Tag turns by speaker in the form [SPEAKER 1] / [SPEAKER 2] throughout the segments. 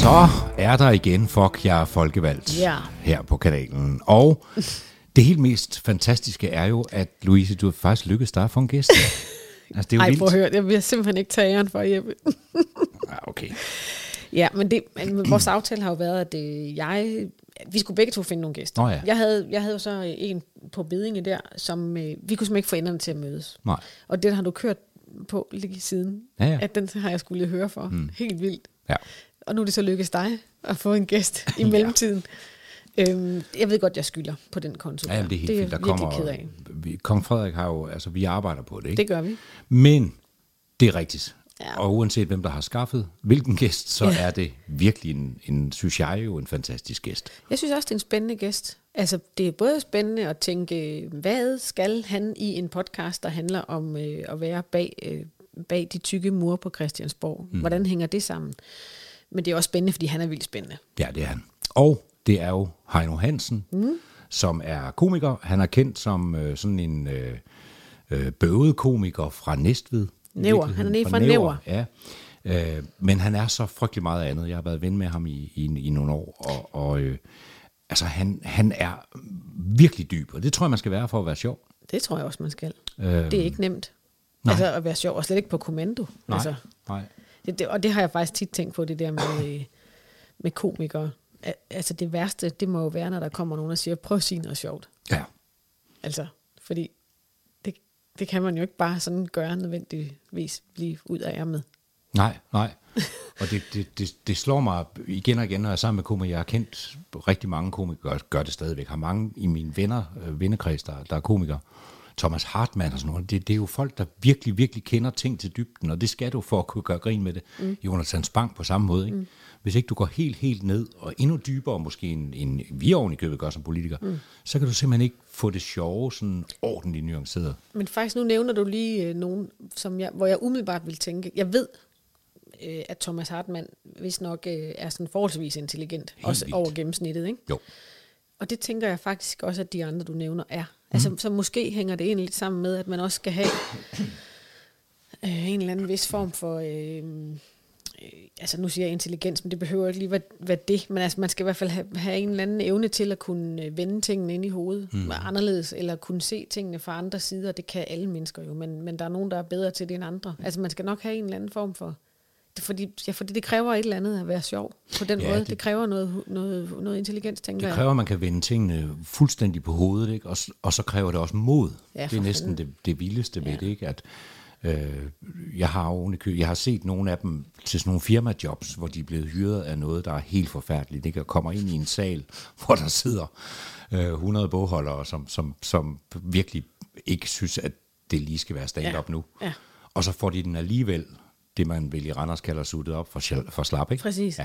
[SPEAKER 1] Så er der igen Fuck, jeg er folkevalgt
[SPEAKER 2] Ja.
[SPEAKER 1] her på kanalen. Og det helt mest fantastiske er jo, at Louise, du har faktisk lykkedes dig for en gæst. Altså, det er jo
[SPEAKER 2] Ej,
[SPEAKER 1] vildt.
[SPEAKER 2] prøv at høre, jeg vil simpelthen ikke tage æren for hjemme.
[SPEAKER 1] Ah, okay.
[SPEAKER 2] Ja, men, det, men vores aftale har jo været, at øh, jeg, vi skulle begge to finde nogle gæster.
[SPEAKER 1] Nå ja.
[SPEAKER 2] jeg, havde, jeg havde jo så øh, en på bedinge der, som øh, vi kunne simpelthen ikke få enderne til at mødes.
[SPEAKER 1] Nej.
[SPEAKER 2] Og den har du kørt på lige siden,
[SPEAKER 1] Ja, ja.
[SPEAKER 2] at den har jeg skulle høre for. Mm. Helt vildt.
[SPEAKER 1] Ja.
[SPEAKER 2] Og nu er det så lykkedes dig at få en gæst i mellemtiden. øhm, jeg ved godt, jeg skylder på den konto.
[SPEAKER 1] Ja,
[SPEAKER 2] der.
[SPEAKER 1] jamen, det er helt
[SPEAKER 2] det er
[SPEAKER 1] fint. Der
[SPEAKER 2] jeg
[SPEAKER 1] kommer,
[SPEAKER 2] virkelig ked af.
[SPEAKER 1] vi- Kong Frederik har jo, altså vi arbejder på det, ikke?
[SPEAKER 2] Det gør vi.
[SPEAKER 1] Men det er rigtigt. Ja.
[SPEAKER 2] Ja.
[SPEAKER 1] Og uanset hvem, der har skaffet hvilken gæst, så ja. er det virkelig en, en, synes jeg jo, en fantastisk gæst.
[SPEAKER 2] Jeg synes også, det er en spændende gæst. Altså, det er både spændende at tænke, hvad skal han i en podcast, der handler om øh, at være bag, øh, bag de tykke mure på Christiansborg? Mm. Hvordan hænger det sammen? Men det er også spændende, fordi han er vildt spændende.
[SPEAKER 1] Ja, det er han. Og det er jo Heino Hansen, mm. som er komiker. Han er kendt som øh, sådan en øh, øh, bøvet komiker fra Næstved. i
[SPEAKER 2] Næver.
[SPEAKER 1] virkeligheden.
[SPEAKER 2] Han er nede fra Næver.
[SPEAKER 1] Ja. Øh, men han er så frygtelig meget andet. Jeg har været ven med ham i, i, i nogle år, og, og øh, altså, han, han er virkelig dyb, og det tror jeg, man skal være for at være sjov.
[SPEAKER 2] Det tror jeg også, man skal.
[SPEAKER 1] Øhm.
[SPEAKER 2] Øhm, det er ikke nemt.
[SPEAKER 1] Nej.
[SPEAKER 2] Nej. Altså at være sjov, og slet ikke på kommando. Altså,
[SPEAKER 1] nej.
[SPEAKER 2] det, det, og det har jeg faktisk tit tænkt på, det der med, øh, med komikere. Al- Altså det værste, det må jo være, når der kommer nogen og siger, prøv at sige noget sjovt.
[SPEAKER 1] Ja,
[SPEAKER 2] Altså, fordi det, det kan man jo ikke bare sådan gøre nødvendigvis blive ud af ærmet.
[SPEAKER 1] nej, nej. Og det, det, det, det slår mig igen og igen, når jeg er sammen med komikere. Jeg har kendt rigtig mange komikere, gør det stadigvæk. Har mange i mine venner, øh, vennekreds, der, der er komikere. Thomas Hartmann og sådan noget. Det, det er jo folk, der virkelig, virkelig kender ting til dybden, og det skal du for at kunne gøre grin med det. Mm. Jonathan Spang på samme måde. Ikke? Mm. Hvis ikke du går helt, helt ned, og endnu dybere måske end, end vi oven i købet gør som politikere, mm. så kan du simpelthen ikke få det sjove, sådan ordentligt nuanceret.
[SPEAKER 2] Men faktisk nu nævner du lige øh, nogen, som jeg, hvor jeg umiddelbart vil tænke, jeg ved, øh, at Thomas Hartmann hvis nok øh, er sådan forholdsvis intelligent,
[SPEAKER 1] Helt
[SPEAKER 2] også
[SPEAKER 1] vildt.
[SPEAKER 2] over gennemsnittet, ikke?
[SPEAKER 1] Jo.
[SPEAKER 2] Og det tænker jeg faktisk også, at de andre, du nævner, er.
[SPEAKER 1] Mhm.
[SPEAKER 2] Altså, så måske hænger det egentlig lidt sammen med, at man også skal have øh, en eller anden vis form for... Øh, øh, altså, nu siger jeg intelligens, men det behøver ikke lige være, være det. Men altså, man skal i hvert fald have, have en eller anden evne til at kunne øh, vende tingene ind i hovedet
[SPEAKER 1] Mhm.
[SPEAKER 2] mm. anderledes, eller kunne se tingene fra andre sider. Det kan alle mennesker jo, men, men der er nogen, der er bedre til det end andre. Altså, man skal nok have en eller anden form for... det- Fordi, ja, fordi det kræver et eller andet at være sjov på den
[SPEAKER 1] Ja,
[SPEAKER 2] ja, måde.
[SPEAKER 1] det-
[SPEAKER 2] Det, det kræver noget, noget, noget intelligens, tænker
[SPEAKER 1] Det
[SPEAKER 2] jeg.
[SPEAKER 1] kræver, at man kan vende tingene fuldstændig på hovedet, ikke? Og, s- og så kræver det også mod.
[SPEAKER 2] Ja,
[SPEAKER 1] det er
[SPEAKER 2] for
[SPEAKER 1] næsten det, det vildeste ved det, ikke? At, øh, jeg, har ovenikø- jeg har set nogle af dem til sådan nogle firmajobs, hvor de er blevet hyret af noget, der er helt forfærdeligt, ikke? Og kommer ind i en sal, hvor der sidder øh, 100 bogholdere, som, som, som virkelig ikke synes, at det lige skal være stand-up
[SPEAKER 2] Ja,
[SPEAKER 1] nu.
[SPEAKER 2] ja.
[SPEAKER 1] Og så får de den alligevel, det man vel i Randers kalder suttet op for, sjal- for slap, ikke?
[SPEAKER 2] Præcis.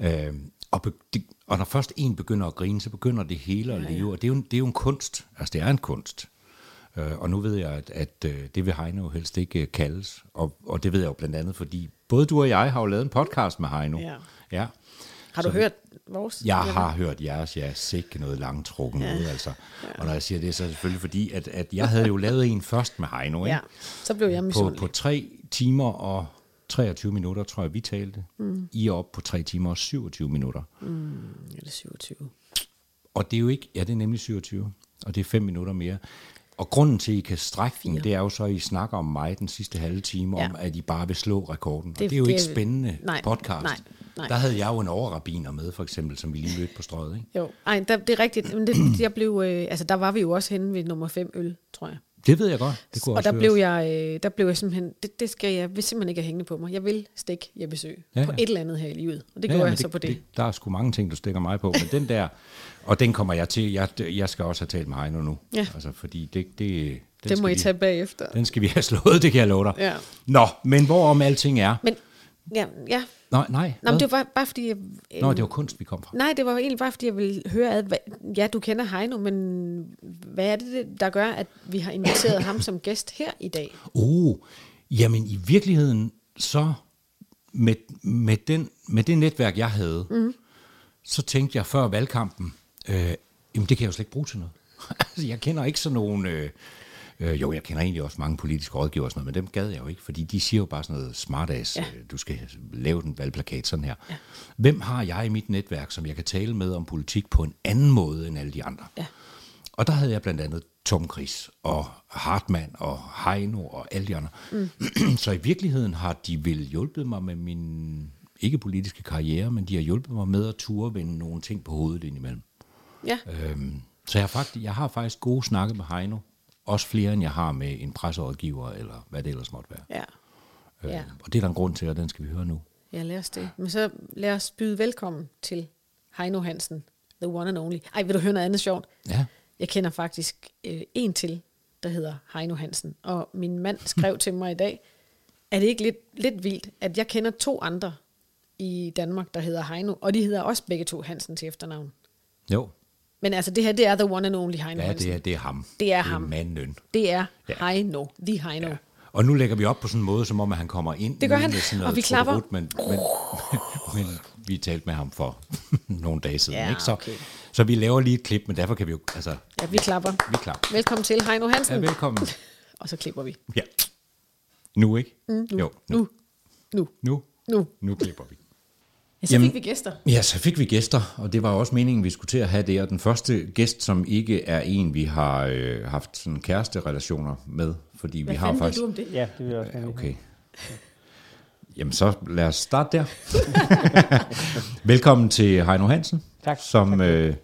[SPEAKER 1] Ja. Øh, og, be, de, og når først en begynder at grine, så begynder det hele at leve, og det er, jo, en- det er jo en kunst. Altså, det er en kunst. Øh, og nu ved jeg, at, at øh, det vil Heino helst ikke øh, kaldes, og, og det ved jeg jo blandt andet, fordi både du og jeg har jo lavet en podcast med Heino.
[SPEAKER 2] Ja.
[SPEAKER 1] ja.
[SPEAKER 2] Har du hørt vores?
[SPEAKER 1] Jeg har hørt jeres, ja, sikke noget langtrukken ja. noget, altså. Og når jeg siger det, så er det selvfølgelig fordi, at, at jeg havde jo lavet en først med Heino, ikke?
[SPEAKER 2] Ja, så blev jeg
[SPEAKER 1] på,
[SPEAKER 2] misundelig.
[SPEAKER 1] på 3 timer og 23 minutter, tror jeg, vi talte. Mm. I er oppe på 3 timer og 27 minutter.
[SPEAKER 2] Eller 27.
[SPEAKER 1] Og det er jo ikke, ja, det er nemlig 27, og det er 5 minutter mere. Og grunden til, at I kan strække den, det er jo så, at I snakker om mig den sidste halve time, ja. om
[SPEAKER 2] Ja.
[SPEAKER 1] at I bare vil slå rekorden. Det, og
[SPEAKER 2] Det-
[SPEAKER 1] det er jo
[SPEAKER 2] det
[SPEAKER 1] ikke
[SPEAKER 2] er-
[SPEAKER 1] spændende
[SPEAKER 2] nej,
[SPEAKER 1] podcast.
[SPEAKER 2] nej, nej.
[SPEAKER 1] Der havde jeg jo en overrabiner med, for eksempel, som vi lige mødte på strøget. Ikke?
[SPEAKER 2] Jo, Ej, der, det er rigtigt. Men det, jeg blev, øh, altså, der var vi jo også henne ved nummer 5 øl, tror jeg.
[SPEAKER 1] Det ved jeg godt. Det kunne
[SPEAKER 2] og
[SPEAKER 1] også
[SPEAKER 2] der blev, jeg, øh, der blev jeg simpelthen, det, det skal jeg, vil simpelthen ikke have hængende på mig. Jeg vil stikke jeg besøg
[SPEAKER 1] Ja,
[SPEAKER 2] ja, på
[SPEAKER 1] ja.
[SPEAKER 2] et eller andet her i livet. Og det gjorde
[SPEAKER 1] men
[SPEAKER 2] jeg så på det.
[SPEAKER 1] Der er sgu mange ting, du stikker mig på, men den der, og den kommer jeg til, jeg, jeg skal også have talt med Heino nu.
[SPEAKER 2] Ja.
[SPEAKER 1] Altså, fordi det, det, den
[SPEAKER 2] Det må
[SPEAKER 1] skal
[SPEAKER 2] I
[SPEAKER 1] vi-
[SPEAKER 2] tage bagefter.
[SPEAKER 1] Den skal vi have slået, det kan jeg love dig.
[SPEAKER 2] Ja.
[SPEAKER 1] Nå, men hvorom alting er.
[SPEAKER 2] Men, ja, ja.
[SPEAKER 1] Nej, nej.
[SPEAKER 2] Nå, men
[SPEAKER 1] hvad?
[SPEAKER 2] det var bare, bare fordi, jeg, øh,
[SPEAKER 1] Nå, det var kunst, vi kom fra.
[SPEAKER 2] Nej, det var jo egentlig bare, fordi jeg ville høre ad, hvad, ja, du kender Heino, men hvad er det, der gør, at vi har inviteret ham som gæst her i dag?
[SPEAKER 1] Oh, jamen i virkeligheden så med, med, den, med det netværk, jeg havde, mm. så tænkte jeg før valgkampen, øh, jamen det kan jeg jo slet ikke bruge til noget. altså, jeg kender ikke sådan nogle øh, Øh, jo, jeg kender egentlig også mange politiske rådgiver og sådan noget, men dem gad jeg jo ikke, fordi de siger jo bare sådan noget smartass, ja. du skal lave den valgplakat sådan her. Ja. Hvem har jeg i mit netværk, som jeg kan tale med om politik på en anden måde end alle de andre?
[SPEAKER 2] Ja.
[SPEAKER 1] Og der havde jeg blandt andet Tom Chris og Hartmann og Heino og alle de andre. Mm. Så i virkeligheden har de vel hjulpet mig med min ikke-politiske karriere, men de har hjulpet mig med at turde vende nogle ting på hovedet indimellem.
[SPEAKER 2] Ja.
[SPEAKER 1] Øhm, så jeg har, faktisk, jeg har faktisk gode snakke med Heino. Også flere, end jeg har med en presserådgiver, eller hvad det ellers måtte være. Øhm,
[SPEAKER 2] Ja. Ja.
[SPEAKER 1] Og det er der en grund til, og den skal vi høre nu.
[SPEAKER 2] ja, lad os det. Men så lad os byde velkommen til Heino Hansen, the one and only. Ej, vil du høre noget andet sjovt?
[SPEAKER 1] Ja.
[SPEAKER 2] Jeg kender faktisk øh, en til, der hedder Heino Hansen, og min mand skrev til mig i dag, er det ikke lidt, lidt vildt, at jeg kender to andre i Danmark, der hedder Heino, og de hedder også begge to Hansen til efternavn.
[SPEAKER 1] Jo.
[SPEAKER 2] Men altså, det her, det er the one and only Heino
[SPEAKER 1] Ja,
[SPEAKER 2] Hansen.
[SPEAKER 1] det er, det er ham.
[SPEAKER 2] altså, Det er ham.
[SPEAKER 1] manden.
[SPEAKER 2] Det er
[SPEAKER 1] Ja.
[SPEAKER 2] ja. Heino, the Heino.
[SPEAKER 1] Ja.
[SPEAKER 2] Ja.
[SPEAKER 1] Og nu lægger vi op på sådan en måde, som om at han kommer ind.
[SPEAKER 2] Det gør
[SPEAKER 1] nu
[SPEAKER 2] han,
[SPEAKER 1] med sådan
[SPEAKER 2] og
[SPEAKER 1] noget
[SPEAKER 2] vi klapper.
[SPEAKER 1] trutterut, Men, men, men vi talte med ham for nogle dage siden.
[SPEAKER 2] Ja,
[SPEAKER 1] ikke? Så,
[SPEAKER 2] okay.
[SPEAKER 1] så vi laver lige et klip, men derfor kan vi jo... Altså,
[SPEAKER 2] ja, vi klapper.
[SPEAKER 1] vi klapper.
[SPEAKER 2] Velkommen til Heino Hansen.
[SPEAKER 1] Ja, velkommen.
[SPEAKER 2] og så klipper vi.
[SPEAKER 1] Ja. Nu, ikke? Mm, nu. Jo, nu.
[SPEAKER 2] Nu. Nu.
[SPEAKER 1] Nu.
[SPEAKER 2] Nu.
[SPEAKER 1] Nu klipper vi.
[SPEAKER 2] Ja, så
[SPEAKER 1] Jamen-
[SPEAKER 2] fik vi gæster.
[SPEAKER 1] Ja, så fik vi gæster, og det var også meningen, vi skulle til at have det. Og den første gæst, som ikke er en, vi har øh, haft sådan kæresterelationer med, fordi vi har faktisk...
[SPEAKER 2] du om det?
[SPEAKER 3] Ja, det vil jeg også gerne.
[SPEAKER 1] Øh, Okay. Jamen så lad os starte der. Velkommen til Heino Hansen,
[SPEAKER 3] Tak.
[SPEAKER 1] som Øh,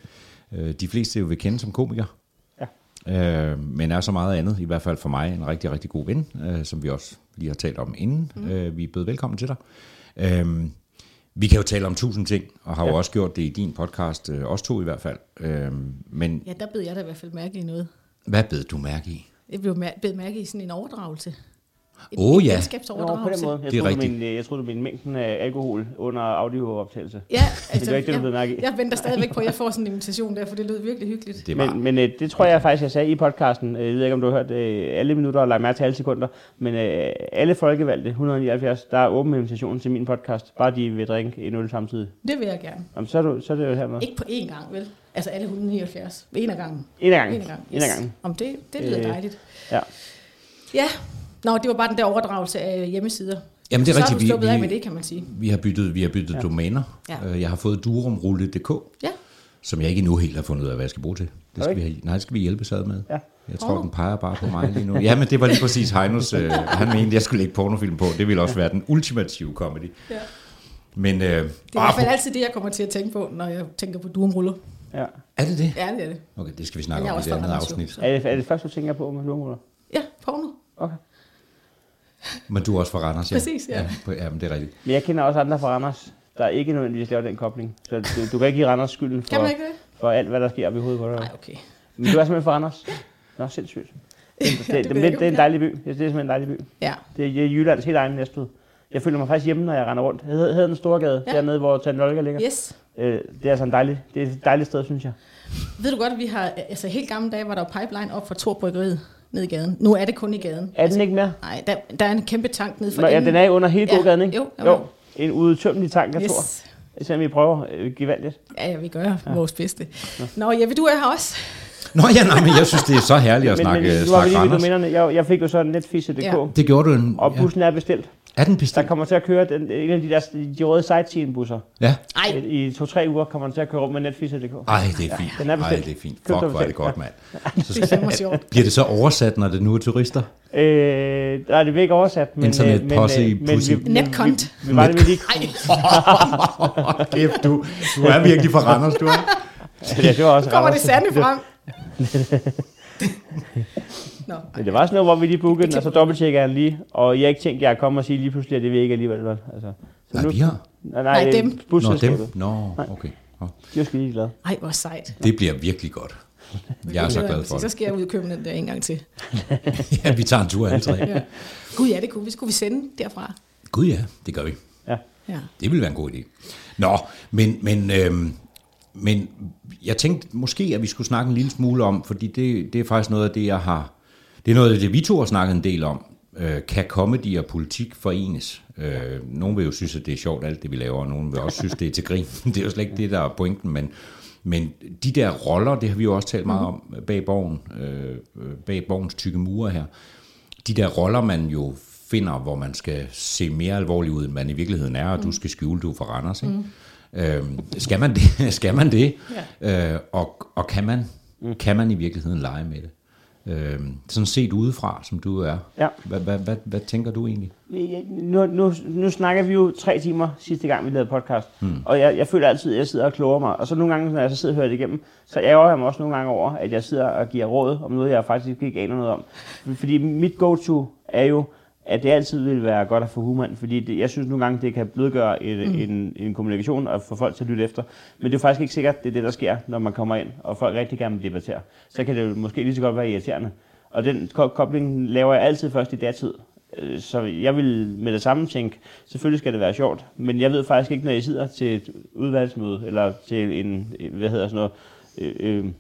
[SPEAKER 1] øh, de fleste jo vil kende som komiker. Ja. Øh, men er så meget andet, i hvert fald for mig, en rigtig, rigtig god ven, øh, som vi også lige har talt om inden. Mm. Øh, vi er blevet velkommen til dig. Øh, vi kan jo tale om tusind ting, og har ja. jo også gjort det i din podcast, øh, os to i hvert fald. Øh, men
[SPEAKER 4] Ja, der bed jeg da i hvert fald mærke i noget.
[SPEAKER 1] hvad bed du mærke i?
[SPEAKER 4] Jeg blev mær- bed mærke i sådan en overdragelse. En,
[SPEAKER 1] Åh,
[SPEAKER 4] en
[SPEAKER 1] ja.
[SPEAKER 4] venskabsoverdragelse.
[SPEAKER 3] Nå, på den måde. Jeg
[SPEAKER 1] Det er
[SPEAKER 3] troede,
[SPEAKER 1] rigtigt.
[SPEAKER 3] min, øh, jeg troede, du mente mængden af alkohol under audiooptagelse.
[SPEAKER 4] Ja, altså,
[SPEAKER 3] Men det var ikke det, du blev mærke i.
[SPEAKER 4] jeg, jeg venter stadigvæk på, at jeg får sådan en invitation der, for det lød virkelig hyggeligt.
[SPEAKER 1] Det var,
[SPEAKER 3] Men, men øh, det tror jeg faktisk, jeg sagde i podcasten. Øh, Jeg ved ikke, om du har hørt øh, alle minutter og lagt mærke til alle sekunder. Men øh, alle folkevalgte, 179, der er åben invitation til min podcast. Bare de vil drikke en øl samtidig.
[SPEAKER 4] Det vil jeg gerne.
[SPEAKER 3] Jamen, så, er du, så er det jo her med.
[SPEAKER 4] Ikke på én gang, vel? Altså alle 179. En af gangen.
[SPEAKER 3] En af gangen.
[SPEAKER 4] En af gangen.
[SPEAKER 3] En af gangen.
[SPEAKER 4] Om det, det lyder
[SPEAKER 3] Øh.
[SPEAKER 4] dejligt.
[SPEAKER 3] Ja.
[SPEAKER 4] Ja. Nå, det var bare den der overdragelse af øh, hjemmesider.
[SPEAKER 1] Jamen, det er
[SPEAKER 4] så
[SPEAKER 1] rigtigt.
[SPEAKER 4] Så har du
[SPEAKER 1] Vi-
[SPEAKER 4] sluppet
[SPEAKER 1] vi-
[SPEAKER 4] af med det, kan man sige.
[SPEAKER 1] vi har byttet, vi har byttet ja. domæner.
[SPEAKER 4] Ja.
[SPEAKER 1] Ja. Jeg har fået durumrulle.dk.
[SPEAKER 4] Ja.
[SPEAKER 1] Som jeg ikke endnu helt har fundet ud af, hvad jeg skal bruge til. Det skal
[SPEAKER 3] ikke?
[SPEAKER 1] vi have, nej, det skal vi hjælpe sad med.
[SPEAKER 3] Ja.
[SPEAKER 1] Jeg tror, den peger bare på mig lige nu. Ja, men det var lige præcis Heinos. Øh, han mente, jeg skulle lægge pornofilm på. Det ville også være den ultimative comedy.
[SPEAKER 4] Ja.
[SPEAKER 1] Men øh,
[SPEAKER 4] Det er i hvert fald altid det, jeg kommer til at tænke på, når jeg tænker på durumruller.
[SPEAKER 3] ja.
[SPEAKER 1] er det det?
[SPEAKER 4] Ja, det er det.
[SPEAKER 1] Okay, det skal vi snakke
[SPEAKER 4] Jeg er
[SPEAKER 1] om i
[SPEAKER 4] også
[SPEAKER 1] det
[SPEAKER 4] fra
[SPEAKER 1] andet
[SPEAKER 4] Randers, jo,
[SPEAKER 1] afsnit.
[SPEAKER 4] så-
[SPEAKER 3] Er, det, er det første, du tænker på med lurmåler?
[SPEAKER 4] Ja, porno.
[SPEAKER 3] Okay.
[SPEAKER 1] Men du er også fra Randers, ja.
[SPEAKER 4] Præcis, ja.
[SPEAKER 1] Ja, på- ja men det er rigtigt.
[SPEAKER 3] Men jeg kender også andre fra Randers, der ikke nødvendigvis laver den kobling. Så du, du kan ikke give Randers skylden for,
[SPEAKER 4] Kan man ikke det?
[SPEAKER 3] for alt, hvad der sker op i hovedet på dig.
[SPEAKER 4] Nej, okay.
[SPEAKER 3] Men du er simpelthen fra Randers? Nå, sindssygt. Det, det, det,
[SPEAKER 4] ved jeg
[SPEAKER 3] det,
[SPEAKER 4] ikke,
[SPEAKER 3] det, er
[SPEAKER 4] om
[SPEAKER 3] en dejlig by. Jeg synes, Det er simpelthen en dejlig by.
[SPEAKER 4] Ja,
[SPEAKER 3] Det er Jyllands helt egen næstved. Jeg føler mig faktisk hjemme, når jeg render rundt. Jeg havde, havde den store gade ja.
[SPEAKER 4] Ja.
[SPEAKER 3] dernede, hvor Tandolka ligger.
[SPEAKER 4] yes.
[SPEAKER 3] Øh, det er altså en dejlig, det er et dejligt sted, synes jeg.
[SPEAKER 4] Ved du godt, at vi har, altså helt gamle dage var der jo pipeline op fra Tor Bryggeriet ned i gaden. Nu er det kun i gaden.
[SPEAKER 3] Er den ikke mere?
[SPEAKER 4] Nej, der, der er en kæmpe tank nede Altså,
[SPEAKER 3] Nå,
[SPEAKER 4] for
[SPEAKER 3] ja, den er under hele
[SPEAKER 4] Ja.
[SPEAKER 3] gågaden, ikke?
[SPEAKER 4] Jo, jo.
[SPEAKER 3] jo. En udtømmelig tank, jeg yes. tror.
[SPEAKER 4] yes.
[SPEAKER 3] Selvom vi prøver øh, gevaldigt.
[SPEAKER 4] Ja, ja, vi gør ja. vores bedste. Nå, ja, du er her også.
[SPEAKER 1] Nå ja, nej, men jeg synes, det er så herligt at snakke, øh,
[SPEAKER 3] men, nu var
[SPEAKER 1] snakke
[SPEAKER 3] vi lige ved
[SPEAKER 1] Randers.
[SPEAKER 3] domænerne. Jeg, jeg fik jo sådan net fisse.dk,
[SPEAKER 4] Ja.
[SPEAKER 3] ja.
[SPEAKER 1] Det gjorde du en...
[SPEAKER 3] og bussen er bestilt.
[SPEAKER 1] Ja. Er den
[SPEAKER 3] Der
[SPEAKER 1] bestilt?
[SPEAKER 3] kommer til at køre den, en af de, der, de røde sightseeing-busser.
[SPEAKER 1] Ja.
[SPEAKER 4] Ej,
[SPEAKER 3] Øh, I to-tre uger kommer den til at køre rundt med netfisse.dk.
[SPEAKER 1] Ej, det er fint.
[SPEAKER 3] den er
[SPEAKER 1] Ej,
[SPEAKER 3] bestilt.
[SPEAKER 1] det er fint. Fuck,
[SPEAKER 3] Købt og
[SPEAKER 1] hvor er det
[SPEAKER 3] bestilt.
[SPEAKER 1] godt, mand. Så
[SPEAKER 4] det er fandme sjovt.
[SPEAKER 1] Bliver det så oversat, når det nu er turister?
[SPEAKER 3] Øh, nej, det bliver ikke oversat, men...
[SPEAKER 1] Internet, posse, pussy.
[SPEAKER 4] Netcont.
[SPEAKER 3] Vi, vi, var det, vi lige...
[SPEAKER 1] Kæft, du, du er virkelig fra Randers, du er.
[SPEAKER 3] Ja, det var også
[SPEAKER 4] nu kommer det
[SPEAKER 3] Randers.
[SPEAKER 4] sande frem. Nå,
[SPEAKER 3] Men det var sådan noget, hvor vi lige bookede den, og så dobbelttjekker han lige. Og jeg ikke tænkte, jeg kom og sige lige pludselig, at det vil jeg ikke alligevel. vel? Altså, så
[SPEAKER 1] Nej, vi har.
[SPEAKER 3] Nej,
[SPEAKER 4] Nej,
[SPEAKER 3] nej, nej
[SPEAKER 4] dem.
[SPEAKER 3] dem.
[SPEAKER 1] Nå, dem.
[SPEAKER 3] busselskabet.
[SPEAKER 1] Nå, okay. Nå.
[SPEAKER 3] De var sgu lige glade.
[SPEAKER 4] ej, hvor sejt.
[SPEAKER 1] Det bliver virkelig godt. Jeg er så glad for
[SPEAKER 4] Så
[SPEAKER 1] det.
[SPEAKER 4] skal jeg ud og købe den der en gang til.
[SPEAKER 1] Ja, vi tager en tur alle tre.
[SPEAKER 4] Ja. Gud, ja, det kunne vi. Skulle vi sende derfra?
[SPEAKER 1] Gud ja, det gør vi.
[SPEAKER 3] Ja.
[SPEAKER 4] Ja.
[SPEAKER 1] Det ville være en god idé. Nå, men, men, øhm, men jeg tænkte måske, at vi skulle snakke en lille smule om, fordi det, det er faktisk noget af det, jeg har... Det er noget af det, vi to har snakket en del om. Øh, kan comedy og politik forenes? Øh, nogle vil jo synes, at det er sjovt, alt det vi laver, og nogle vil også synes, det er til grin. det er jo slet ikke det, der er pointen, men, Men de der roller, det har vi jo også talt meget om bag borgen, øh, øh, bag borgens tykke mure her. De der roller, man jo finder, hvor man skal se mere alvorlig ud, end man i virkeligheden er, og
[SPEAKER 4] Mm.
[SPEAKER 1] du skal skjule, du er fra Randers. Ikke? Øhm, skal man det? skal man det? Ja. Øh, og, og kan man
[SPEAKER 4] Mm.
[SPEAKER 1] kan man i virkeligheden lege med det? Øhm, sådan set udefra, som du er.
[SPEAKER 3] Ja.
[SPEAKER 1] Hvad, hvad, hvad, hvad tænker du egentlig?
[SPEAKER 3] Vi- Øh, Nu, nu, nu snakker vi jo tre timer sidste gang, vi lavede podcast, mm. og jeg, jeg føler altid, at jeg sidder og kloger mig, og så nogle gange, når jeg så sidder og hører det igennem, så ærger jeg mig også nogle gange over, at jeg sidder og giver råd om noget, jeg faktisk ikke aner noget om. Fordi mit go-to er jo, at det altid vil være godt at få humor, fordi det, jeg synes nogle gange, det kan blødgøre en, mm. en, en kommunikation og få folk til at lytte efter. Men det er faktisk ikke sikkert, det er det, der sker, når man kommer ind, og folk rigtig gerne vil debattere. Så kan det jo måske lige så godt være irriterende. Og den ko- kobling laver jeg altid først i datid. Øh, Så jeg vil med det samme tænke, selvfølgelig skal det være sjovt, men jeg ved faktisk ikke, når jeg sidder til et udvalgsmøde, eller til en, øh, hvad hedder sådan noget, øh, øh,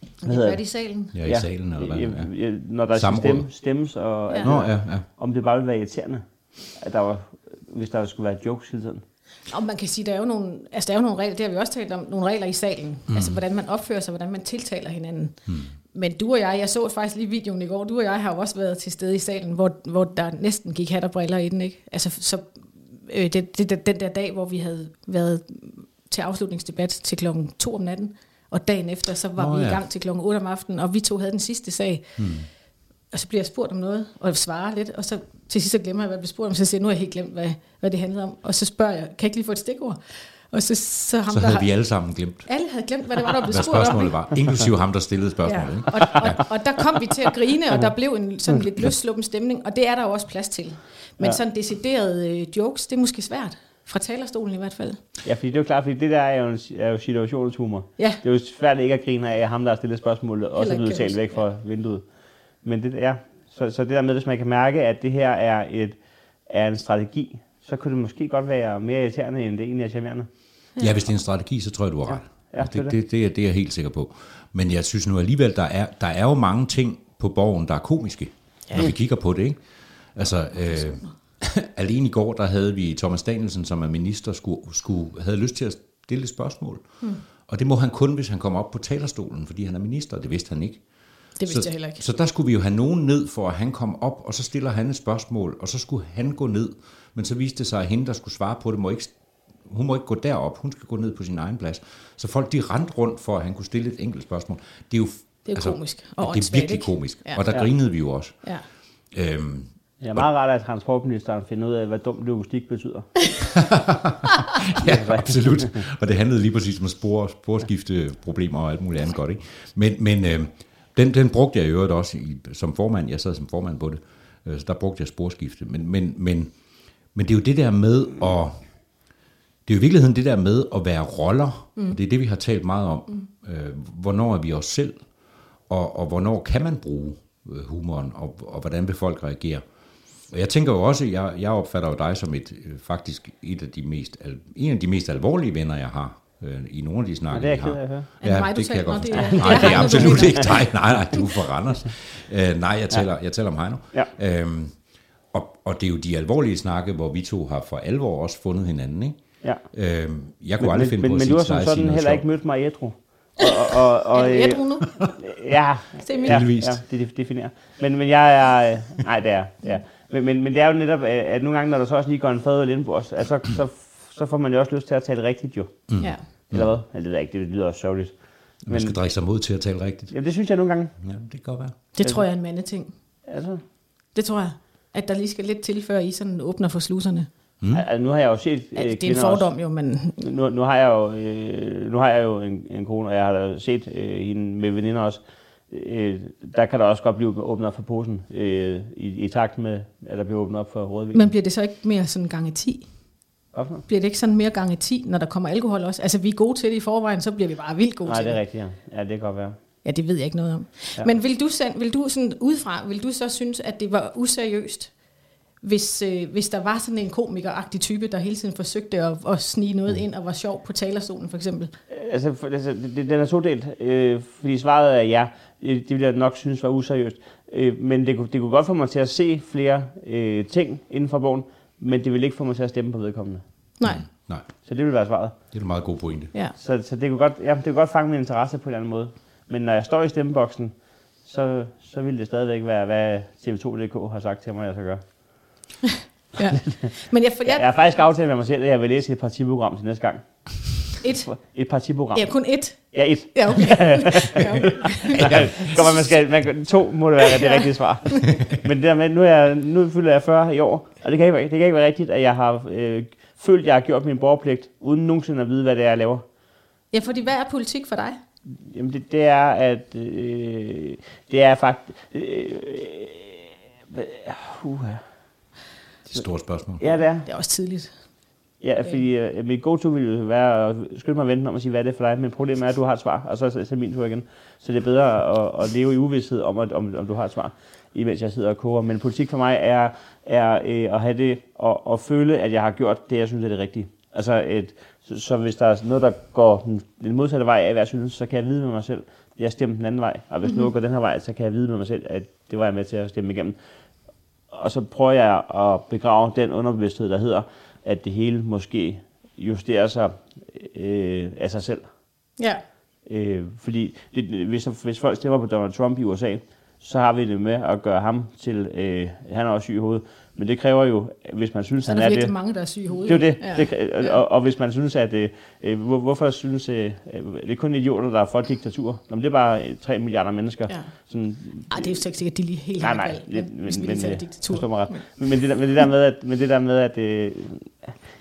[SPEAKER 3] hvad
[SPEAKER 4] Det
[SPEAKER 3] hedder
[SPEAKER 4] gør de i salen.
[SPEAKER 1] Ja, i ja. salen eller hvad? Ja.
[SPEAKER 3] Ja, ja, øh, når der skal
[SPEAKER 1] Samråd.
[SPEAKER 3] stemme, stemmes og
[SPEAKER 4] Ja.
[SPEAKER 3] alt
[SPEAKER 1] Nå, ja, ja.
[SPEAKER 3] om det bare ville være irriterende, at der var, hvis der skulle være jokes hele tiden.
[SPEAKER 4] Og man kan sige, der er jo nogle, altså der er jo nogle regler, det har vi også talt om, nogle regler i salen. Mm. Altså hvordan man opfører sig, hvordan man tiltaler hinanden. Mm. Men du og jeg, jeg så faktisk lige videoen i går, du og jeg har jo også været til stede i salen, hvor, hvor der næsten gik hat og briller i den, ikke? Altså så øh, det, det, den der dag, hvor vi havde været til afslutningsdebat til klokken 2 om natten, og dagen efter, så var
[SPEAKER 1] Nå,
[SPEAKER 4] vi i
[SPEAKER 1] ja.
[SPEAKER 4] gang til klokken 8 om aftenen, og vi to havde den sidste sag. Mm. Og så bliver jeg spurgt om noget, og svarer lidt, og så til sidst så glemmer jeg, hvad jeg blev spurgt om, så siger jeg, nu har jeg helt glemt, hvad, hvad det handlede om. Og så spørger jeg, kan jeg ikke lige få et stikord? Og så, så ham,
[SPEAKER 1] Så
[SPEAKER 4] der
[SPEAKER 1] havde vi
[SPEAKER 4] har,
[SPEAKER 1] alle sammen glemt,
[SPEAKER 4] alle havde glemt, hvad det var, der blev
[SPEAKER 1] hvad
[SPEAKER 4] spurgt om.
[SPEAKER 1] spørgsmålet var. Inklusive ham, der stillede spørgsmålet.
[SPEAKER 4] Ja.
[SPEAKER 1] ikke? Mm.
[SPEAKER 4] Og, og, og der kom vi til at grine, og der blev en sådan lidt løsluppen stemning, og det er der jo også plads til. Men
[SPEAKER 3] Ja.
[SPEAKER 4] ja. sådan deciderede øh, jokes, det er måske svært. Fra talerstolen i hvert fald.
[SPEAKER 3] Ja, fordi det er jo klart, fordi det der er jo, en, er jo situationshumor.
[SPEAKER 4] Ja.
[SPEAKER 3] Det er jo svært ikke at grine af, at ham, der har stillet spørgsmålet, også er
[SPEAKER 4] Heller ikke
[SPEAKER 3] blevet
[SPEAKER 4] kan
[SPEAKER 3] talt
[SPEAKER 4] huske,
[SPEAKER 3] væk fra vinduet. Men det, ja. så, så det der med, hvis man kan mærke, at det her er, et, er en strategi, så kunne det måske godt være mere irriterende, end det egentlig er charmerende.
[SPEAKER 1] Ja, hvis det er en strategi, så tror jeg, du har ret.
[SPEAKER 3] Ja, det er
[SPEAKER 1] det, det, det, er, det er jeg helt sikker på. Men jeg synes nu alligevel, der er, der er jo mange ting på borgen, der er komiske, ja. når vi kigger på det. Ikke? Altså, øh, alene i går, der havde vi Thomas Danielsen, som er minister, skulle, skulle, havde lyst til at stille et spørgsmål. Hmm. Og det må han kun, hvis han kommer op på talerstolen, fordi han er minister, og det vidste han ikke.
[SPEAKER 4] Det vidste
[SPEAKER 1] så,
[SPEAKER 4] jeg heller ikke.
[SPEAKER 1] Så der skulle vi jo have nogen ned, for at han kom op, og så stiller han et spørgsmål, og så skulle han gå ned. Men så viste det sig, at hende, der skulle svare på det, må ikke, hun må ikke gå derop. Hun skal gå ned på sin egen plads. Så folk, de rendte rundt for, at han kunne stille et enkelt spørgsmål. Det er jo, det
[SPEAKER 4] er jo komisk
[SPEAKER 1] det
[SPEAKER 4] og
[SPEAKER 1] er
[SPEAKER 4] åndssvagt,
[SPEAKER 1] virkelig
[SPEAKER 4] ikke?
[SPEAKER 1] komisk.
[SPEAKER 4] Ja.
[SPEAKER 1] Og der
[SPEAKER 3] Ja.
[SPEAKER 1] grinede vi jo også.
[SPEAKER 4] Ja.
[SPEAKER 1] Øhm,
[SPEAKER 3] Det er meget rart, at transportministeren finder ud af, hvad dumt logistik betyder.
[SPEAKER 1] ja, absolut. Og det handlede lige præcis om spor, sporskifteproblemer og alt muligt andet godt. Ikke? Men, men øh, den, den brugte jeg i øvrigt også i, som formand. Jeg sad som formand på det. Øh, Så der brugte jeg sporskifte. Men, men, men, men det er jo det der med at... Det er jo i virkeligheden det der med at være roller. Mm. Det er det, vi har talt meget om. Mm. Øh, hvornår er vi os selv? Og, og hvornår kan man bruge øh, humoren? Og, og hvordan vil folk reagere? Og jeg tænker jo også, jeg, jeg opfatter jo dig som et, øh, faktisk et af de mest, al, en af de mest alvorlige venner, jeg har øh, i nogle af de snakke,
[SPEAKER 3] Og det er
[SPEAKER 1] vi
[SPEAKER 3] jeg ked af
[SPEAKER 1] har.
[SPEAKER 3] at høre.
[SPEAKER 4] Er det mig, du taler om? Det er- det er
[SPEAKER 1] nej, det er
[SPEAKER 4] Heino, du
[SPEAKER 1] absolut
[SPEAKER 4] mener.
[SPEAKER 1] ikke dig. Nej, nej, du er fra Randers. Øh, nej, jeg taler, jeg taler om Heino.
[SPEAKER 3] Ja.
[SPEAKER 1] Øhm, og, og det er jo de alvorlige snakke, hvor vi to har for alvor også fundet hinanden. Ikke?
[SPEAKER 3] Ja.
[SPEAKER 1] Øhm, jeg kunne aldrig finde
[SPEAKER 3] men,
[SPEAKER 1] på at
[SPEAKER 3] men
[SPEAKER 1] sige
[SPEAKER 3] du har
[SPEAKER 1] til dig,
[SPEAKER 3] som
[SPEAKER 1] at sige
[SPEAKER 3] sådan
[SPEAKER 1] noget
[SPEAKER 3] heller
[SPEAKER 1] sjovt.
[SPEAKER 3] ikke mødt mig ædru. Og, og, og,
[SPEAKER 4] Er
[SPEAKER 3] og,
[SPEAKER 4] du
[SPEAKER 3] øh,
[SPEAKER 4] ædru nu?
[SPEAKER 1] Mm.
[SPEAKER 3] Ja,
[SPEAKER 4] Se min.
[SPEAKER 3] ja,
[SPEAKER 1] Delvist.
[SPEAKER 3] ja det def- definerer. Men, men jeg er... øh, Nej, det er ja. men, men, men det er jo netop, øh, at nogle gange, når der så også lige går en fadøl ind på os, at så, så, så får man jo også lyst til at tale rigtigt jo.
[SPEAKER 4] Mm. Ja.
[SPEAKER 3] Eller hvad? Ja, det ved jeg ikke, det lyder også sørgeligt.
[SPEAKER 1] Man
[SPEAKER 3] Men
[SPEAKER 1] skal drikke sig mod til at tale rigtigt.
[SPEAKER 3] jamen, det synes jeg nogle gange.
[SPEAKER 1] Ja, det kan godt være.
[SPEAKER 4] Det tror jeg er en mandeting.
[SPEAKER 3] Altså,
[SPEAKER 4] Det tror jeg. At der lige skal lidt til, før I sådan åbner for sluserne.
[SPEAKER 3] mm. altså, nu har jeg jo set øh,
[SPEAKER 4] Altså, det er en
[SPEAKER 3] kvinder
[SPEAKER 4] fordom jo, men
[SPEAKER 3] Også, nu, nu, har jeg jo, øh, nu har jeg jo en, en kone, og jeg har da set øh, hende med veninder også. Øh, der kan der også godt blive åbnet op for posen, øh, i, i takt med, at der bliver åbnet op for rødvin.
[SPEAKER 4] man bliver det så ikke mere sådan gange 10?
[SPEAKER 3] Hvorfor?
[SPEAKER 4] Bliver det ikke sådan mere gange 10, når der kommer alkohol også? Altså, vi er gode til det i forvejen, så bliver vi bare vildt gode
[SPEAKER 3] Nej,
[SPEAKER 4] til
[SPEAKER 3] det er rigtigt, ja. ja det kan godt være.
[SPEAKER 4] Ja, det ved jeg ikke noget om. Ja. Men vil du, send, vil du sådan udefra, vil du så synes, at det var useriøst, hvis, øh, hvis der var sådan en komikeragtig type, der hele tiden forsøgte at, at snige
[SPEAKER 3] Mm.
[SPEAKER 4] noget ind og var sjov på talerstolen for eksempel?
[SPEAKER 3] Altså, for, altså det, det- den er todelt, øh, fordi svaret er ja. Øh, Det ville jeg nok synes var useriøst. Øh, men det kunne, det kunne godt få mig til at se flere øh, ting inden for bogen, men det ville ikke få mig til at stemme på vedkommende.
[SPEAKER 4] Nej.
[SPEAKER 1] Nej,
[SPEAKER 3] Så det vil være svaret.
[SPEAKER 1] det er en meget god pointe.
[SPEAKER 4] Ja.
[SPEAKER 3] Så, så det, kunne godt, ja, det kunne godt fange min interesse på en eller anden måde. Men når jeg står i stemmeboksen, så, så vil det stadigvæk være, hvad TV2.dk har sagt til mig, jeg skal gøre.
[SPEAKER 4] ja. Men jeg, jeg,
[SPEAKER 3] Jeg har faktisk aftalt med mig selv, at jeg vil læse et partiprogram til næste gang.
[SPEAKER 4] et,
[SPEAKER 3] Et partiprogram.
[SPEAKER 4] ja, kun et.
[SPEAKER 3] Ja, et.
[SPEAKER 4] Ja, okay. ja, okay.
[SPEAKER 3] Godt, man skal, man, to må det være det rigtige svar. Men det der med, nu, er jeg, nu fylder jeg 40 i år, og det kan ikke, være- det kan ikke være rigtigt, at jeg har øh, følt, at jeg har gjort min borgerpligt, uden nogensinde at vide, hvad det er, jeg laver.
[SPEAKER 4] ja, fordi hvad er politik for dig?
[SPEAKER 3] Jamen det, det er, at øh, det er faktisk... Øh, øh, uh,
[SPEAKER 1] Det er et stort spørgsmål.
[SPEAKER 3] ja, det er.
[SPEAKER 4] Det er også tidligt.
[SPEAKER 3] Ja, fordi øh, mit go-to ville jo være at skynde mig at vente om og sige, hvad er det for dig? Men problemet er, at du har et svar, og så er det så min tur igen. Så det er bedre at, at leve i uvidshed om, at, om, om du har et svar, imens jeg sidder og koger. Men politik for mig er, er øh, at have det og, og føle, at jeg har gjort det, jeg synes er det rigtige. Altså, et, så, så hvis der er noget, der går den- den modsatte vej af, hvad jeg synes, så kan jeg vide med mig selv, at jeg stemte den anden vej. Og hvis mm-hmm. noget går den her vej, så kan jeg vide med mig selv, at det var jeg med til at stemme igennem. Og så prøver jeg at begrave den underbevidsthed, der hedder, at det hele måske justerer sig øh, af sig selv.
[SPEAKER 4] Ja.
[SPEAKER 3] Øh, fordi det, hvis, hvis folk stemmer på Donald Trump i USA, så har vi det med at gøre ham til, øh, han er også syg i hovedet, men det kræver jo, hvis man synes,
[SPEAKER 4] Så er
[SPEAKER 3] han
[SPEAKER 4] der
[SPEAKER 3] er
[SPEAKER 4] virkelig
[SPEAKER 3] det.
[SPEAKER 4] mange, der er syge i hovedet.
[SPEAKER 3] Det er jo det.
[SPEAKER 4] Ja.
[SPEAKER 3] det kan- og, og hvis man synes, at... øh, Øh, hvor- hvorfor synes... Øh, øh, det er kun idioter, der er for diktatur. Nå, men det er bare øh, 3 milliarder mennesker.
[SPEAKER 4] Ja.
[SPEAKER 3] Sådan,
[SPEAKER 4] Ej, Ah, det er jo slet ikke sikkert, at de lige helt
[SPEAKER 3] Nej,
[SPEAKER 4] har
[SPEAKER 3] nej.
[SPEAKER 4] valgt,
[SPEAKER 3] Det, men,
[SPEAKER 4] hvis vi lige tager
[SPEAKER 3] øh,
[SPEAKER 4] diktatur.
[SPEAKER 3] forstå mig ret. Men, men, det der, men det der med, at, men det der med, at øh,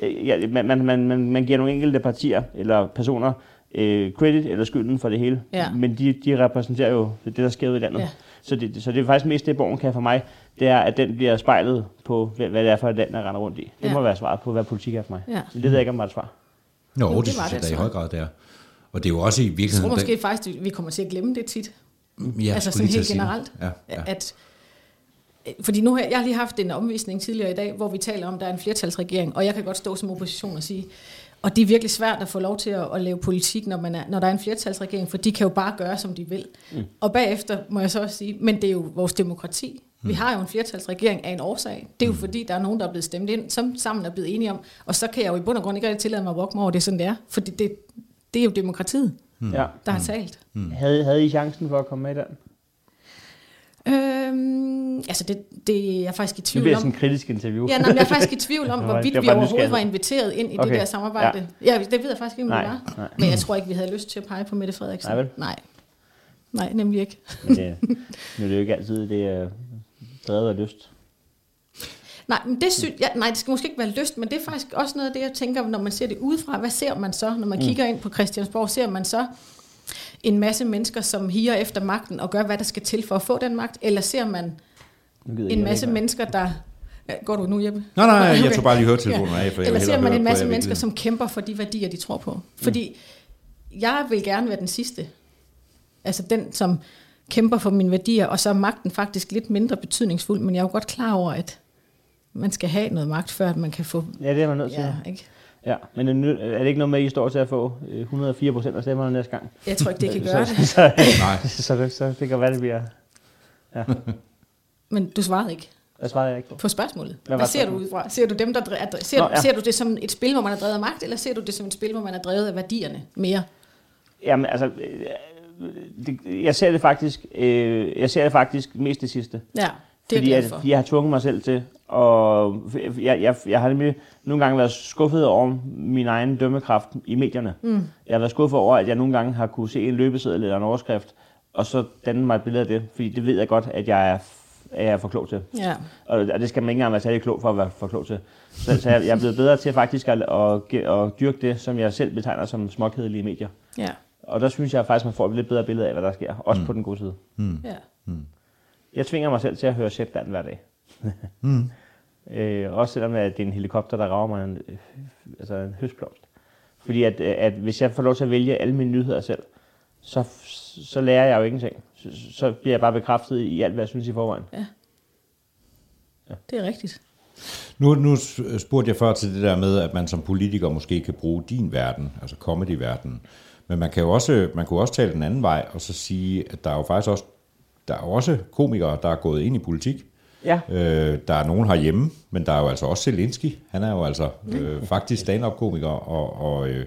[SPEAKER 3] øh, ja, man, man, man, man, man giver nogle enkelte partier eller personer øh, credit eller skylden for det hele.
[SPEAKER 4] Ja.
[SPEAKER 3] Men de, de repræsenterer jo det, der sker ud i landet.
[SPEAKER 4] Ja.
[SPEAKER 3] Så, det, så det er faktisk mest det, borgen kan for mig, det er, at den bliver spejlet på, hvad, hvad det er for et land, jeg render rundt i. Det
[SPEAKER 4] Ja.
[SPEAKER 3] ja. må være svaret på, hvad politik er for mig.
[SPEAKER 4] Ja.
[SPEAKER 3] Men det ved jeg ikke, om det er et svar.
[SPEAKER 1] Nå,
[SPEAKER 4] Jo,
[SPEAKER 1] det,
[SPEAKER 4] det
[SPEAKER 1] det
[SPEAKER 4] var
[SPEAKER 1] synes jeg
[SPEAKER 4] det
[SPEAKER 1] da i
[SPEAKER 4] altså.
[SPEAKER 1] høj grad, det er. Og det er jo også i
[SPEAKER 4] Jeg tror
[SPEAKER 1] virkeligheden...
[SPEAKER 4] måske faktisk, vi kommer til at glemme det tit.
[SPEAKER 1] den, ja, skulle
[SPEAKER 4] altså sådan
[SPEAKER 1] lige til
[SPEAKER 4] helt
[SPEAKER 1] at sige det.
[SPEAKER 4] generelt.
[SPEAKER 1] Ja, ja.
[SPEAKER 4] At, øh, fordi nu har jeg, jeg har lige haft en omvisning tidligere i dag, hvor vi taler om, at der er en flertalsregering, og jeg kan godt stå som opposition og sige, og det er virkelig svært at få lov til at, at lave politik, når, man er, når der er en flertalsregering, for de kan jo bare gøre, som de vil. Mm. Og bagefter må jeg så også sige, men det er jo vores demokrati. Vi
[SPEAKER 1] Mm.
[SPEAKER 4] har jo en flertalsregering af en årsag. Det er jo fordi, der er nogen, der er blevet stemt ind, som sammen er blevet enige om, og så kan jeg jo i bund og grund ikke rigtig tillade mig at walk mig over, det er sådan, det er. Fordi det, det er jo demokratiet,
[SPEAKER 3] Mm. Ja.
[SPEAKER 4] der har talt.
[SPEAKER 3] Havde, havde I chancen for at komme med i den?
[SPEAKER 4] Øhm, altså, det, det er jeg faktisk i
[SPEAKER 3] Nu
[SPEAKER 4] tvivl
[SPEAKER 3] bliver
[SPEAKER 4] om.
[SPEAKER 3] sådan et kritisk interview.
[SPEAKER 4] Ja, nej, men jeg er faktisk i tvivl om,
[SPEAKER 3] Det var-
[SPEAKER 4] hvorvidt
[SPEAKER 3] det var
[SPEAKER 4] vi
[SPEAKER 3] bare
[SPEAKER 4] overhovedet
[SPEAKER 3] nysgerrighed.
[SPEAKER 4] var inviteret ind i okay.
[SPEAKER 3] Okay.
[SPEAKER 4] det der samarbejde. Ja. ja, det ved jeg faktisk ikke, om det
[SPEAKER 3] Nej,
[SPEAKER 4] var.
[SPEAKER 3] nej.
[SPEAKER 4] Men jeg tror ikke, vi havde lyst til at pege på Mette Frederiksen.
[SPEAKER 3] Nej, vel?
[SPEAKER 4] Nej. Nej, nemlig ikke.
[SPEAKER 3] Men, øh, nu er det jo ikke altid det er drevet af lyst.
[SPEAKER 4] Nej, men det sy- ja, nej, det skal måske ikke være lyst, men det er faktisk også noget af det, jeg tænker, når man ser det udefra. Hvad ser man så, når man mm. kigger ind på Christiansborg? Ser man så en masse mennesker, som higer efter magten og gør, hvad der skal til for at få den magt? Eller ser man
[SPEAKER 3] Nu gider jeg
[SPEAKER 4] en masse
[SPEAKER 3] ikke mere.
[SPEAKER 4] mennesker, der... Ja, Går du nu, Jeppe?
[SPEAKER 1] Nej, nej, jeg
[SPEAKER 4] Okay.
[SPEAKER 1] tog bare lige høretelefonen af, for jeg
[SPEAKER 4] Eller
[SPEAKER 1] vil
[SPEAKER 4] ser
[SPEAKER 1] hellere
[SPEAKER 4] man
[SPEAKER 1] høre
[SPEAKER 4] en
[SPEAKER 1] på,
[SPEAKER 4] masse
[SPEAKER 1] jeg
[SPEAKER 4] mennesker,
[SPEAKER 1] virkelig- Mm.
[SPEAKER 4] som kæmper for de værdier, de tror på? Fordi jeg vil gerne være den sidste. Altså den, som kæmper for mine værdier, og så er magten faktisk lidt mindre betydningsfuld, men jeg er jo godt klar over, at man skal have noget magt, før at man kan få...
[SPEAKER 3] Ja, det er man nødt til.
[SPEAKER 4] Ja,
[SPEAKER 3] Ja.
[SPEAKER 4] ikke?
[SPEAKER 3] ja. Men er nu- er det ikke noget med, at I står til at få øh, 104 procent af stemmerne næste gang?
[SPEAKER 4] Jeg tror ikke, det kan gøre det.
[SPEAKER 1] Nej,
[SPEAKER 3] Så, det, så det kan være, det bliver...
[SPEAKER 4] Men du svarede ikke
[SPEAKER 3] Hvad svarede jeg ikke på?
[SPEAKER 4] på spørgsmålet.
[SPEAKER 3] var
[SPEAKER 4] Hvad, Hvad ser du
[SPEAKER 3] spørgsmålet?
[SPEAKER 4] ud fra? Ser du, dem, der dre- er dre- ser,
[SPEAKER 3] Nå,
[SPEAKER 4] Nå,
[SPEAKER 3] ja.
[SPEAKER 4] ja. ser du det som et spil, hvor man er drevet af magt, eller ser du det som et spil, hvor man er drevet af værdierne mere?
[SPEAKER 3] Jamen, altså... øh, Det, jeg ser det faktisk øh, jeg ser det faktisk mest det sidste.
[SPEAKER 4] Ja, det er
[SPEAKER 3] fordi
[SPEAKER 4] jeg glad
[SPEAKER 3] jeg,
[SPEAKER 4] for.
[SPEAKER 3] jeg har tvunget mig selv til, og jeg, jeg, jeg har nemlig nogle gange været skuffet over min egen dømmekraft i medierne. Mm. Jeg har været skuffet over, at jeg nogle gange har kunne se en løbeseddel eller en overskrift, og så danne mig et billede af det, fordi det ved jeg godt, at jeg er, f- at jeg er for klog til.
[SPEAKER 4] Ja.
[SPEAKER 3] Og, og det skal man ikke engang være særlig klog for at være for klog til. Så, så jeg, jeg er blevet bedre til faktisk at, at, ge- at dyrke det, som jeg selv betegner som småkedelige medier.
[SPEAKER 4] Ja.
[SPEAKER 3] Og der synes jeg faktisk, man får et lidt bedre billede af, hvad der sker. Også mm. på den gode side.
[SPEAKER 4] ja.
[SPEAKER 3] Jeg tvinger mig selv til at høre Shetland hver dag. mm. øh, også selvom at det er en helikopter, der rager mig en, øh, altså en høstblomst. Fordi at, øh, at hvis jeg får lov til at vælge alle mine nyheder selv, så, så lærer jeg jo ingenting. Så, så bliver jeg bare bekræftet i alt, hvad jeg synes i forvejen.
[SPEAKER 4] Det er rigtigt.
[SPEAKER 1] Nu, nu spurgte jeg før til det der med, at man som politiker måske kan bruge din verden, altså comedy-verdenen. Men man kan jo også, man kunne også tale den anden vej, og så sige, at der er jo faktisk også, der er jo også komikere, der er gået ind i politik,
[SPEAKER 3] Ja.
[SPEAKER 1] Øh, der er nogen herhjemme, men der er jo altså også Zelensky. Han er jo altså øh, faktisk stand-up-komiker og, og øh,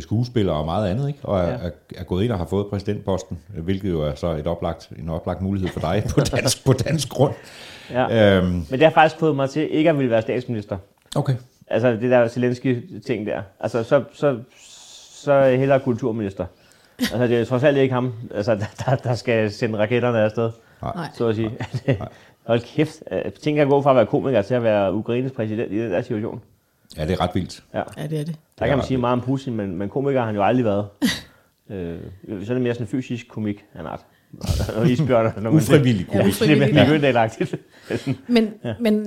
[SPEAKER 1] skuespiller og meget andet, ikke? Og er,
[SPEAKER 3] Ja.
[SPEAKER 1] er, er gået ind og har fået præsidentposten, øh, hvilket jo er så et oplagt, en oplagt mulighed for dig på dansk, på dansk grund.
[SPEAKER 3] Ja.
[SPEAKER 1] Øhm,
[SPEAKER 3] Men det har faktisk fået mig til ikke at ville være statsminister.
[SPEAKER 1] okay.
[SPEAKER 3] Altså det der Zelensky-ting der. Altså så, så, så er jeg hellere kulturminister. Altså det er trods alt ikke ham, altså, der, der, der skal sende raketterne afsted,
[SPEAKER 4] Nej.
[SPEAKER 3] så at sige. Hold kæft. øh, Tænk at gå fra at være komiker til at være Ukraines præsident i den der situation.
[SPEAKER 1] Ja, det er ret vildt.
[SPEAKER 4] Ja, det er det.
[SPEAKER 3] Der kan
[SPEAKER 1] Ja.
[SPEAKER 3] man sige meget om Putin, men, men komiker har han jo aldrig været. øh, så er det mere sådan en fysisk komik, han har. Og isbjørn og
[SPEAKER 1] Ufrivillig
[SPEAKER 4] Ja,
[SPEAKER 1] komik.
[SPEAKER 4] ufrivillig.
[SPEAKER 3] Det er mere
[SPEAKER 4] Ja.
[SPEAKER 3] Mikkøndal-agtigt.
[SPEAKER 4] Men, ja. men øh,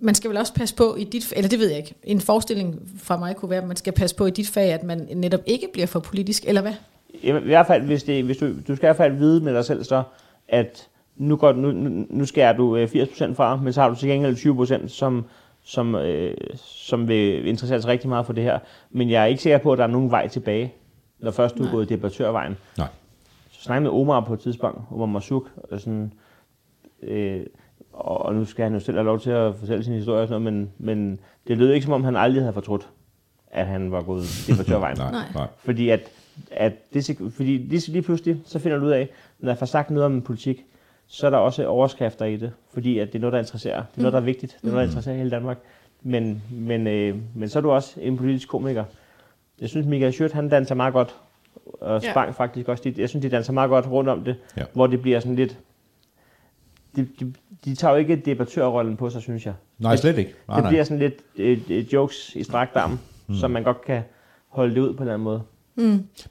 [SPEAKER 4] man skal vel også passe på i dit eller det ved jeg ikke, en forestilling fra mig kunne være, at man skal passe på i dit fag, at man netop ikke bliver for politisk, eller hvad?
[SPEAKER 3] I hvert fald, hvis, det, hvis du, du skal i hvert fald vide med dig selv så, at nu, går, nu, nu- nu skærer du øh, 80% fra, men så har du til gengæld 20%, som, som, øh, som vil interessere sig rigtig meget for det her. Men jeg er ikke sikker på, at der er nogen vej tilbage, når først du er gået debattørvejen.
[SPEAKER 1] Nej.
[SPEAKER 3] Så snakkede jeg med Omar på et tidspunkt, Omar Masuk, og sådan, øh, og, og nu skal han jo selv have lov til at fortælle sin historie og sådan noget, men, men det lød ikke som om, han aldrig havde fortrudt, at han var gået debattørvejen.
[SPEAKER 1] Nej,
[SPEAKER 4] Nej.
[SPEAKER 1] nej.
[SPEAKER 3] Fordi, at, at det, sek- fordi lige, lige pludselig, så finder du ud af, når jeg får sagt noget om politik, så er der også overskrifter i det, fordi at det er noget, der interesserer. Det er noget, der er vigtigt. Det er noget, der interesserer hele Danmark. Men, men, øh, men så er du også en politisk komiker. Jeg synes, Michael Schødt, han danser meget godt, og
[SPEAKER 2] Ja.
[SPEAKER 3] Spang faktisk også. De, jeg synes, de danser meget godt rundt om det,
[SPEAKER 1] Ja.
[SPEAKER 3] hvor det bliver sådan lidt... De, de, de tager jo ikke debattørrollen på sig, synes jeg. Altså,
[SPEAKER 1] Nej, slet ikke. Nej,
[SPEAKER 3] Det
[SPEAKER 1] nej.
[SPEAKER 3] bliver sådan lidt øh, øh, jokes i strakdarm, mm. som man godt kan holde det ud på en eller anden måde.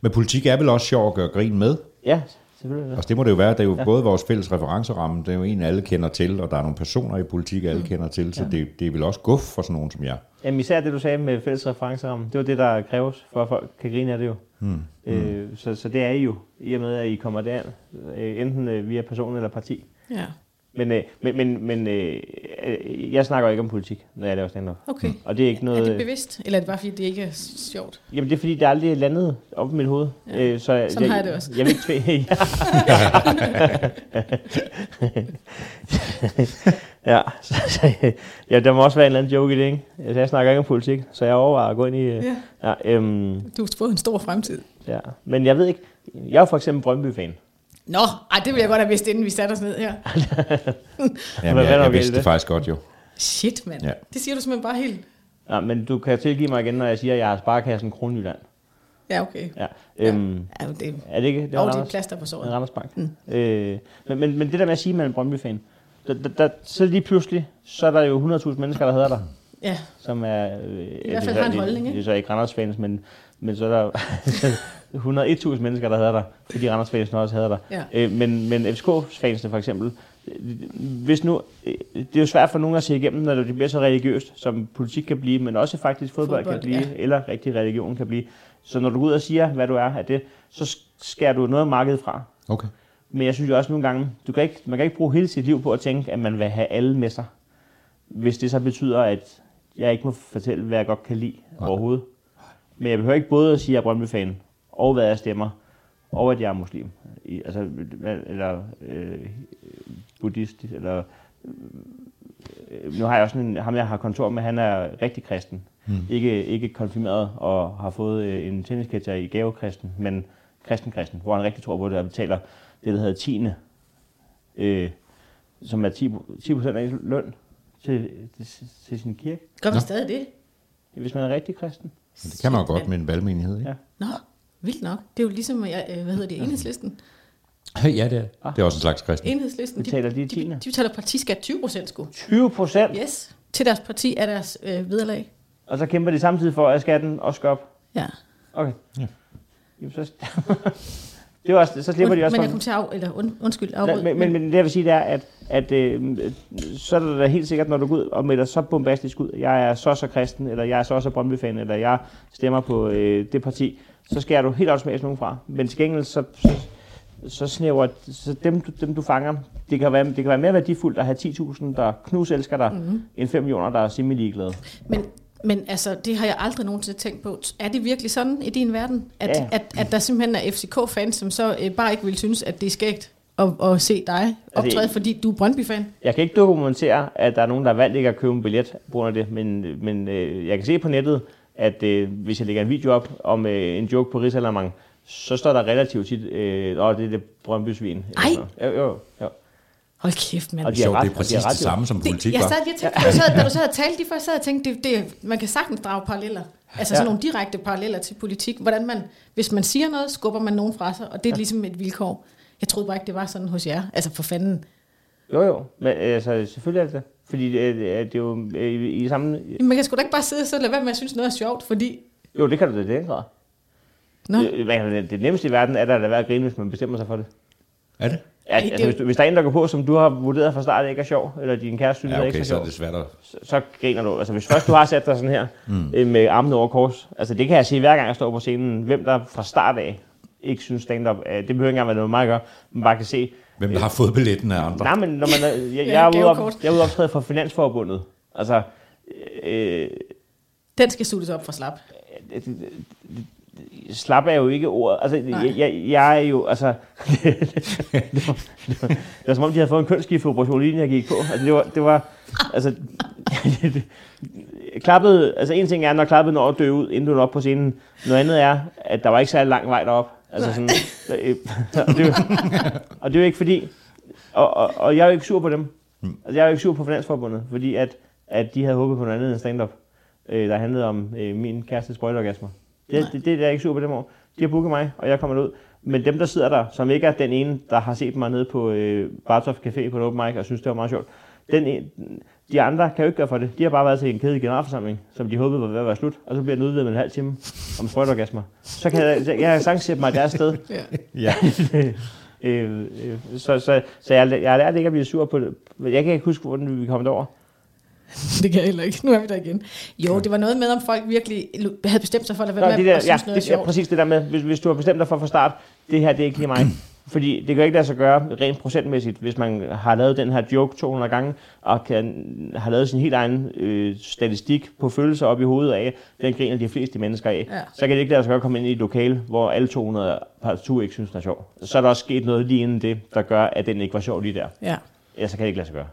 [SPEAKER 1] Men politik er vel også sjov at gøre grin med?
[SPEAKER 3] Ja, selvfølgelig. er det.
[SPEAKER 1] Altså det må det jo være. Det er jo ja. både vores fælles referenceramme, det er jo en, alle kender til, og der er nogle personer i politik, alle mm. kender til, så ja. det, det er vel også guf for sådan nogen som jeg.
[SPEAKER 3] Jamen især det, du sagde med fælles referenceramme, det var det, der kræves, for at folk kan grine af det jo. Mm. Øh, så, så det er I jo, i og med, at I kommer derind, øh, enten øh, via person eller parti.
[SPEAKER 4] Ja.
[SPEAKER 3] Men, øh, men, men, men øh, øh, jeg snakker ikke om politik, når jeg laver stand-up.
[SPEAKER 4] Okay. Mm.
[SPEAKER 3] Og det er ikke noget... øh,
[SPEAKER 4] Er det bevidst, eller er det bare fordi, det ikke er s- sjovt?
[SPEAKER 3] Jamen det er fordi, det aldrig er landet op i mit hoved. Ja. Øh, så jeg,
[SPEAKER 4] Sådan
[SPEAKER 3] jeg,
[SPEAKER 4] har jeg det også.
[SPEAKER 3] Jeg vil ikke tvinge. ja. ja, så, så, ja, der må også være en eller anden joke i det, ikke? Altså, jeg snakker ikke om politik, så jeg overvejer at gå ind i... øh,
[SPEAKER 4] Ja.
[SPEAKER 3] Ja, øhm,
[SPEAKER 4] Du har fået en stor fremtid.
[SPEAKER 3] ja. Men jeg ved ikke, jeg er for eksempel Brøndby-fan.
[SPEAKER 4] Nå, ej, det ville jeg godt have vidst, inden vi satte os ned her.
[SPEAKER 1] Jamen,
[SPEAKER 3] hvad
[SPEAKER 1] jeg,
[SPEAKER 3] er der
[SPEAKER 1] jeg
[SPEAKER 3] galt
[SPEAKER 1] vidste det
[SPEAKER 3] det?
[SPEAKER 1] faktisk godt jo.
[SPEAKER 4] Shit, mand.
[SPEAKER 1] Ja.
[SPEAKER 4] Ja. Det siger du simpelthen bare helt...
[SPEAKER 3] Ja, men du kan tilgive mig igen, når jeg siger, at jeg har sparekassen Kronjylland.
[SPEAKER 4] Ja, okay.
[SPEAKER 3] Ja. Øhm,
[SPEAKER 4] Ja, det,
[SPEAKER 3] Er det ikke? Det
[SPEAKER 4] det, og det er
[SPEAKER 3] Randers.
[SPEAKER 4] plaster på
[SPEAKER 3] En
[SPEAKER 4] såret.
[SPEAKER 3] Randers Bank. Mm. Øh, men, men, men det der med at sige, at man er en Brøndby-fan, der, der, der, så lige pludselig, så er der jo 100.000 mennesker, der hader dig,
[SPEAKER 4] Ja.
[SPEAKER 3] som er... Øh, I
[SPEAKER 4] hvert fald har en holdning, ikke?
[SPEAKER 3] Det er så ikke Randers-fans, men, men så er der 101.000 mennesker, der hader dig, fordi Randers-fansene også hader dig.
[SPEAKER 4] Ja.
[SPEAKER 3] Øh, men men FCK-fansene for eksempel, øh, hvis nu, øh, det er jo svært for nogen at se igennem, når det bliver så religiøst, som politik kan blive, men også faktisk fodbold, fodbold kan
[SPEAKER 4] Fodbold,
[SPEAKER 3] blive,
[SPEAKER 4] ja.
[SPEAKER 3] eller rigtig religion kan blive. Så når du går ud og siger, hvad du er af det, så skærer du noget af markedet fra.
[SPEAKER 1] Okay.
[SPEAKER 3] Men jeg synes jo også nogle gange, du kan ikke, man kan ikke bruge hele sit liv på at tænke, at man vil have alle med sig. Hvis det så betyder, at jeg ikke må fortælle, hvad jeg godt kan lide Nej. overhovedet. Men jeg behøver ikke både at sige, at jeg er Brøndby-fan, og hvad jeg stemmer, og at jeg er muslim. I, altså, hvad- eller øh, buddhist, eller... Øh, nu har jeg også sådan en, ham, jeg har kontor med, han er rigtig kristen. Mm. Ikke, ikke konfirmeret og har fået øh, en tennisketcher i gavekristen, men kristen-kristen, hvor han rigtig tror på det, og betaler det, der hedder tiende, øh, som er 10, 10 procent af ens løn til, til, til sin kirke,
[SPEAKER 4] Gør man stadig det?
[SPEAKER 3] hvis man er rigtig kristen.
[SPEAKER 1] Men det kan man jo godt med en valgmenighed, ikke?
[SPEAKER 4] Nå, vildt nok. Det er jo ligesom, jeg, øh, hvad hedder det, enhedslisten.
[SPEAKER 1] Ja, ja det, er. det er også en slags kristen.
[SPEAKER 4] Enhedslisten,
[SPEAKER 3] Betaler de
[SPEAKER 4] de,
[SPEAKER 3] tiende?
[SPEAKER 4] de betaler partiskat 20 procent, sgu.
[SPEAKER 3] 20 procent!
[SPEAKER 4] Yes, til deres parti er deres øh, vederlag.
[SPEAKER 3] Og så kæmper de samtidig for, at skatten også skal op.
[SPEAKER 4] Ja.
[SPEAKER 3] Okay.
[SPEAKER 1] Ja.
[SPEAKER 3] Jamen, så, det var, også- så slipper
[SPEAKER 4] Und,
[SPEAKER 3] de også
[SPEAKER 4] men
[SPEAKER 3] for
[SPEAKER 4] jeg kom til at af, eller und, undskyld,
[SPEAKER 3] Nej,
[SPEAKER 4] afbryd.
[SPEAKER 3] men, men, men det jeg vil sige, det er, at, at øh, så er det da helt sikkert, når du går ud og melder så bombastisk ud, jeg er så så kristen, eller jeg er så så Brøndby-fan, eller jeg stemmer på øh, det parti, så skærer du helt automatisk nogen fra. Men til gengæld, så, så, så snæver, så dem, du- dem du fanger, det kan, være, det kan være mere værdifuldt at have 10.000, der knuselsker dig, mm-hmm. end 5 millioner, der er semi-ligeglade.
[SPEAKER 4] Men, men altså, det har jeg aldrig nogensinde tænkt på. Er det virkelig sådan i din verden, at,
[SPEAKER 3] Ja.
[SPEAKER 4] ja. at, at der simpelthen er FCK-fans, som så øh, bare ikke vil synes, at det er skægt at, at se dig optræde,
[SPEAKER 3] Altså,
[SPEAKER 4] fordi du er Brøndby-fan.
[SPEAKER 3] Jeg kan ikke dokumentere, at der er nogen, der har valgt ikke at købe en billet på grund af det, men, men øh, jeg kan se på nettet, at øh, hvis jeg lægger en video op om øh, en joke på Rigsalermang, så står der relativt tit, øh, åh, det er det Brøndby-svin. eller
[SPEAKER 4] Ej!
[SPEAKER 3] sådan noget. Jo, jo, jo.
[SPEAKER 4] Hold kæft, mand.
[SPEAKER 3] Og de
[SPEAKER 1] Det er,
[SPEAKER 3] ret,
[SPEAKER 1] sjovt, det
[SPEAKER 3] og
[SPEAKER 1] er
[SPEAKER 3] de
[SPEAKER 1] præcis
[SPEAKER 3] ret,
[SPEAKER 1] det
[SPEAKER 3] jo.
[SPEAKER 1] samme som politik,
[SPEAKER 4] det, jeg
[SPEAKER 1] var.
[SPEAKER 4] sad lige og tænkte, da du sad, da du sad og talte lige før, sad og tænkte, det, det, man kan sagtens drage paralleller. Altså ja.
[SPEAKER 3] Ja.
[SPEAKER 4] sådan nogle direkte paralleller til politik. Hvordan man, hvis man siger noget, skubber man nogen fra sig, og det er ligesom et vilkår. Jeg troede bare ikke, det var sådan hos jer. Altså for fanden.
[SPEAKER 3] Jo, jo. Men altså, selvfølgelig er det det. Fordi øh, det er det er jo øh, i, i samme...
[SPEAKER 4] Jamen, Man kan sgu da ikke bare sidde og så lade være med at synes noget er sjovt, fordi...
[SPEAKER 3] Jo, det kan du da i den grad.
[SPEAKER 4] Nå,
[SPEAKER 3] Øh, men Det, det nemmeste i verden er da at lade være at grine, hvis man bestemmer sig for det.
[SPEAKER 1] Er det?
[SPEAKER 3] Ja,
[SPEAKER 4] det er
[SPEAKER 3] altså,
[SPEAKER 4] jo-
[SPEAKER 3] hvis, du, hvis der er en, der går på, som du har vurderet fra start ikke er sjov, eller din kæreste synes,
[SPEAKER 1] Ja,
[SPEAKER 3] ikke
[SPEAKER 1] okay,
[SPEAKER 3] er
[SPEAKER 1] så
[SPEAKER 3] sjov,
[SPEAKER 1] er det svært at...
[SPEAKER 3] så, så griner du. Altså, hvis først du har sat dig sådan her, mm. med armene over kors, altså det kan jeg se hver gang, jeg står på scenen, hvem der fra start af ikke synes stand-up, øh, det behøver ikke engang være noget, mig gør, man bare kan se.
[SPEAKER 1] Hvem der har fået billetten af andre?
[SPEAKER 3] Nej, men når man er, jeg,
[SPEAKER 4] Ja,
[SPEAKER 3] jeg, er ude op,
[SPEAKER 4] gavekort.
[SPEAKER 3] jeg er ude optræde for Finansforbundet. Altså, øh,
[SPEAKER 4] den skal suttes op for slap.
[SPEAKER 3] Altså, slap er jo ikke ordet. Altså, jeg, jeg, jeg, er jo, altså... det, var, det, var, det var som om, de havde fået en kønsskifteoperation, lige inden jeg gik på. Altså, det var, det var altså... det- det- klappet, altså en ting er, når klappet når at dø ud, inden du når op på scenen. Noget andet er, at der var ikke særlig lang vej derop. Altså sådan, øh, og, det er jo, og det er jo ikke fordi... Og, og, og jeg er jo ikke sur på dem. Altså, jeg er jo ikke sur på Finansforbundet, fordi at, at de havde håbet på noget andet end stand-up, øh, der handlede om øh, min kærestes sprøjteorgasmer. Det, det, det er jeg ikke sur på dem over. De har booket mig, og jeg kommer derud. Men dem, der sidder der, som ikke er den ene, der har set mig nede på øh, Bartov Café på en open mic, og synes, det var meget sjovt. Den ene, de andre kan jo ikke gøre for det. De har bare været til en kedelig generalforsamling, som de håbede var ved at være slut, og så bliver den udvidet med en halv time om sprøjteorgasmer. Så kan jeg, jeg kan sagtens sætte mig deres sted.
[SPEAKER 4] Ja.
[SPEAKER 1] Ja.
[SPEAKER 3] Øh, øh, så, så, så jeg, jeg har lært ikke at blive sur på det. Men Jeg kan ikke huske, hvordan vi kom derover.
[SPEAKER 4] Det kan jeg heller ikke. Nu er vi der igen. Jo, det var noget med, om folk virkelig havde bestemt sig for at lade
[SPEAKER 3] Nå,
[SPEAKER 4] være
[SPEAKER 3] det
[SPEAKER 4] med
[SPEAKER 3] der,
[SPEAKER 4] at
[SPEAKER 3] ja,
[SPEAKER 4] synes noget er
[SPEAKER 3] det, ja,
[SPEAKER 4] sjovt.
[SPEAKER 3] præcis det der med, hvis, hvis du har bestemt dig for fra start, det her det er ikke lige mig. Fordi det kan ikke lade sig gøre rent procentmæssigt, hvis man har lavet den her joke 200 gange, og kan, har lavet sin helt egen øh, statistik på følelser op i hovedet af, den griner de fleste mennesker af.
[SPEAKER 4] Ja.
[SPEAKER 3] Så kan det ikke lade sig gøre at komme ind i et lokale, hvor alle 200 partout ikke synes, den er sjov. Så er der også sket noget lige inden det, der gør, at den ikke var sjov lige der.
[SPEAKER 4] Ja.
[SPEAKER 3] Ellers så kan det ikke lade sig gøre.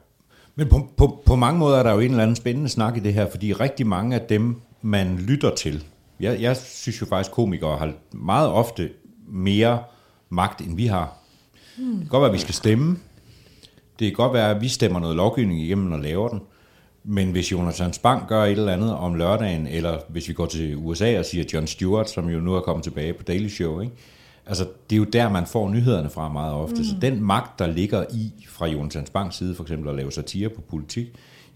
[SPEAKER 1] Men på, på, på mange måder er der jo en eller anden spændende snak i det her, fordi rigtig mange af dem, man lytter til, jeg, jeg synes jo faktisk, komikere har meget ofte mere magt, end vi har. Det kan godt være, at vi skal stemme. Det kan godt være, at vi stemmer noget lovgivning igennem og laver den. Men hvis Jonathan Spang gør et eller andet om lørdagen, eller hvis vi går til USA og siger John Stewart, som jo nu er kommet tilbage på Daily Show, ikke? Altså, det er jo der, man får nyhederne fra meget ofte. Mm. Så den magt, der ligger i fra Jonathan Spangs side, for eksempel at lave satire på politik,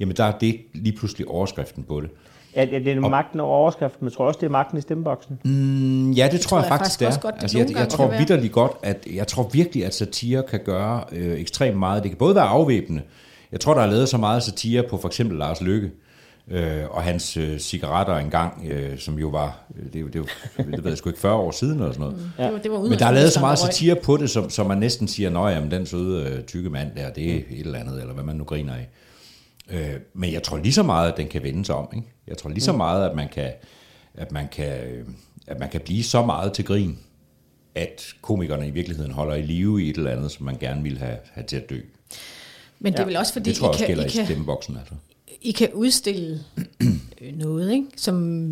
[SPEAKER 1] jamen der er det lige pludselig overskriften på det.
[SPEAKER 3] Ja, ja, det er magten over overskriften, men jeg tror også, det er magten i stemmeboksen.
[SPEAKER 1] Mm, Ja, det tror jeg, faktisk, det er.
[SPEAKER 4] også godt, det
[SPEAKER 1] altså, jeg, jeg
[SPEAKER 4] nogle gange
[SPEAKER 1] tror
[SPEAKER 4] kan være.
[SPEAKER 1] vidderligt godt, at jeg tror virkelig, at satire kan gøre øh, ekstremt meget. Det kan både være afvæbnende. Jeg tror, der er lavet så meget satire på for eksempel Lars Lykke øh, og hans øh, cigaretter engang, øh, som jo var, øh, det, er jo- det, er jo- det ved jeg sgu ikke, 40 år siden eller sådan noget. Mm.
[SPEAKER 4] Det var, det var
[SPEAKER 1] Men der er lavet så meget
[SPEAKER 4] udenrigsministeren,
[SPEAKER 1] satire på det, som, som man næsten siger, nå jamen, den søde øh, tykke mand der, det
[SPEAKER 4] Mm.
[SPEAKER 1] er et eller andet, eller hvad man nu griner af. Øh, men jeg tror lige så meget, at den kan vende sig om. Ikke? Jeg tror lige
[SPEAKER 4] Mm.
[SPEAKER 1] så meget, at man kan, at man kan, øh, at man kan blive så meget til grin, at komikerne i virkeligheden holder i live i et eller andet, som man gerne ville have, have til at dø.
[SPEAKER 4] der røg. Men det er vel også, fordi
[SPEAKER 1] det tror jeg også
[SPEAKER 4] I, kan,
[SPEAKER 1] gælder
[SPEAKER 4] I,
[SPEAKER 1] i
[SPEAKER 4] kan,
[SPEAKER 1] stemmeboksen. Altså.
[SPEAKER 4] I kan udstille øh, noget, ikke? Som,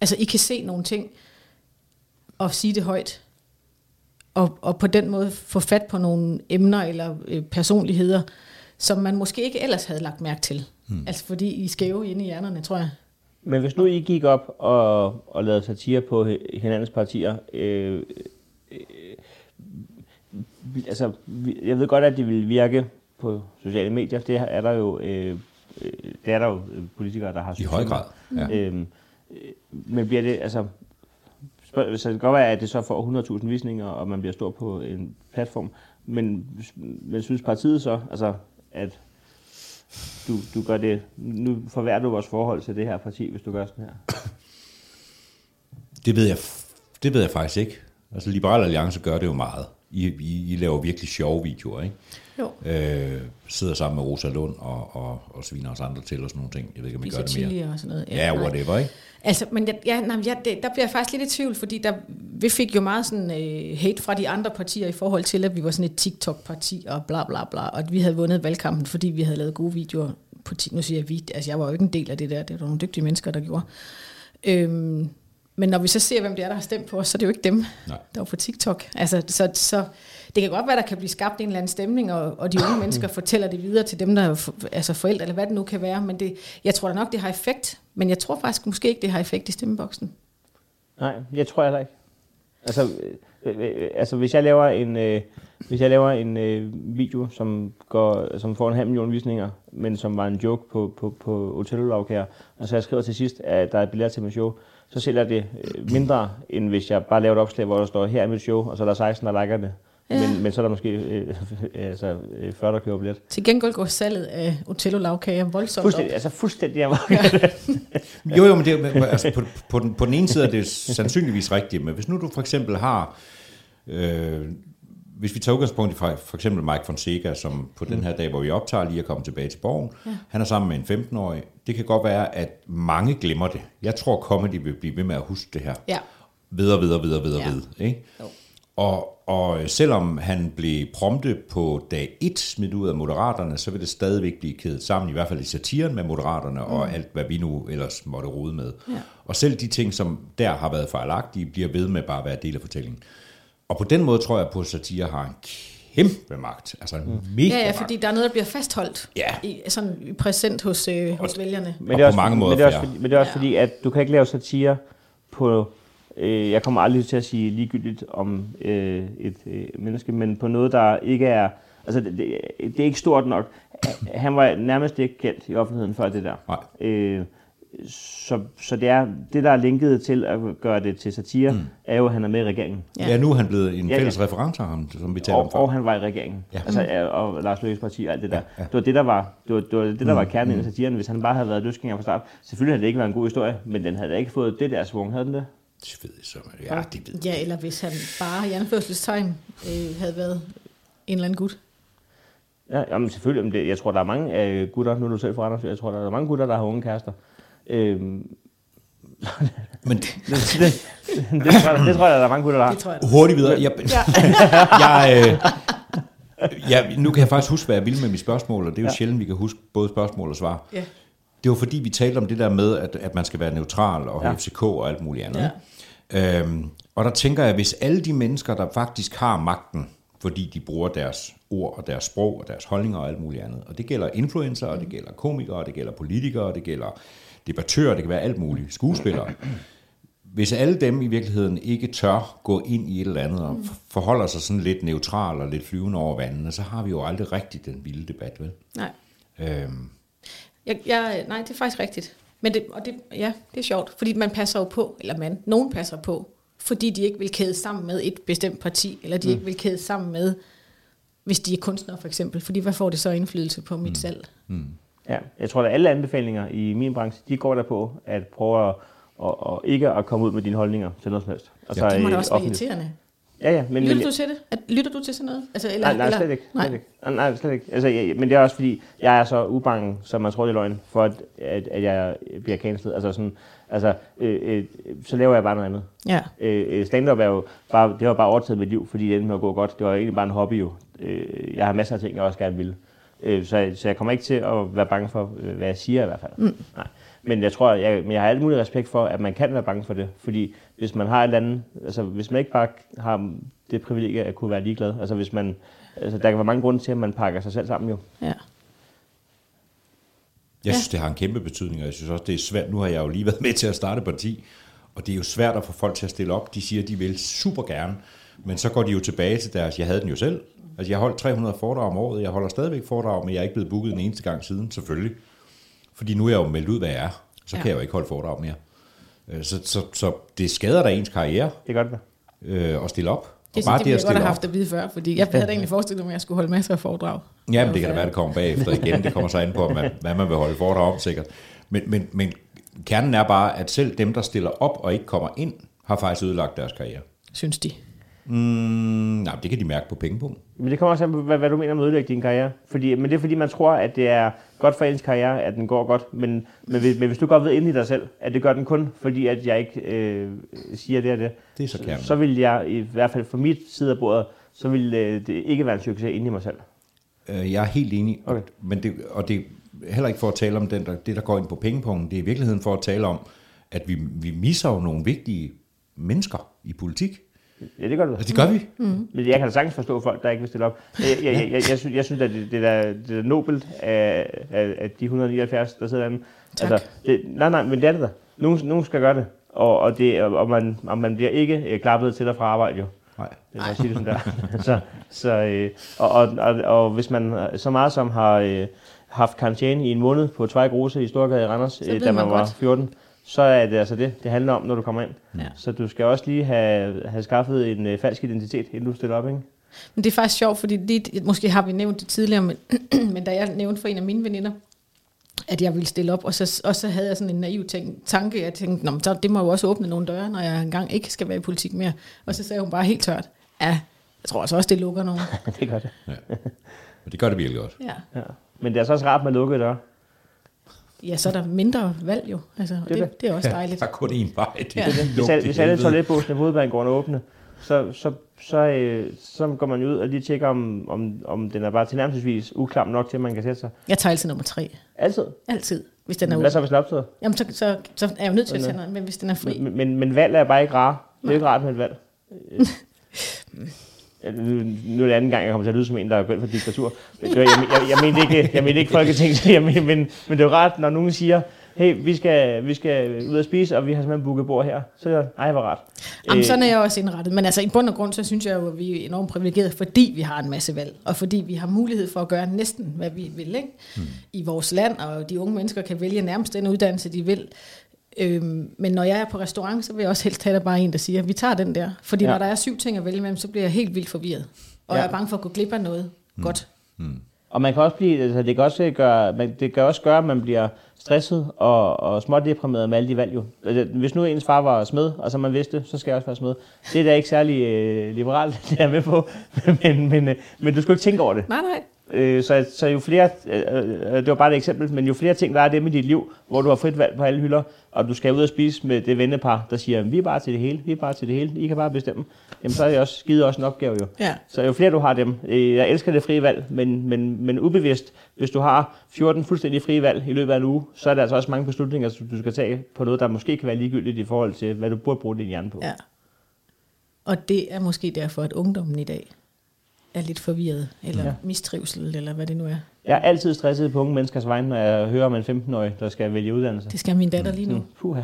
[SPEAKER 4] altså, I kan se nogle ting og sige det højt. Og, og på den måde få fat på nogle emner eller øh, personligheder, som man måske ikke ellers havde lagt mærke til. Hmm. Altså fordi I er skæve inde i hjernerne, tror jeg.
[SPEAKER 3] Men hvis nu I gik op og, og lavede satire på h- hinandens partier, øh, øh, øh, altså, vi- jeg ved godt, at det ville virke på sociale medier. Det er der jo, øh, øh, det er der jo øh, politikere, der har
[SPEAKER 1] I høj grad. Ja.
[SPEAKER 3] Øhm, øh, men bliver det, altså, spørg- så det kan godt være, at det så får 100.000 visninger, og man bliver stor på en platform, men, men synes partiet så, altså, at du, du gør det, nu forværrer du vores forhold til det her parti, hvis du gør sådan her.
[SPEAKER 1] Det ved jeg, f- det ved jeg faktisk ikke. Altså Liberal Alliance gør det jo meget. I, I, I laver virkelig sjove videoer, ikke?
[SPEAKER 4] Jo.
[SPEAKER 1] øh, sidder sammen med Rosa Lund og, og, og sviner os andre til og sådan nogle ting. Jeg ved ikke, om vi gør
[SPEAKER 4] Spiser
[SPEAKER 1] det mere.
[SPEAKER 4] chili og sådan noget.
[SPEAKER 1] Ja,
[SPEAKER 4] nej.
[SPEAKER 1] whatever, ikke?
[SPEAKER 4] Altså, men jeg, ja, nej, men jeg, det, der bliver jeg faktisk lidt i tvivl, fordi der, vi fik jo meget sådan øh, hate fra de andre partier i forhold til, at vi var sådan et TikTok-parti og bla bla bla, og at vi havde vundet valgkampen, fordi vi havde lavet gode videoer på TikTok. Nu siger jeg vi, altså jeg var jo ikke en del af det der, det var nogle dygtige mennesker, der gjorde. Øhm, men når vi så ser, hvem det er, der har stemt på os, så er det jo ikke dem,
[SPEAKER 1] Nej.
[SPEAKER 4] der var på TikTok. Altså, så, så det kan godt være, der kan blive skabt en eller anden stemning, og, og de unge mennesker fortæller det videre til dem, der er for, altså forældre, eller hvad det nu kan være. Men det, jeg tror da nok, det har effekt, men jeg tror faktisk måske ikke, det har effekt i stemmeboksen.
[SPEAKER 3] Nej, jeg tror heller ikke. Altså, øh, øh, altså hvis jeg laver en, øh, hvis jeg laver en øh, video, som, går, som får en halv million visninger, men som var en joke på, på, på Otello her, og så jeg skriver til sidst, at der er billeder til mit show, så sælger det øh, mindre, end hvis jeg bare laver et opslag, hvor der står, her er mit show, og så er der 16, der liker det.
[SPEAKER 4] Ja.
[SPEAKER 3] Ja. Men, men så er der måske øh, altså, øh, 40, der køber billet.
[SPEAKER 4] Til gengæld går salget af Otello-lavkager voldsomt op.
[SPEAKER 3] Fuldstændig, altså fuldstændig. Jeg var,
[SPEAKER 1] Jo, jo, men det, er jo- men altså, på, på, den, på den ene side er det sandsynligvis rigtigt, men hvis nu du for eksempel har, øh, hvis vi tager udgangspunkt i for, for eksempel Mike Fonseca, som på den her dag, hvor vi optager lige at komme tilbage til borgen, ja. han er sammen med en 15-årig. Det kan godt være, at mange glemmer det. Jeg tror, comedy vil blive ved med at huske det her.
[SPEAKER 4] Ja.
[SPEAKER 1] Videre, videre, videre, videre,
[SPEAKER 4] Ja.
[SPEAKER 1] ja. videre. Ikke?
[SPEAKER 4] Jo.
[SPEAKER 1] Og, og øh, selvom han blev prompte på dag 1 smidt ud af Moderaterne, så vil det stadigvæk blive kædet sammen, i hvert fald i satiren med Moderaterne mm. og alt, hvad vi nu ellers måtte rode med. Ja. Og selv de ting, som der har været fejlagtige, bliver ved med bare at være del af fortællingen. Og på den måde tror jeg på, at satire har en kæmpe magt. Altså en mega
[SPEAKER 4] Mm. Ja, ja,
[SPEAKER 1] magt.
[SPEAKER 4] fordi der er noget, der bliver fastholdt
[SPEAKER 1] Ja.
[SPEAKER 4] i, sådan i præsent hos, øh, hos vælgerne.
[SPEAKER 1] Og
[SPEAKER 3] det er
[SPEAKER 1] på mange måder
[SPEAKER 3] men det er også,
[SPEAKER 1] fair.
[SPEAKER 3] fordi, men det er også ja.
[SPEAKER 4] Ja.
[SPEAKER 3] fordi, at du kan ikke lave satire på... Øh, jeg kommer aldrig til at sige ligegyldigt om øh, et øh, menneske, men på noget, der ikke er... Altså, det, det, det er ikke stort nok. Han var nærmest ikke kendt i offentligheden før det der.
[SPEAKER 1] Nej.
[SPEAKER 3] Øh, så, så det er det, der er linket til at gøre det til satire, mm. er jo, at han er med i regeringen.
[SPEAKER 4] Ja.
[SPEAKER 1] Ja. ja, nu er han blevet en
[SPEAKER 3] Ja, ja.
[SPEAKER 1] fælles reference af ham, som vi taler om
[SPEAKER 3] Og,
[SPEAKER 1] før.
[SPEAKER 3] og han var i regeringen.
[SPEAKER 1] Ja.
[SPEAKER 3] Ja. Altså, ja, og Lars Løkkes parti og alt det der. Ja, ja. Det var det, der var, det var, det var, det, der var kernen mm. i satiren, hvis han bare havde været løsgænger fra start. Selvfølgelig havde det ikke været en god historie, men den havde da ikke fået det der svung, havde den det?
[SPEAKER 1] Det ved jeg så, men- ja, det ved jeg.
[SPEAKER 4] Ja, eller hvis han bare i anførselstegn øh, havde været en eller anden gut.
[SPEAKER 3] Ja, jamen selvfølgelig. Men det, jeg tror, der er mange øh, gutter, nu er du selv fra Anders, jeg tror, der er mange gutter, der har unge kærester. Øhm,
[SPEAKER 1] Men
[SPEAKER 3] det, det, det, tror jeg, det tror jeg, der er mange gutter, der har.
[SPEAKER 4] Det tror jeg. da.
[SPEAKER 1] hurtigt videre. Jeg, jeg, øh, jeg, nu kan jeg faktisk huske, hvad jeg ville med mit spørgsmål, og det er jo ja. sjældent, vi kan huske både spørgsmål og svar.
[SPEAKER 4] Ja.
[SPEAKER 1] Det var fordi, vi talte om det der med, at, at man skal være neutral og ja.
[SPEAKER 3] Ja.
[SPEAKER 1] FCK og alt muligt andet. Ja. Øhm, og der tænker jeg, hvis alle de mennesker, der faktisk har magten, fordi de bruger deres ord og deres sprog og deres holdninger og alt muligt andet, og det gælder influencer, og det gælder komikere, og det gælder politikere, og det gælder debattører, det kan være alt muligt, skuespillere. Hvis alle dem i virkeligheden ikke tør gå ind i et eller andet og forholder sig sådan lidt neutral og lidt flyvende over vandene, så har vi jo aldrig rigtig den vilde debat, vel?
[SPEAKER 4] Nej.
[SPEAKER 1] Øhm,
[SPEAKER 4] Jeg, jeg, nej, det er faktisk rigtigt. Men det, og det, ja, det er sjovt, fordi man passer jo på, eller man, nogen passer på, fordi de ikke vil kæde sammen med et bestemt parti, eller de mm. ikke vil kæde sammen med, hvis de er kunstnere for eksempel, fordi hvad får det så indflydelse på mit mm. salg?
[SPEAKER 3] Ja, jeg tror, at alle anbefalinger i min branche, de går der på at prøve at, og, og ikke at komme ud med dine holdninger til noget som helst. Altså,
[SPEAKER 4] Det må da
[SPEAKER 3] øh,
[SPEAKER 4] også være
[SPEAKER 3] offentligt.
[SPEAKER 4] irriterende.
[SPEAKER 3] Ja, ja, men,
[SPEAKER 4] Lytter du til det? At, lytter du til sådan noget? Altså, eller,
[SPEAKER 3] nej, nej,
[SPEAKER 4] eller,
[SPEAKER 3] slet ikke.
[SPEAKER 4] Nej.
[SPEAKER 3] Slet ikke. Nej, nej, slet ikke. Altså, jeg, men det er også fordi, jeg er så ubange, som man tror, det er løgn, for at, at, at jeg bliver cancelled. Altså, sådan, altså øh, øh, så laver jeg bare noget andet.
[SPEAKER 4] Ja.
[SPEAKER 3] Øh, øh, stand-up er jo bare, det har jo bare overtaget mit liv, fordi det endte med at gå godt. Det var egentlig bare en hobby jo. Øh, jeg har masser af ting, jeg også gerne vil. Øh, så, jeg- så jeg kommer ikke til at være bange for, øh, hvad jeg siger i hvert fald. Mm. Nej. Men jeg tror, jeg, men jeg har alt muligt respekt for, at man kan være bange for det. Fordi hvis man har et eller andet, altså hvis man ikke bare har det privilegie at kunne være ligeglad, altså hvis man, altså der kan være mange grunde til, at man pakker sig selv sammen jo.
[SPEAKER 4] ja.
[SPEAKER 1] Jeg
[SPEAKER 4] Ja.
[SPEAKER 1] synes, det har en kæmpe betydning, og jeg synes også, det er svært. Nu har jeg jo lige været med til at starte et parti, og det er jo svært at få folk til at stille op. De siger, de vil super gerne, men så går de jo tilbage til deres, jeg havde den jo selv. Altså, jeg holdt 300 foredrag om året, jeg holder stadigvæk foredrag, men jeg er ikke blevet booket en eneste gang siden, selvfølgelig. Fordi nu er jeg jo meldt ud, hvad jeg er. Så kan
[SPEAKER 4] Ja.
[SPEAKER 1] jeg jo ikke holde foredrag mere. Øh, Så, så, så det skader da ens karriere
[SPEAKER 3] Det kan godt være.
[SPEAKER 1] øh, at stille op.
[SPEAKER 4] Det,
[SPEAKER 1] og
[SPEAKER 4] det, det ville
[SPEAKER 1] at
[SPEAKER 4] jeg godt
[SPEAKER 1] stille
[SPEAKER 4] have
[SPEAKER 1] op.
[SPEAKER 4] haft at vide før, fordi jeg havde da egentlig forestillet mig, at jeg skulle holde masser af foredrag.
[SPEAKER 1] Ja, men det kan da være, det kommer bagefter igen. Det kommer så an på, hvad, hvad man vil holde for dig om, sikkert. Men, men, men kernen er bare, at selv dem, der stiller op og ikke kommer ind, har faktisk ødelagt deres karriere.
[SPEAKER 4] Synes de.
[SPEAKER 1] Mm, nej, men det kan de mærke på pengepunkten.
[SPEAKER 3] Men det kommer også an på, hvad, hvad du mener med at ødelægge din karriere. Fordi, men det er fordi, man tror, at det er godt for ens karriere, at den går godt, men, men, hvis, men hvis du godt ved inde i dig selv, at det gør den kun, fordi at jeg ikke øh, siger det og det,
[SPEAKER 1] Det er så kernen.
[SPEAKER 3] så vil jeg, i hvert fald fra mit side af bordet, så vil øh, det ikke være en succes inde i mig selv.
[SPEAKER 1] Øh, Jeg er helt enig,
[SPEAKER 3] Okay.
[SPEAKER 1] okay. men det, og det er heller ikke for at tale om den, der, det, der går ind på pengepunkten. Det er i virkeligheden for at tale om, at vi, vi misser jo nogle vigtige mennesker i politik.
[SPEAKER 3] Ja, det gør du.
[SPEAKER 1] Altså, det gør vi. Mm.
[SPEAKER 3] Men jeg kan da sagtens forstå folk, der ikke vil stille op. Jeg, jeg, jeg, jeg, jeg, synes, jeg synes, at det, det, er, da- det er da nobelt af, af, af de 179, der sidder derinde.
[SPEAKER 4] Tak.
[SPEAKER 3] det, nej, nej, men det er det der. Nogen, nogen skal gøre det. Og, og, det, og, man, og man bliver ikke øh, klappet til og fra arbejde, jo.
[SPEAKER 1] Nej.
[SPEAKER 3] Lad mig sige det sådan der. så, så, øh, og, og, og, og, hvis man øh, så meget som har øh, haft karantæne i en måned på Tvejk Rose i Storgade i Randers, øh,
[SPEAKER 4] ved
[SPEAKER 3] da man,
[SPEAKER 4] man
[SPEAKER 3] var
[SPEAKER 4] godt.
[SPEAKER 3] 14, så er det altså det, det handler om, når du kommer ind. Ja. Så du skal også lige have, have skaffet en øh, falsk identitet, inden du stiller op, ikke?
[SPEAKER 4] Men det er faktisk sjovt, fordi lige, måske har vi nævnt det tidligere, men, men da jeg nævnte for en af mine veninder, at jeg ville stille op, og så, og så havde jeg sådan en naiv tænk, tanke, jeg tænkte, Nå, men så, det må jo også åbne nogle døre, når jeg engang ikke skal være i politik mere. Og så sagde hun bare helt tørt, ja, jeg tror altså også, det lukker nogen.
[SPEAKER 3] det gør det.
[SPEAKER 1] Og det gør det virkelig godt.
[SPEAKER 4] Ja,
[SPEAKER 3] Ja. Men det er så også rart med lukkede døre.
[SPEAKER 4] ja så er der mindre valg jo, altså, og
[SPEAKER 3] Det er
[SPEAKER 4] det, det er også dejligt.
[SPEAKER 1] Der er kun én vej. Det
[SPEAKER 4] Ja.
[SPEAKER 1] ja.
[SPEAKER 3] Hvis, al, hvis alle toiletbåsene på hovedbanegården er åbne, så, så, så, øh, så går man jo ud og lige tjekker, om, om, om den er bare tilnærmelsesvis uklam nok til, at man kan sætte sig.
[SPEAKER 4] Jeg tager altid nummer tre.
[SPEAKER 3] Altid.
[SPEAKER 4] Altid. Hvis den er
[SPEAKER 3] Hvad
[SPEAKER 4] ude.
[SPEAKER 3] så, hvis den opstår?
[SPEAKER 4] Jamen, så, så, så er jeg jo nødt til at tage noget, men hvis den er fri.
[SPEAKER 3] Men, men, men valg er bare ikke rare. Det er jo ikke rart med et valg. Øh, ja, nu, nu er det anden gang, jeg kommer til at lyde som en, der er gået for diktatur. Men det var- Jeg, jeg, jeg, mente ikke, jeg mente ikke Folketinget, jeg men, men, men det er jo rart, når nogen siger, hey, vi skal, vi skal ud og spise, og vi har simpelthen booket bord her. Så er det, ej, hvor rart.
[SPEAKER 4] Jamen,
[SPEAKER 3] Øh,
[SPEAKER 4] sådan er jeg også indrettet. Men altså, i bund og grund, så synes jeg jo, at vi er enormt privilegerede, fordi vi har en masse valg, og fordi vi har mulighed for at gøre næsten, hvad vi vil ikke? Mm.
[SPEAKER 3] Hmm.
[SPEAKER 4] i vores land, og de unge mennesker kan vælge nærmest den uddannelse, de vil. Øhm, men når jeg er på restaurant, så vil jeg også helst have, at der bare er en, der siger, vi tager den der. Fordi
[SPEAKER 3] Ja.
[SPEAKER 4] ja. når der er syv ting at vælge mellem, så bliver jeg helt vildt forvirret.
[SPEAKER 3] Ja.
[SPEAKER 4] Og
[SPEAKER 3] Hmm.
[SPEAKER 4] ja. jeg er bange for at gå glip af noget mm. godt.
[SPEAKER 3] Og man kan også blive, altså det kan også gøre, man, det kan også gøre, at man bliver stresset og, og smådeprimeret med alle de valg jo. Altså, Hvis nu ens far var smed, og så man vidste, så skal jeg også være smed. Det er da ikke særlig øh, liberalt, det er jeg med på, men, men, øh, men du skulle ikke tænke over det.
[SPEAKER 4] Nej, nej.
[SPEAKER 3] Øh, så, så jo flere, øh, øh, det var bare et eksempel, men jo flere ting, der er dem i dit liv, hvor du har frit valg på alle hylder, og du skal ud og spise med det vennepar, der siger, vi er bare til det hele, vi er bare til det hele, I kan bare bestemme. Jamen så er det også, givet også en opgave jo.
[SPEAKER 4] Ja.
[SPEAKER 3] Så jo flere du har dem, øh, jeg elsker det frie valg, men, men, men ubevidst, hvis du har 14 fuldstændig frie valg i løbet af en uge, så er der altså også mange beslutninger, som du skal tage på noget, der måske kan være ligegyldigt i forhold til, hvad du burde bruge din hjerne på.
[SPEAKER 4] Ja. Og det er måske derfor, at ungdommen i dag er lidt forvirret, eller
[SPEAKER 3] Ja.
[SPEAKER 4] ja. mistrivsel, eller hvad det nu er.
[SPEAKER 3] Jeg er altid stresset på unge menneskers vegne, når jeg hører om en 15-årig, der skal vælge uddannelse.
[SPEAKER 4] Det skal min datter lige nu.
[SPEAKER 3] Puha,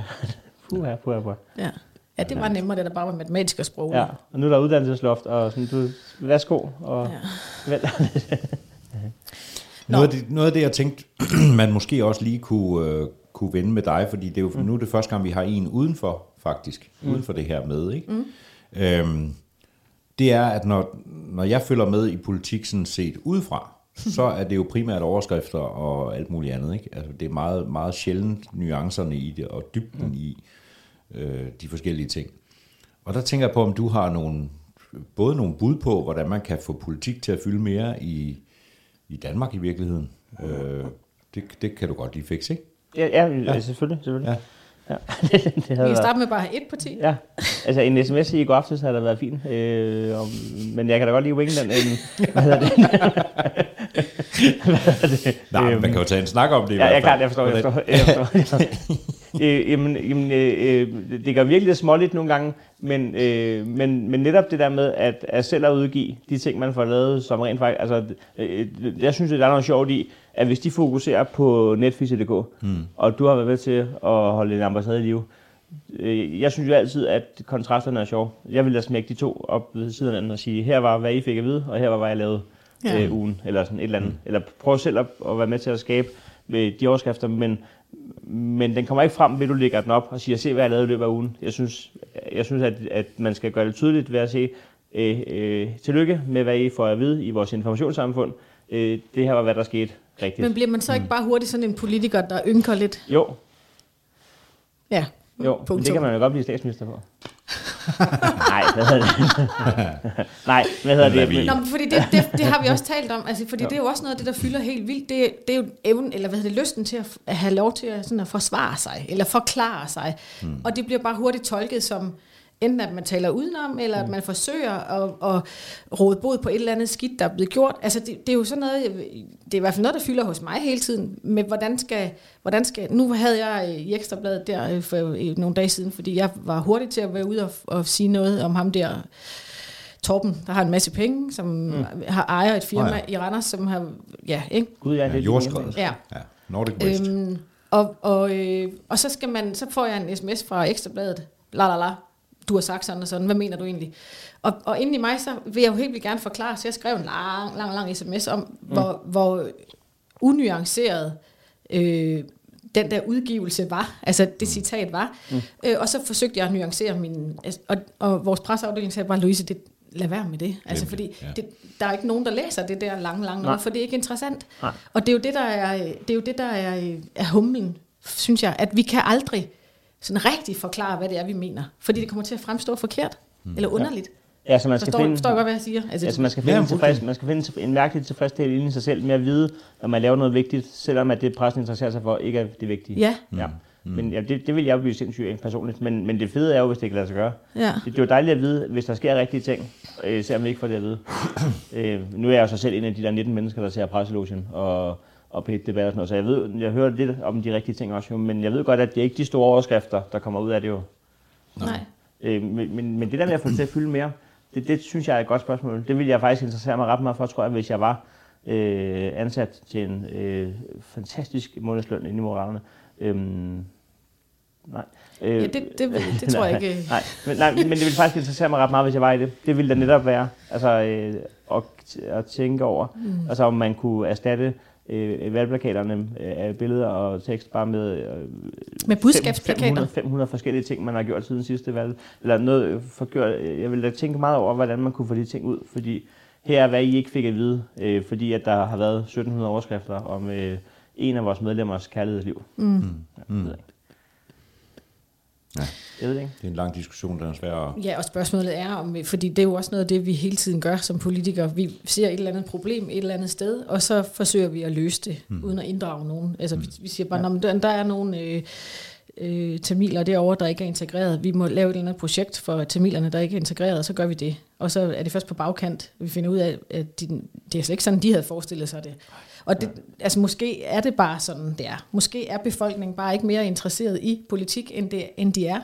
[SPEAKER 3] puha, puha, puha.
[SPEAKER 4] Ja. Ja, det var nemmere, det der bare var matematik og sprog.
[SPEAKER 3] Ja, og nu er der uddannelsesloft, og sådan, du, værsgo, og
[SPEAKER 4] Ja.
[SPEAKER 3] ja.
[SPEAKER 1] Noget af, det, noget af det, jeg tænkte, man måske også lige kunne, øh, kunne vende med dig, fordi det er jo, mm. nu er det første gang, vi har en udenfor, faktisk, mm. uden for det her med, ikke? Mm. Øhm, det er, at når, når jeg følger med i politik sådan set udefra, så er det jo primært overskrifter og alt muligt andet, ikke? Altså, det er meget, meget sjældent nuancerne i det, og dybden mm. i øh, de forskellige ting. Og der tænker jeg på, om du har nogle, både nogle bud på, hvordan man kan få politik til at fylde mere i, i Danmark i virkeligheden. Øh, det, det kan du godt lige fikse, ikke?
[SPEAKER 3] Ja, ja, selvfølgelig, selvfølgelig. Ja. Ja. det havde
[SPEAKER 4] Vi kan
[SPEAKER 3] været-
[SPEAKER 4] starte med bare at have et parti.
[SPEAKER 3] Ja, altså en sms i går aftes havde da været fin, øh, og, men jeg kan da godt lide winge den. Øh, hvad hedder det? Hvad hedder det?
[SPEAKER 1] Nej,
[SPEAKER 3] Øhm,
[SPEAKER 1] man kan jo tage en snak om det i
[SPEAKER 3] Ja,
[SPEAKER 1] hvert
[SPEAKER 3] jeg er
[SPEAKER 1] fald.
[SPEAKER 3] klart, jeg forstår, jeg forstår. Jeg forstår, jeg forstår. øh, jamen, jamen, øh, øh, det gør virkelig lidt småligt nogle gange, men, øh, men, men netop det der med at, at selv at udgive de ting, man får lavet, som rent faktisk... Altså, øh, jeg synes, det er noget sjovt i, at hvis de fokuserer på netflix.dk, mm. og du har været med til at holde en ambassade i live, øh, jeg synes jo altid, at kontrasterne er sjove. Jeg ville da smække de to op ved siden af hinanden og sige, her var, hvad I fik at vide, og her var, hvad jeg lavede ja.
[SPEAKER 4] Ja.
[SPEAKER 3] øh, ugen, eller sådan et eller andet. Mm. Eller prøv selv at, at være med til at skabe øh, de overskrifter, men, men den kommer ikke frem, ved du lægger den op og siger, se hvad jeg lavede i løbet af ugen. Jeg synes, jeg synes at, at man skal gøre det tydeligt ved at se, øh, øh, tillykke med, hvad I får at vide i vores informationssamfund. Øh, det her var, hvad der skete rigtigt.
[SPEAKER 4] Men bliver man så ikke bare hurtigt sådan en politiker, der ynker lidt?
[SPEAKER 3] jo,
[SPEAKER 4] Ja.
[SPEAKER 3] jo men
[SPEAKER 4] Punkt
[SPEAKER 3] det
[SPEAKER 4] to.
[SPEAKER 3] kan man jo godt blive statsminister for. Nej, hvad hedder det? Nej, hvad hedder
[SPEAKER 1] Lader
[SPEAKER 3] det?
[SPEAKER 1] vi-
[SPEAKER 3] Men-
[SPEAKER 4] Nå, men fordi det, det, det har vi også talt om, altså, fordi det er jo også noget af det, der fylder helt vildt. Det, det er jo evnen, eller hvad hedder det, lysten til at, f- at have lov til at, sådan at forsvare sig, eller forklare sig. Mm. Og det bliver bare hurtigt tolket som, enten at man taler udenom, eller at man forsøger at, at råde bod på et eller andet skidt, der er blevet gjort. Altså det, det er jo sådan noget, jeg- det er i hvert fald noget, der fylder hos mig hele tiden, men hvordan skal, hvordan skal, nu havde jeg øh, i Ekstrabladet der øh, for øh, nogle dage siden, fordi jeg var hurtig til at være ude og, og sige noget om ham der, Torben, der har en masse penge, som mm. har ejer et firma
[SPEAKER 1] Nå
[SPEAKER 4] oh,
[SPEAKER 1] ja.
[SPEAKER 4] ja. i Randers, som har... Ja, ikke?
[SPEAKER 3] Gud, ja, det
[SPEAKER 1] Ja,
[SPEAKER 3] er
[SPEAKER 1] jordskredet.
[SPEAKER 4] Ja.
[SPEAKER 1] ja. Nordic Waste. Øhm,
[SPEAKER 4] Øhm, og, og, øh, og så, skal man, så får jeg en sms fra Ekstrabladet. La la la, du har sagt sådan og sådan. Hvad mener du egentlig? Og, og inden i mig, så vil jeg jo helt vildt gerne forklare, så jeg skrev en lang, lang, lang sms om, mm. hvor, hvor unuanceret øh, den der udgivelse var, altså det citat var. Mm. Øh, og så forsøgte jeg at nuancere min... altså, Og, og vores presseafdeling sagde bare, Louise, det, lad være med det. Altså,
[SPEAKER 1] Nemlig,
[SPEAKER 4] fordi
[SPEAKER 1] ja.
[SPEAKER 4] det, der er ikke nogen, der læser det der lange, lange
[SPEAKER 3] Nej.
[SPEAKER 4] ord, for det er ikke interessant.
[SPEAKER 3] Nej.
[SPEAKER 4] Og det er jo det, der er, det er, jo det, der er, er humlen, synes jeg, at vi kan aldrig sådan rigtig forklare, hvad det er, vi mener. Fordi det kommer til at fremstå forkert, mm. eller underligt.
[SPEAKER 3] Ja, så man skal
[SPEAKER 4] Forstår,
[SPEAKER 3] finde...
[SPEAKER 4] forstår jeg godt, hvad jeg siger? Altså,
[SPEAKER 3] Altså, man skal
[SPEAKER 1] Ja,
[SPEAKER 3] finde, en,
[SPEAKER 1] fuldstændig.
[SPEAKER 3] tilfreds, man skal finde en mærkelig tilfredshed inde i sig selv med at vide, at man laver noget vigtigt, selvom at det pressen interesserer sig for, ikke er det vigtige.
[SPEAKER 4] Ja.
[SPEAKER 3] ja.
[SPEAKER 1] Mm.
[SPEAKER 3] Men ja, det, det vil jeg jo blive sindssyg af personligt, men, men det fede er jo, hvis det kan lade sig gøre.
[SPEAKER 4] ja.
[SPEAKER 3] Det, det er jo dejligt at vide, hvis der sker rigtige ting, øh, selvom vi ikke får det at vide. øh, nu er jeg jo så selv en af de der 19 mennesker, der ser presselogen og, og p debat og sådan noget, så jeg, ved, jeg hører lidt om de rigtige ting også, jo, men jeg ved godt, at det er ikke de store overskrifter, der kommer ud af det jo.
[SPEAKER 4] Nej.
[SPEAKER 3] Øh, men, men, men det der med at få det til at fylde mere, det, det synes jeg er et godt spørgsmål. Det ville jeg faktisk interessere mig ret meget for, tror jeg, hvis jeg var øh, ansat til en øh, fantastisk månedsløn inde i moralerne. Øhm, nej. Øh,
[SPEAKER 4] Ja, det, det, det tror jeg ikke. øh,
[SPEAKER 3] Nej, men, nej, men det ville faktisk interessere mig ret meget, hvis jeg var i det. Det ville da netop være altså, øh, at, at tænke over, mm. altså om man kunne erstatte øh, valgplakaterne øh, af billeder og tekst bare med øh,
[SPEAKER 4] Med budskabsplakater.
[SPEAKER 3] 500, 500 forskellige ting, man har gjort siden sidste valg. Eller noget øh, for gjort. Jeg ville da tænke meget over, hvordan man kunne få de ting ud, fordi her er, hvad I ikke fik at vide, øh, fordi at der har været 1700 overskrifter om øh, en af vores medlemmers kærlighedsliv. Mm. Ja, det ved jeg ikke.
[SPEAKER 1] Ja.
[SPEAKER 3] Jeg ved det ikke.
[SPEAKER 1] det er en lang diskussion, den er svær at...
[SPEAKER 4] Ja, og spørgsmålet er, om, fordi det er jo også noget af det, vi hele tiden gør som politikere. Vi ser et eller andet problem et eller andet sted, og så forsøger vi at løse det, mm. uden at inddrage nogen. Altså, mm. vi siger bare, ja. men der, der er nogle øh, øh, tamiler derovre, der ikke er integreret. Vi må lave et eller andet projekt for tamilerne, der ikke er integreret, og så gør vi det. Og så er det først på bagkant, vi finder ud af, at de, det er slet ikke sådan, de havde forestillet sig det. Og det, altså, måske er det bare sådan, det er. Måske er befolkningen bare ikke mere interesseret i politik, end, det, end de er.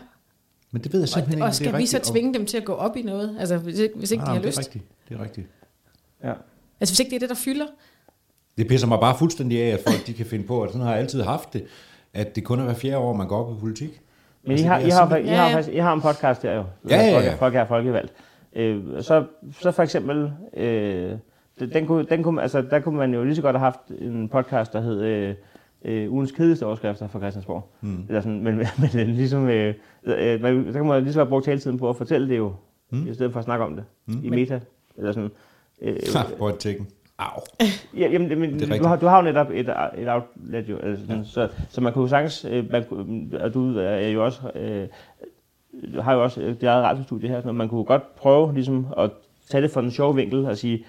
[SPEAKER 1] Men det ved jeg simpelthen
[SPEAKER 4] Og,
[SPEAKER 1] ikke, om
[SPEAKER 4] og skal
[SPEAKER 1] det er
[SPEAKER 4] vi så
[SPEAKER 1] rigtigt, om-
[SPEAKER 4] tvinge dem til at gå op i noget, altså, hvis ikke, hvis ikke
[SPEAKER 1] Nej,
[SPEAKER 4] de
[SPEAKER 1] nej,
[SPEAKER 4] har lyst?
[SPEAKER 1] Det er rigtigt. Det er rigtigt.
[SPEAKER 3] Ja.
[SPEAKER 4] Altså hvis ikke det er det, der fylder?
[SPEAKER 1] Det pisser mig bare fuldstændig af, at folk de kan finde på, at sådan har jeg altid haft det, at det kun er hver fjerde år, man går op i politik.
[SPEAKER 3] Men
[SPEAKER 1] Altså,
[SPEAKER 3] I, har,
[SPEAKER 1] det er
[SPEAKER 3] I, har, I,
[SPEAKER 1] simpelthen-
[SPEAKER 3] har,
[SPEAKER 4] Ja, ja.
[SPEAKER 3] faktisk, I har en podcast der jo.
[SPEAKER 1] Ja, ja, ja.
[SPEAKER 3] Folk, folk er folkevalgt. Øh, så, så for eksempel, øh, den, den kunne, den kunne, altså, der kunne man jo lige så godt have haft en podcast, der hed øh, øh, Ugens kedeligste overskrifter fra Christiansborg.
[SPEAKER 1] Hmm.
[SPEAKER 3] Mm. Eller sådan, men, men ligesom, øh, øh, man, så kan man lige så godt bruge taletiden på at fortælle det jo,
[SPEAKER 1] Hmm.
[SPEAKER 3] mm. i stedet for at snakke om det mm. i meta. Eller sådan. Øh,
[SPEAKER 1] Ha, Prøv at tænke. Au.
[SPEAKER 3] Ja, jamen, det, men,
[SPEAKER 1] Det er
[SPEAKER 3] det du,
[SPEAKER 1] rigtigt.
[SPEAKER 3] har, du har jo netop et, et outlet, jo, altså, ja. så, så man kunne jo sagtens, øh, man, kunne- og du er jo også, øh, du har jo også øh, dit eget radiostudie her, og sådan noget. man kunne godt prøve ligesom, at tage det fra den sjove vinkel og sige,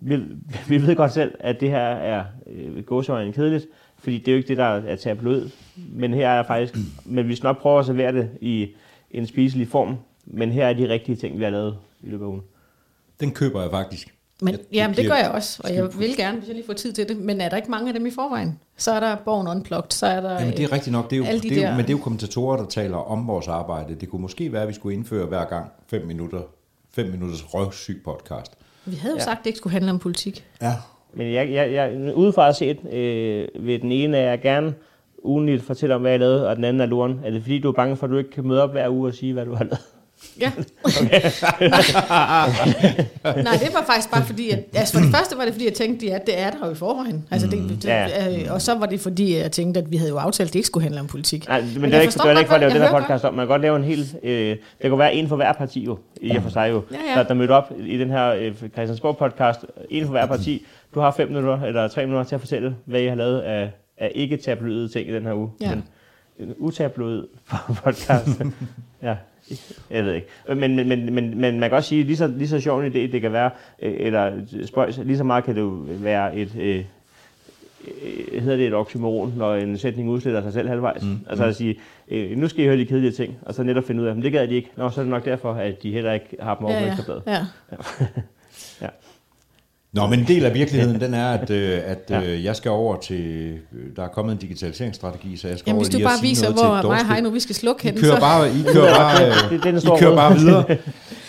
[SPEAKER 3] vi, vi ved godt selv, at det her er øh, gåsøjne kedeligt, fordi det er jo ikke det, der er tabloid, men her er faktisk, men vi skal nok prøve at servere det i en spiselig form, men her er de rigtige ting, vi har lavet i løbet af ugen.
[SPEAKER 1] Den køber jeg faktisk.
[SPEAKER 4] Men,
[SPEAKER 1] Ja,
[SPEAKER 4] ja,
[SPEAKER 1] det
[SPEAKER 4] jamen, det
[SPEAKER 1] giver-
[SPEAKER 4] gør jeg også, og jeg vil gerne, hvis jeg lige får tid til det. Men er der ikke mange af dem i forvejen? Så er der Born Unplugged, så er der...
[SPEAKER 1] Jamen, det er rigtigt nok. Det er jo,
[SPEAKER 4] Alle de
[SPEAKER 1] det er jo,
[SPEAKER 4] der-
[SPEAKER 1] men det er jo kommentatorer, der taler om vores arbejde. Det kunne måske være, at vi skulle indføre hver gang 5 minutter, 5 minutters røvsyg podcast.
[SPEAKER 4] øh, Vi havde jo
[SPEAKER 3] Ja.
[SPEAKER 4] ja. sagt, at det ikke skulle handle om politik.
[SPEAKER 1] Ja.
[SPEAKER 3] Men jeg, jeg, jeg, udefra set, øh, vil den ene af jer gerne ugenligt fortælle om, hvad jeg lavede, og den anden er luren. Er det fordi, du er bange for, at du ikke kan møde op hver uge og sige, hvad du har lavet?
[SPEAKER 4] Ja. Nej. Nej, det var faktisk bare fordi, at, altså for det første var det fordi, jeg tænkte, at det er der jo i forvejen. Altså,
[SPEAKER 1] Mm.
[SPEAKER 4] det, det,
[SPEAKER 3] Ja.
[SPEAKER 4] øh, og så var det fordi, jeg tænkte, at vi havde jo aftalt, at det ikke skulle handle om politik.
[SPEAKER 3] Nej, men,
[SPEAKER 4] Men
[SPEAKER 3] men det er
[SPEAKER 4] jeg
[SPEAKER 3] ikke,
[SPEAKER 4] forstår
[SPEAKER 3] det er
[SPEAKER 4] godt,
[SPEAKER 3] ikke for at lave
[SPEAKER 4] hvad-
[SPEAKER 3] den
[SPEAKER 4] jeg
[SPEAKER 3] her
[SPEAKER 4] hører
[SPEAKER 3] podcast om. Man kan godt lave en hel... Øh, der kunne være en for hver parti jo, i og for sig jo.
[SPEAKER 4] Ja, ja.
[SPEAKER 3] Der, der mødte op i den her øh, Christiansborg-podcast. En for hver parti. Du har fem minutter, eller tre minutter til at fortælle, hvad I har lavet af, af ikke tabloide ting i den her uge.
[SPEAKER 4] Ja.
[SPEAKER 3] Men, en utabloid podcast. ja, jeg ved ikke. Øh, Men, men, men, men, men man kan også sige, lige så, lige så sjov en idé det kan være, øh, eller spøjs, lige så meget kan det jo være et, øh, øh, hedder det et oxymoron, når en sætning udsletter sig selv halvvejs. Mm. Altså at sige, øh, nu skal I høre de kedelige ting, og så netop finde ud af, men det gad de ikke. Nå, så er det nok derfor, at de heller ikke har dem over
[SPEAKER 4] Ja,
[SPEAKER 3] på
[SPEAKER 4] ja,
[SPEAKER 3] Ekstrabladet.
[SPEAKER 4] ja.
[SPEAKER 1] Nå, men en del af virkeligheden, den er, at, øh, at øh, jeg skal over til... øh, Der er kommet en digitaliseringsstrategi, så jeg skal
[SPEAKER 4] Jamen,
[SPEAKER 1] over
[SPEAKER 4] hvis du
[SPEAKER 1] lige at
[SPEAKER 4] bare
[SPEAKER 1] sige
[SPEAKER 4] viser,
[SPEAKER 1] noget til et
[SPEAKER 4] hvor mig og
[SPEAKER 1] dårskab.
[SPEAKER 4] Heino, vi skal slukke
[SPEAKER 1] I
[SPEAKER 4] henne,
[SPEAKER 1] kører
[SPEAKER 4] så...
[SPEAKER 1] bare, I kører bare, øh,
[SPEAKER 3] Det er den
[SPEAKER 1] I
[SPEAKER 3] store
[SPEAKER 1] kører
[SPEAKER 3] røde.
[SPEAKER 1] bare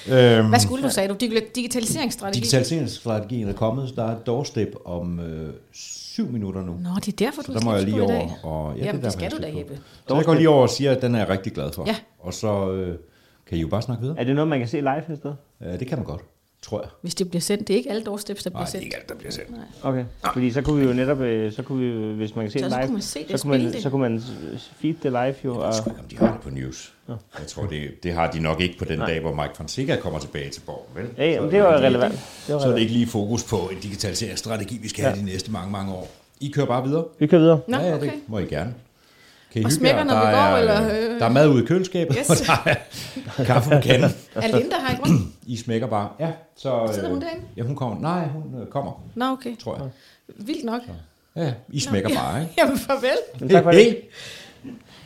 [SPEAKER 1] videre. øhm,
[SPEAKER 4] Hvad skulle du, sagde du? Digla- Digitaliseringsstrategi?
[SPEAKER 1] digitaliseringsstrategien er kommet, så der er et doorstep om øh, syv minutter nu.
[SPEAKER 4] Nå, det er derfor, du
[SPEAKER 1] Så der må jeg lige
[SPEAKER 4] i dag.
[SPEAKER 1] over. Og,
[SPEAKER 4] Jamen, det
[SPEAKER 1] derfor,
[SPEAKER 4] skal
[SPEAKER 1] jeg
[SPEAKER 4] du da,
[SPEAKER 1] på.
[SPEAKER 4] Jeppe.
[SPEAKER 1] Så jeg går lige over og siger, at den er jeg rigtig glad for.
[SPEAKER 4] Ja.
[SPEAKER 1] Og så øh, kan I jo bare snakke videre.
[SPEAKER 3] Er det noget, man kan se live et sted?
[SPEAKER 1] Øh, det kan man godt, tror jeg.
[SPEAKER 4] Hvis det bliver sendt, det er ikke alle doorsteps, der
[SPEAKER 1] Nej,
[SPEAKER 4] bliver
[SPEAKER 1] det er
[SPEAKER 4] sendt.
[SPEAKER 1] ikke alt, der bliver sendt.
[SPEAKER 3] Okay. Ah. Fordi så kunne vi jo netop, øh, så kunne vi, jo, hvis man kan se
[SPEAKER 4] Så-
[SPEAKER 3] det
[SPEAKER 4] så
[SPEAKER 3] live,
[SPEAKER 4] kunne man se det,
[SPEAKER 3] så, kunne man,
[SPEAKER 4] spille det.
[SPEAKER 3] så kunne man s- feed det live jo. Og,
[SPEAKER 1] Sgu, om de har det på news. Jeg tror, det, det har de nok ikke på den dag, hvor Mike Fonseca kommer tilbage til borgen, vel?
[SPEAKER 3] ja,
[SPEAKER 1] Så-
[SPEAKER 3] jamen, det var relevant. Det var
[SPEAKER 1] Så er det
[SPEAKER 3] relevant.
[SPEAKER 1] ikke lige fokus på en digitaliseringsstrategi, vi skal have de næste mange, mange år. I kører bare videre.
[SPEAKER 3] Vi kører videre.
[SPEAKER 4] Nå,
[SPEAKER 1] ja, ja,
[SPEAKER 4] okay.
[SPEAKER 1] det må I gerne. Kan I
[SPEAKER 4] Og
[SPEAKER 1] hygge
[SPEAKER 4] smækker,
[SPEAKER 1] jer?
[SPEAKER 4] når
[SPEAKER 1] der
[SPEAKER 4] vi går,
[SPEAKER 1] er,
[SPEAKER 4] eller, øh?
[SPEAKER 1] Der er mad ude i køleskabet,
[SPEAKER 4] Yes.
[SPEAKER 1] yes. og der er kaffe på kanden.
[SPEAKER 4] Alinda har ikke rundt.
[SPEAKER 1] I smækker bare. Ja, så, øh,
[SPEAKER 4] Sidder hun derinde?
[SPEAKER 1] Ja, hun kommer. Nej, hun øh, kommer,
[SPEAKER 4] Nå, okay.
[SPEAKER 1] tror jeg.
[SPEAKER 4] Vildt nok.
[SPEAKER 1] Ja, I smækker bare, ikke?
[SPEAKER 4] Jamen, farvel.
[SPEAKER 3] Men tak for det.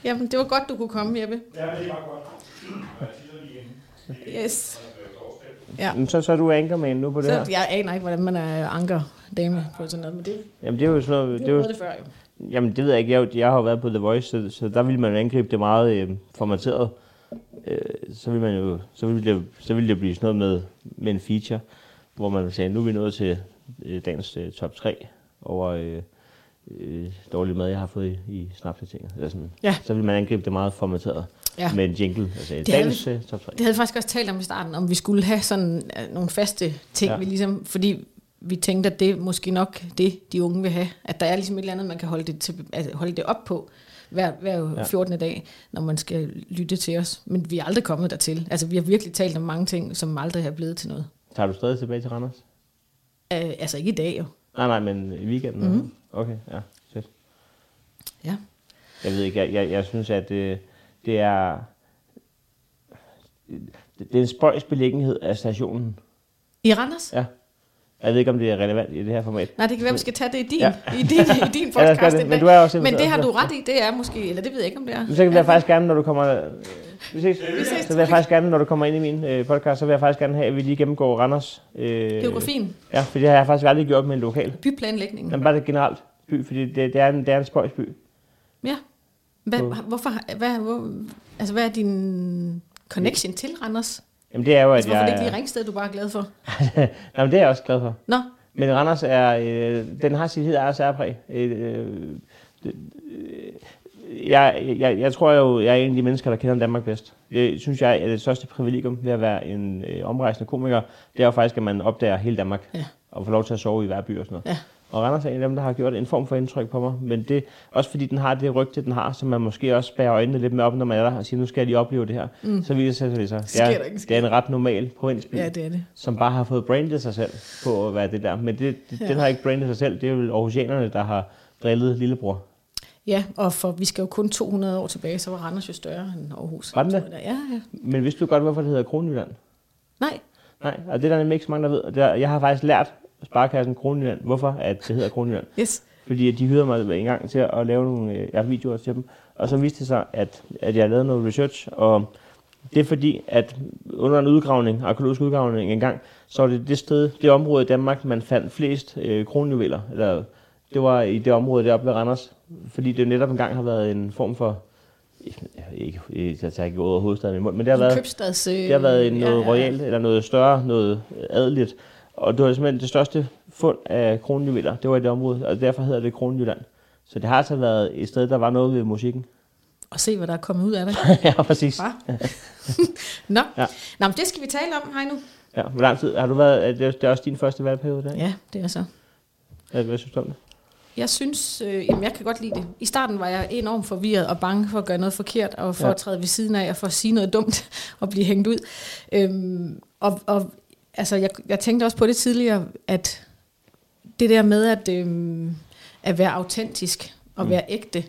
[SPEAKER 4] Jamen, det var godt, du kunne komme, Jeppe. Ja, det var godt. Yes.
[SPEAKER 3] Jamen, så, så er du ankerman nu på det
[SPEAKER 4] Så
[SPEAKER 3] her.
[SPEAKER 4] jeg aner ikke, hvordan man er ankerdame på sådan noget, men det,
[SPEAKER 3] Jamen, det er jo sådan noget, det
[SPEAKER 4] det,
[SPEAKER 3] er jo
[SPEAKER 4] det, det før, jo.
[SPEAKER 3] Jamen, det ved jeg ikke. Jeg, er jo- jeg har jo været på The Voice, så, så der ville man jo angribe det meget øh, formateret. Øh, så ville man jo, så ville det, så ville det blive sådan noget med, med en feature, hvor man sagde, nu er vi nået til øh, dagens øh, top 3 over øh, øh, dårlig mad, jeg har fået i, i snapsatinger. Eller sådan.
[SPEAKER 4] Ja.
[SPEAKER 3] Så ville man angribe det meget formateret
[SPEAKER 4] Ja.
[SPEAKER 3] med en jingle, og sagde,
[SPEAKER 4] Det havde
[SPEAKER 3] dagens øh, top 3.
[SPEAKER 4] Det havde vi faktisk også talt om i starten, om vi skulle have sådan øh, nogle faste ting,
[SPEAKER 3] Ja.
[SPEAKER 4] ja. vi ligesom, fordi vi tænkte, at det er måske nok det, de unge vil have. At der er ligesom et eller andet, man kan holde det, til, altså holde det op på hver, hver
[SPEAKER 3] Ja.
[SPEAKER 4] ja. 14. dag, når man skal lytte til os. Men vi er aldrig kommet dertil. Altså, vi har virkelig talt om mange ting, som aldrig er blevet til noget.
[SPEAKER 3] Tager du stadig tilbage til Randers?
[SPEAKER 4] Øh, altså, ikke i dag jo.
[SPEAKER 3] Nej, nej, men i weekenden?
[SPEAKER 4] Mhm.
[SPEAKER 3] Mm-hmm. Okay, ja, fedt.
[SPEAKER 4] Ja.
[SPEAKER 3] Jeg ved ikke, jeg, jeg, jeg synes, at øh, det er... øh, Det, det er en spøjs beliggenhed af stationen.
[SPEAKER 4] I Randers? Ja.
[SPEAKER 3] Ja. Jeg ved ikke, om det er relevant i det her format.
[SPEAKER 4] Nej, det kan være, vi skal tage det i din,
[SPEAKER 3] Ja.
[SPEAKER 4] ja. i din, i din
[SPEAKER 3] Ja, lad os gøre
[SPEAKER 4] podcast.
[SPEAKER 3] det,
[SPEAKER 4] en
[SPEAKER 3] men
[SPEAKER 4] dag.
[SPEAKER 3] du er også
[SPEAKER 4] men det
[SPEAKER 3] inviteret.
[SPEAKER 4] har du ret i, det er måske, eller det ved jeg ikke, om det er.
[SPEAKER 3] Men så vil jeg faktisk gerne, når du kommer... øh, Vi ses.
[SPEAKER 4] Vi ses.
[SPEAKER 3] Så vil jeg faktisk gerne, når du kommer ind i min øh, podcast, så vil jeg faktisk gerne have, at vi lige gennemgår Randers. Øh,
[SPEAKER 4] Geografien,
[SPEAKER 3] Ja, for det har jeg faktisk aldrig gjort med en lokal.
[SPEAKER 4] byplanlægningen.
[SPEAKER 3] Men bare det generelt by, fordi det, det, er, en, det er en spøjs by.
[SPEAKER 4] Ja. Hvad,
[SPEAKER 3] På-
[SPEAKER 4] hvorfor, har- hvad, hvor, altså, hvad er din connection til Randers?
[SPEAKER 3] Jamen det er jo, at
[SPEAKER 4] Altså, hvorfor er
[SPEAKER 3] jeg...
[SPEAKER 4] det ikke lige Ringsted, du bare er glad for?
[SPEAKER 3] Nå, men det er jeg også glad for.
[SPEAKER 4] Nå,
[SPEAKER 3] Men Randers er, øh, den har sit helt eget særpræg. Øh, øh, det- øh, jeg, jeg, jeg tror jo, jeg er en af de mennesker, der kender Danmark bedst. Det synes jeg er det største privilegium ved at være en øh, omrejsende komiker. Det er jo faktisk, at man opdager hele Danmark
[SPEAKER 4] Ja.
[SPEAKER 3] og får lov til at sove i hver by og sådan noget.
[SPEAKER 4] Ja.
[SPEAKER 3] Og Randers er en af dem, der har gjort en form for indtryk på mig. Men det også fordi den har det rygte, den har, så man måske også bærer øjnene lidt med op, når man er der og siger, nu skal jeg lige opleve det her. Mm. Så viser det sig. Det
[SPEAKER 4] Sker
[SPEAKER 3] er,
[SPEAKER 4] der ikke en
[SPEAKER 3] det er en ret normal provinsby
[SPEAKER 4] ja, det er det.
[SPEAKER 3] som bare har fået brandet sig selv på at være det der. Men det, det, ja. den har ikke brandet sig selv. Det er jo Aarhusianerne, der har drillet lillebror.
[SPEAKER 4] Ja, og for vi skal jo kun 200 år tilbage, så var Randers jo større end Aarhus.
[SPEAKER 3] Var den det?
[SPEAKER 4] Ja, ja.
[SPEAKER 3] Men vidste du godt, hvorfor det hedder Kronjylland?
[SPEAKER 4] Nej,
[SPEAKER 3] Nej, og det er der nemlig ikke så mange, der ved. Og der, jeg har faktisk lært sparekassen Kronjylland, hvorfor at det hedder Kronjylland.
[SPEAKER 4] yes.
[SPEAKER 3] Fordi at de hyrede mig en gang til at lave nogle øh, ja, videoer til dem. Og så viste det sig, at, at jeg lavede noget research, og det er fordi, at under en udgravning, arkeologisk udgravning engang, så var det det sted, det område i Danmark, man fandt flest øh, kronjuveler. Eller, det var i det område deroppe ved Randers, fordi det jo netop engang har været en form for, jeg, ikke, jeg tager ikke ordet af hovedstaden i munden, men det har
[SPEAKER 4] En
[SPEAKER 3] været,
[SPEAKER 4] købstads... Øh,
[SPEAKER 3] det har været noget ja, ja. royalt, eller noget større, noget øh, adeligt. Og det var simpelthen det største fund af kronjuveler. Det var i det område, og derfor hedder det Kronjylland. Så det har altså været et sted, der var noget ved musikken.
[SPEAKER 4] Og se, hvad der er kommet ud af det.
[SPEAKER 3] ja, præcis.
[SPEAKER 4] Hva? Nå.
[SPEAKER 3] Ja.
[SPEAKER 4] Ja. Nå, men det skal vi tale om, Heino.
[SPEAKER 3] Ja, hvor lang tid har du været? er Det, det er også din første valgperiode, der, ikke?
[SPEAKER 4] Ja, det er så.
[SPEAKER 3] Hvad- Hvad synes du om det?
[SPEAKER 4] Jeg synes, øh, jamen jeg kan godt lide det. I starten var jeg enormt forvirret og bange for at gøre noget forkert, og for
[SPEAKER 3] Ja.
[SPEAKER 4] ja. at træde ved siden af, og for at sige noget dumt, og blive hængt ud. Øhm, og og altså, jeg, jeg tænkte også på det tidligere, at
[SPEAKER 3] Mm.
[SPEAKER 4] det der med at, øhm, at være autentisk, og være ægte,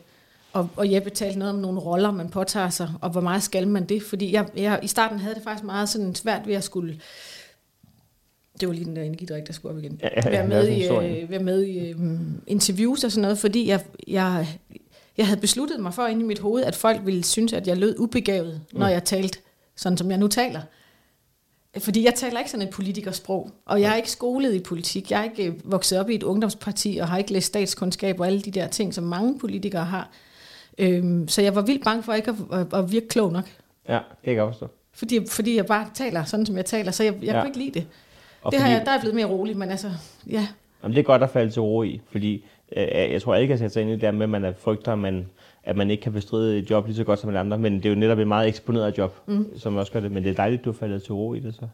[SPEAKER 4] Og, og jeg betalte noget om nogle roller, man påtager sig, og hvor meget skal man det? Fordi jeg, jeg, i starten havde det faktisk meget sådan svært ved at skulle... Det var lige den der energidrik, der skulle op igen.
[SPEAKER 3] Ja, ja, ja, lad
[SPEAKER 4] være, med
[SPEAKER 3] os
[SPEAKER 4] i,
[SPEAKER 3] historien.
[SPEAKER 4] øh, være med i øh, interviews og sådan noget, fordi jeg, jeg, jeg havde besluttet mig for inde i mit hoved, at folk ville synes, at jeg lød ubegavet,
[SPEAKER 3] Mm.
[SPEAKER 4] når jeg talte sådan, som jeg nu taler. Fordi jeg taler ikke sådan et politikersprog, og jeg er ikke skolet i politik. Jeg er ikke øh, vokset op i et ungdomsparti, og har ikke læst statskundskab og alle de der ting, som mange politikere har. Øhm, så jeg var vildt bange for ikke at, at, at virke klog nok.
[SPEAKER 3] Ja, det kan jeg godt forstå.
[SPEAKER 4] Fordi, fordi jeg bare taler sådan, som jeg taler, så jeg, jeg
[SPEAKER 3] Ja.
[SPEAKER 4] ja. kunne ikke lide det.
[SPEAKER 3] Og
[SPEAKER 4] det har
[SPEAKER 3] fordi-
[SPEAKER 4] jeg, der er jeg blevet mere rolig, men altså, ja.
[SPEAKER 3] Jamen, det er godt at falde til ro i, fordi øh, jeg tror, alle kan sætte sig ind i det der med, at man er frygter, at man, at man ikke kan bestride et job lige så godt som alle andre, men det er jo netop et meget eksponeret job, mm. som også gør det, men det er dejligt, at du er faldet til ro i det så.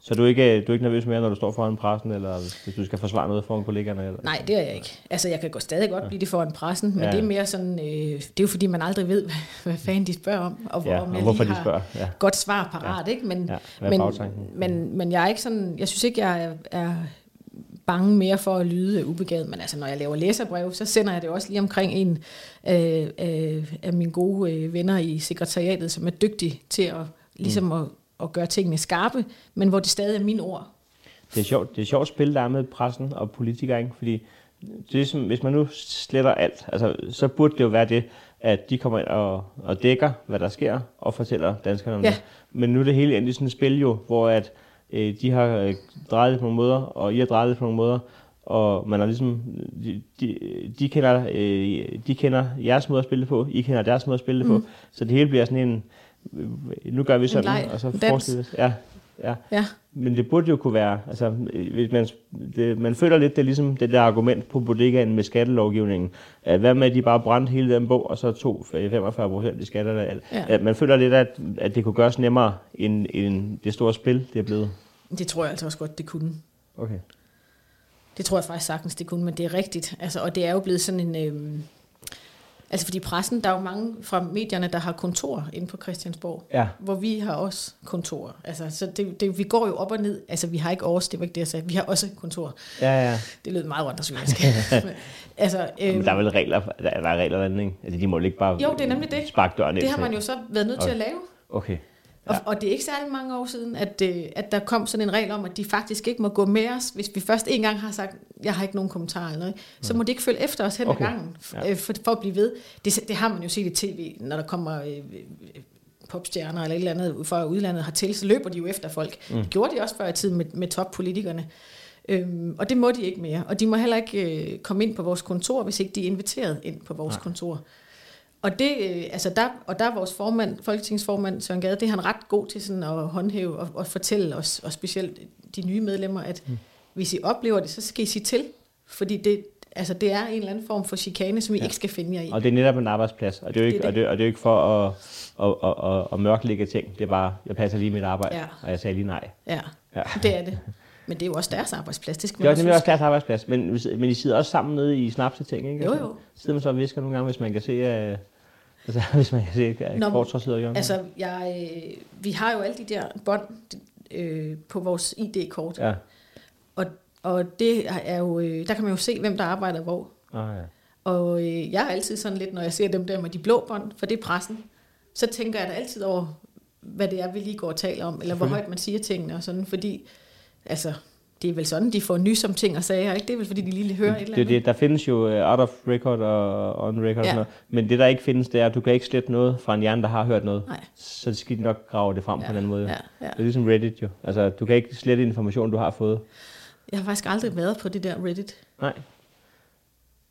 [SPEAKER 3] Så du er ikke, du er ikke nervøs mere, når du står foran pressen, eller hvis, hvis du skal forsvare noget foran kollegaerne? Eller?
[SPEAKER 4] Nej, det er jeg ikke. Altså, jeg kan gå stadig godt blive det foran pressen, men
[SPEAKER 3] Ja.
[SPEAKER 4] ja. det er mere sådan, øh, det er jo fordi, man aldrig ved, hvad fanden de spørger om, og, hvor,
[SPEAKER 3] Ja,
[SPEAKER 4] om
[SPEAKER 3] og
[SPEAKER 4] jeg
[SPEAKER 3] hvorfor
[SPEAKER 4] lige
[SPEAKER 3] de
[SPEAKER 4] har
[SPEAKER 3] spørger, ja.
[SPEAKER 4] godt svar parat, ja. ikke? Men,
[SPEAKER 3] Ja, hvad er
[SPEAKER 4] men,
[SPEAKER 3] bagtanken?
[SPEAKER 4] men, men jeg er ikke sådan, jeg synes ikke, jeg er, er bange mere for at lyde ubegavet, men altså, når jeg laver læserbreve, så sender jeg det også lige omkring en øh, øh, af mine gode øh, venner i sekretariatet, som er dygtig til at, ligesom mm. at, at gøre tingene skarpe, men hvor det stadig er mine ord.
[SPEAKER 3] Det er sjovt, det er sjovt spil, der er med pressen og politikere, ikke? fordi det er som, hvis man nu sletter alt, altså, så burde det jo være det, at de kommer ind og, og dækker, hvad der sker, og fortæller danskerne om ja.
[SPEAKER 4] Ja.
[SPEAKER 3] det. Men nu er det hele endt i sådan et spil jo, hvor at, øh, de har øh, drejet det på nogle måder, og I har drejet det på nogle måder, og man har ligesom, de, de, de, kender, øh, de kender jeres måde at spille det på, I kender deres måde at spille det mm. på, så det hele bliver sådan en, øh, nu gør vi sådan,
[SPEAKER 4] leg,
[SPEAKER 3] og så
[SPEAKER 4] en dans.
[SPEAKER 3] forestiller Ja, ja.
[SPEAKER 4] Ja.
[SPEAKER 3] Men det burde jo kunne være, altså, øh, hvis man, det, man føler lidt, det er ligesom det der argument på bodegaen med skattelovgivningen. At hvad med, at de bare brændte hele den bog, og så tog øh, 45 procent i skatter? eller alt.
[SPEAKER 4] Ja.
[SPEAKER 3] At Man føler lidt, at, at det kunne gøres nemmere, end, end det store spil, det er blevet.
[SPEAKER 4] Det tror jeg altså også godt, det kunne.
[SPEAKER 3] Okay.
[SPEAKER 4] Det tror jeg faktisk sagtens, det kunne, men det er rigtigt. Altså, og det er jo blevet sådan en... Øhm, altså fordi pressen, der er jo mange fra medierne, der har kontorer inde på Christiansborg,
[SPEAKER 3] Ja.
[SPEAKER 4] hvor vi har også kontorer. Altså, så det, det, vi går jo op og ned. Altså vi har ikke års, det var ikke det, jeg sagde. Vi har også kontorer.
[SPEAKER 3] Ja, ja.
[SPEAKER 4] Det lød meget rundt og syrisk. altså, øhm,
[SPEAKER 3] Men der er vel regler, for- der, der er regler eller andet, ikke? Altså, de må jo ikke bare
[SPEAKER 4] Jo, det er nemlig det.
[SPEAKER 3] sparke døren ind
[SPEAKER 4] det har
[SPEAKER 3] til.
[SPEAKER 4] man jo så været nødt til at lave.
[SPEAKER 3] Okay.
[SPEAKER 4] Og, og det er ikke særlig mange år siden, at, øh, at der kom sådan en regel om, at de faktisk ikke må gå med os, hvis vi først en gang har sagt, jeg har ikke nogen kommentarer eller noget, så må de ikke følge efter os hen ad
[SPEAKER 3] Okay.
[SPEAKER 4] gangen, f-
[SPEAKER 3] Ja.
[SPEAKER 4] øh, for, for at blive ved. Det, det har man jo set i tv, når der kommer øh, øh, popstjerner eller et eller andet ud fra udlandet hertil, så løber de jo efter folk. Mm. Det gjorde de også før i tiden med, med toppolitikerne. Øhm, og det må de ikke mere. Og de må heller ikke øh, komme ind på vores kontor, hvis ikke de er inviteret ind på vores Nej. kontor. Og, det, øh, altså der, og der er vores formand, folketingsformand Søren Gade, det er han ret god til sådan at håndhæve og, og fortælle os, og specielt de nye medlemmer, at mm. hvis I oplever det, så skal I sige til. Fordi det, altså det er en eller anden form for chikane, som I ja. ikke skal finde jer i.
[SPEAKER 3] Og det er netop en arbejdsplads, og det er jo ikke,
[SPEAKER 4] Det er
[SPEAKER 3] det. Og det,
[SPEAKER 4] det.
[SPEAKER 3] og det er jo ikke for at, at, at, at, at mørklægge ting. Det er bare, jeg passer lige mit arbejde,
[SPEAKER 4] Ja.
[SPEAKER 3] og jeg sagde lige nej.
[SPEAKER 4] Ja,
[SPEAKER 3] Ja.
[SPEAKER 4] ja, det er det. Men det er jo også deres arbejdsplads, det skal
[SPEAKER 3] Det er
[SPEAKER 4] man
[SPEAKER 3] også
[SPEAKER 4] også
[SPEAKER 3] nemlig også
[SPEAKER 4] huske.
[SPEAKER 3] deres arbejdsplads, men, men I sidder også sammen nede i snapseting, ikke?
[SPEAKER 4] Jo,
[SPEAKER 3] Altså,
[SPEAKER 4] jo.
[SPEAKER 3] Sidder man så og visker nogle gange, hvis man kan se, øh, altså, hvis man kan se, at
[SPEAKER 4] Nå, men-
[SPEAKER 3] Kortrup sidder i hjørnet.
[SPEAKER 4] Altså, jeg, øh, vi har jo alle de der bånd øh, på vores ID-kort,
[SPEAKER 3] Ja.
[SPEAKER 4] og, og det er jo, øh, der kan man jo se, hvem der arbejder hvor.
[SPEAKER 3] Ah, ja.
[SPEAKER 4] Og øh, jeg er altid sådan lidt, når jeg ser dem der med de blå bånd, for det er pressen, så tænker jeg da altid over, hvad det er, vi lige går og taler om, eller hvor højt man siger tingene og sådan, fordi, altså, det er vel sådan, de får nys om ting og sager, ikke? Det er vel, fordi de lige hører et eller
[SPEAKER 3] Det, er
[SPEAKER 4] andet.
[SPEAKER 3] det, der findes jo øh, out of record og on record ja. og
[SPEAKER 4] Ja.
[SPEAKER 3] sådan noget, men det der ikke findes, det er, at du kan ikke slette noget fra en hjerne, der har hørt noget.
[SPEAKER 4] Nej.
[SPEAKER 3] Så skal de nok grave det frem ja. på en anden måde.
[SPEAKER 4] Ja, ja.
[SPEAKER 3] Det er ligesom Reddit jo. Altså, du kan ikke slette information, du har fået.
[SPEAKER 4] Jeg har faktisk aldrig været på det der Reddit.
[SPEAKER 3] Nej.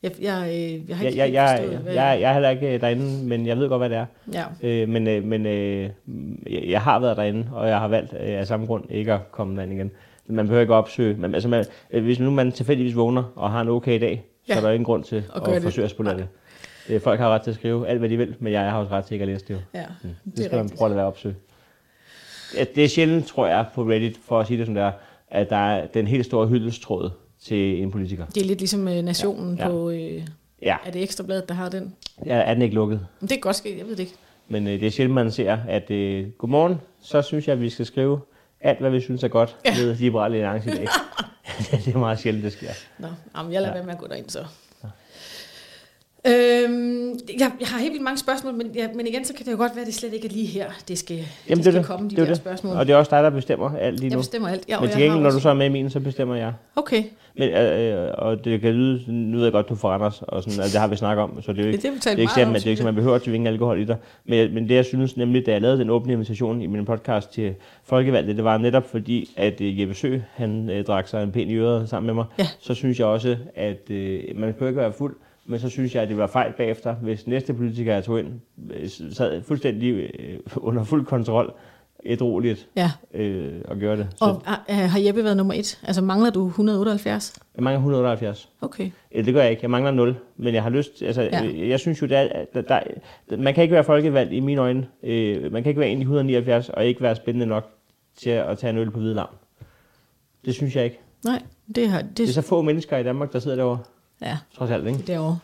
[SPEAKER 4] Jeg, jeg, øh, jeg har
[SPEAKER 3] Jeg,
[SPEAKER 4] ikke
[SPEAKER 3] jeg,
[SPEAKER 4] helt
[SPEAKER 3] jeg,
[SPEAKER 4] forstået, hvad...
[SPEAKER 3] jeg, jeg er heller ikke øh, derinde, men jeg ved godt, hvad det er.
[SPEAKER 4] ja.
[SPEAKER 3] Øh, men øh, men øh, jeg- jeg har været derinde, og jeg har valgt øh, af samme grund ikke at komme derinde igen. Man behøver ikke at opsøge. Man, altså man, øh, hvis nu man tilfældigvis vågner og har en okay dag, ja. så
[SPEAKER 4] Ja.
[SPEAKER 3] er der jo ingen grund til
[SPEAKER 4] Og
[SPEAKER 3] at,
[SPEAKER 4] gøre
[SPEAKER 3] at
[SPEAKER 4] det.
[SPEAKER 3] forsøge at spolere det. Øh, folk har ret til at skrive alt, hvad de vil, men jeg har også ret til ikke at læse det. Jo.
[SPEAKER 4] Ja,
[SPEAKER 3] Det,
[SPEAKER 4] det
[SPEAKER 3] det
[SPEAKER 4] er
[SPEAKER 3] skal man
[SPEAKER 4] rigtigt.
[SPEAKER 3] prøve at lade være at opsøge. Ja, Det er sjældent, tror jeg, på Reddit, for at sige det som det er, at der er den helt store hyldestråd til en politiker.
[SPEAKER 4] Det er lidt ligesom øh, Nationen
[SPEAKER 3] Ja, ja.
[SPEAKER 4] ja, ja. på... Øh,
[SPEAKER 3] Ja,
[SPEAKER 4] er det Ekstrabladet, der har den?
[SPEAKER 3] ja er den ikke lukket?
[SPEAKER 4] Men det er godt sket, jeg ved det ikke.
[SPEAKER 3] Men øh, det er sjældent, man ser, at øh, godmorgen, så synes jeg, at vi skal skrive alt, hvad vi synes er godt ved Liberale Alliance i dag. det er meget sjældent, det sker.
[SPEAKER 4] Nå, jamen, jeg lader ja. være med at gå derind så. Øhm, jeg, jeg har helt vildt mange spørgsmål, men, ja, men igen, så kan det jo godt være, at det slet ikke er lige her, det skal,
[SPEAKER 3] Jamen,
[SPEAKER 4] det
[SPEAKER 3] det er
[SPEAKER 4] skal
[SPEAKER 3] det.
[SPEAKER 4] komme, de
[SPEAKER 3] det er
[SPEAKER 4] der
[SPEAKER 3] det.
[SPEAKER 4] spørgsmål.
[SPEAKER 3] Og det er også dig, der bestemmer alt lige
[SPEAKER 4] Jeg
[SPEAKER 3] nu.
[SPEAKER 4] bestemmer alt. Ja, og
[SPEAKER 3] Men til
[SPEAKER 4] jeg har
[SPEAKER 3] gengæld, når du
[SPEAKER 4] også-
[SPEAKER 3] så er med i min, så bestemmer jeg.
[SPEAKER 4] Okay,
[SPEAKER 3] Men, øh, øh, og det kan lyde, sådan- nu ved jeg godt, du forandrer os, og sådan, altså, det har vi snakket om, så det er jo
[SPEAKER 4] det
[SPEAKER 3] ikke,
[SPEAKER 4] har vi talt
[SPEAKER 3] det er ikke
[SPEAKER 4] meget
[SPEAKER 3] sådan,
[SPEAKER 4] om,
[SPEAKER 3] at det er
[SPEAKER 4] synes
[SPEAKER 3] ikke, sådan, man behøver at tvinge alkohol i dig. Men, men det, jeg synes nemlig, da jeg lavede den åbne invitation i min podcast til Folkevalget, det var netop fordi, at øh, Jeppe Sø, han øh, drak sig en pæn i øret sammen med mig.
[SPEAKER 4] Ja.
[SPEAKER 3] Så synes jeg også, at øh, man behøver ikke være fuld, men så synes jeg, at det var fejl bagefter, hvis næste politiker, jeg tog ind, øh, sad fuldstændig øh, under fuld kontrol, et roligt
[SPEAKER 4] ja.
[SPEAKER 3] øh, og gøre det. Så,
[SPEAKER 4] Og øh, har Jeppe været nummer et? Altså mangler du 178?
[SPEAKER 3] Jeg mangler 178.
[SPEAKER 4] Okay.
[SPEAKER 3] Ja, det gør jeg ikke. Jeg mangler 0, men jeg har lyst. Altså,
[SPEAKER 4] Ja.
[SPEAKER 3] ja. jeg, jeg synes jo, der, der, der, man kan ikke være folkevalgt i mine øjne. Øh, man kan ikke være en i 179 og ikke være spændende nok til at, at tage en øl på hvide lam. Det synes jeg ikke.
[SPEAKER 4] Nej, det har... Det,
[SPEAKER 3] Det er så få mennesker i Danmark, der sidder derovre,
[SPEAKER 4] ja,
[SPEAKER 3] trods alt. Ikke?
[SPEAKER 4] det er derovre.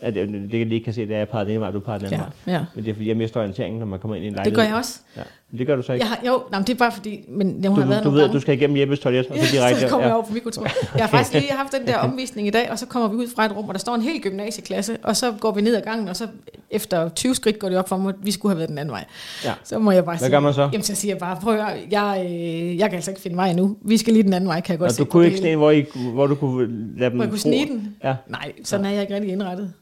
[SPEAKER 3] At, det, det, det, kan de ikke kan se, det er, jeg peger den ene vej, du peger den anden
[SPEAKER 4] Ja,
[SPEAKER 3] vej.
[SPEAKER 4] ja.
[SPEAKER 3] Men det er, fordi jeg mister orienteringen, når man kommer ind i en
[SPEAKER 4] Det
[SPEAKER 3] lejlighed.
[SPEAKER 4] gør jeg også.
[SPEAKER 3] Ja. Men det gør du så ikke.
[SPEAKER 4] Jeg har, jo, nej, men det er bare fordi, men jeg, hun
[SPEAKER 3] Du,
[SPEAKER 4] har været
[SPEAKER 3] du, du
[SPEAKER 4] nogle
[SPEAKER 3] ved, at
[SPEAKER 4] gange.
[SPEAKER 3] du skal igennem Jeppes toilet, og så direkte...
[SPEAKER 4] så kommer
[SPEAKER 3] ja.
[SPEAKER 4] jeg over på mit kontor. Jeg har faktisk lige haft den der omvisning i dag, og så kommer vi ud fra et rum, og der står en hel gymnasieklasse, og så går vi ned ad gangen, og så efter 20 skridt går det op for mig, at vi skulle have været den anden vej.
[SPEAKER 3] Ja.
[SPEAKER 4] Så må jeg bare
[SPEAKER 3] Hvad
[SPEAKER 4] sige,
[SPEAKER 3] gør man så?
[SPEAKER 4] Jamen, så siger jeg bare, prøv at høre, jeg, øh, jeg kan altså ikke finde vej nu. Vi skal lige den anden vej, kan jeg godt
[SPEAKER 3] Nå,
[SPEAKER 4] se.
[SPEAKER 3] du
[SPEAKER 4] på
[SPEAKER 3] kunne
[SPEAKER 4] det
[SPEAKER 3] ikke
[SPEAKER 4] hele."
[SPEAKER 3] sådan en, hvor, I, hvor du kunne lade dem...
[SPEAKER 4] Hvor jeg kunne
[SPEAKER 3] tro-
[SPEAKER 4] snige den?
[SPEAKER 3] Ja.
[SPEAKER 4] Nej, sådan er jeg ikke rigtig indrettet.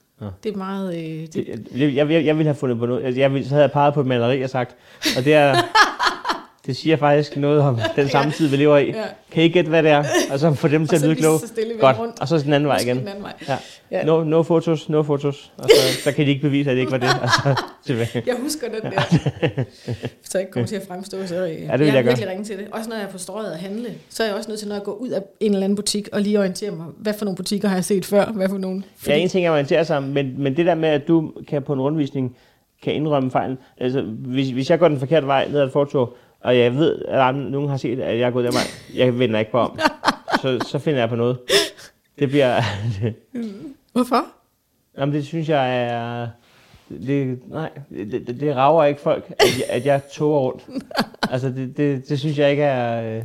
[SPEAKER 4] Det er meget... Øh, det, det,
[SPEAKER 3] Det- Jeg, jeg, jeg, jeg ville have fundet på noget. Altså, Jeg ville, så havde jeg peget på et maleri og sagt, og det er... det siger faktisk noget om den samme tid, vi lever i.
[SPEAKER 4] Ja.
[SPEAKER 3] Kan I gætte, hvad det er? Og så få dem til
[SPEAKER 4] Og
[SPEAKER 3] at
[SPEAKER 4] så
[SPEAKER 3] lyde
[SPEAKER 4] lige
[SPEAKER 3] kloge.
[SPEAKER 4] så stille vende
[SPEAKER 3] Godt.
[SPEAKER 4] rundt.
[SPEAKER 3] Og så den anden vej
[SPEAKER 4] Måske
[SPEAKER 3] igen.
[SPEAKER 4] den anden vej.
[SPEAKER 3] Ja.
[SPEAKER 4] Ja.
[SPEAKER 3] Ja. No, no photos, no photos. Og så, så kan de ikke bevise, at det ikke var det. Og så tilbage.
[SPEAKER 4] jeg husker den der. så jeg ikke kommer til at fremstå, så øh, ja,
[SPEAKER 3] jeg
[SPEAKER 4] jeg
[SPEAKER 3] gøre.
[SPEAKER 4] virkelig ringe til det. Også når jeg er på strøget at handle, så er jeg også nødt til, når jeg går ud af en eller anden butik, og lige orientere mig, hvad for nogle butikker har jeg set før, hvad for nogle...
[SPEAKER 3] Ja, en ting er at orientere sig, om, men, men det der med, at du kan på en rundvisning kan indrømme fejlen. Altså, hvis, hvis jeg går den forkerte vej ned ad et fortog, og jeg ved, at andre- nogen har set, at jeg er gået den vej, jeg vender ikke på om. Så, så finder jeg på noget. Det bliver...
[SPEAKER 4] Hvorfor?
[SPEAKER 3] Jamen, det synes jeg er... Det, nej, det, det, det rager ikke folk, at jeg, at jeg toger rundt. Altså, det, det, det synes jeg ikke er... øh.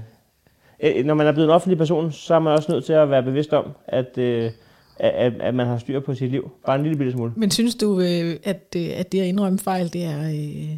[SPEAKER 3] Øh, Når man er blevet en offentlig person, så er man også nødt til at være bevidst om, at, øh, at, at- at man har styr på sit liv. Bare en lille bitte smule.
[SPEAKER 4] Men synes du, øh, at, øh, at det at indrømme fejl, det er øh,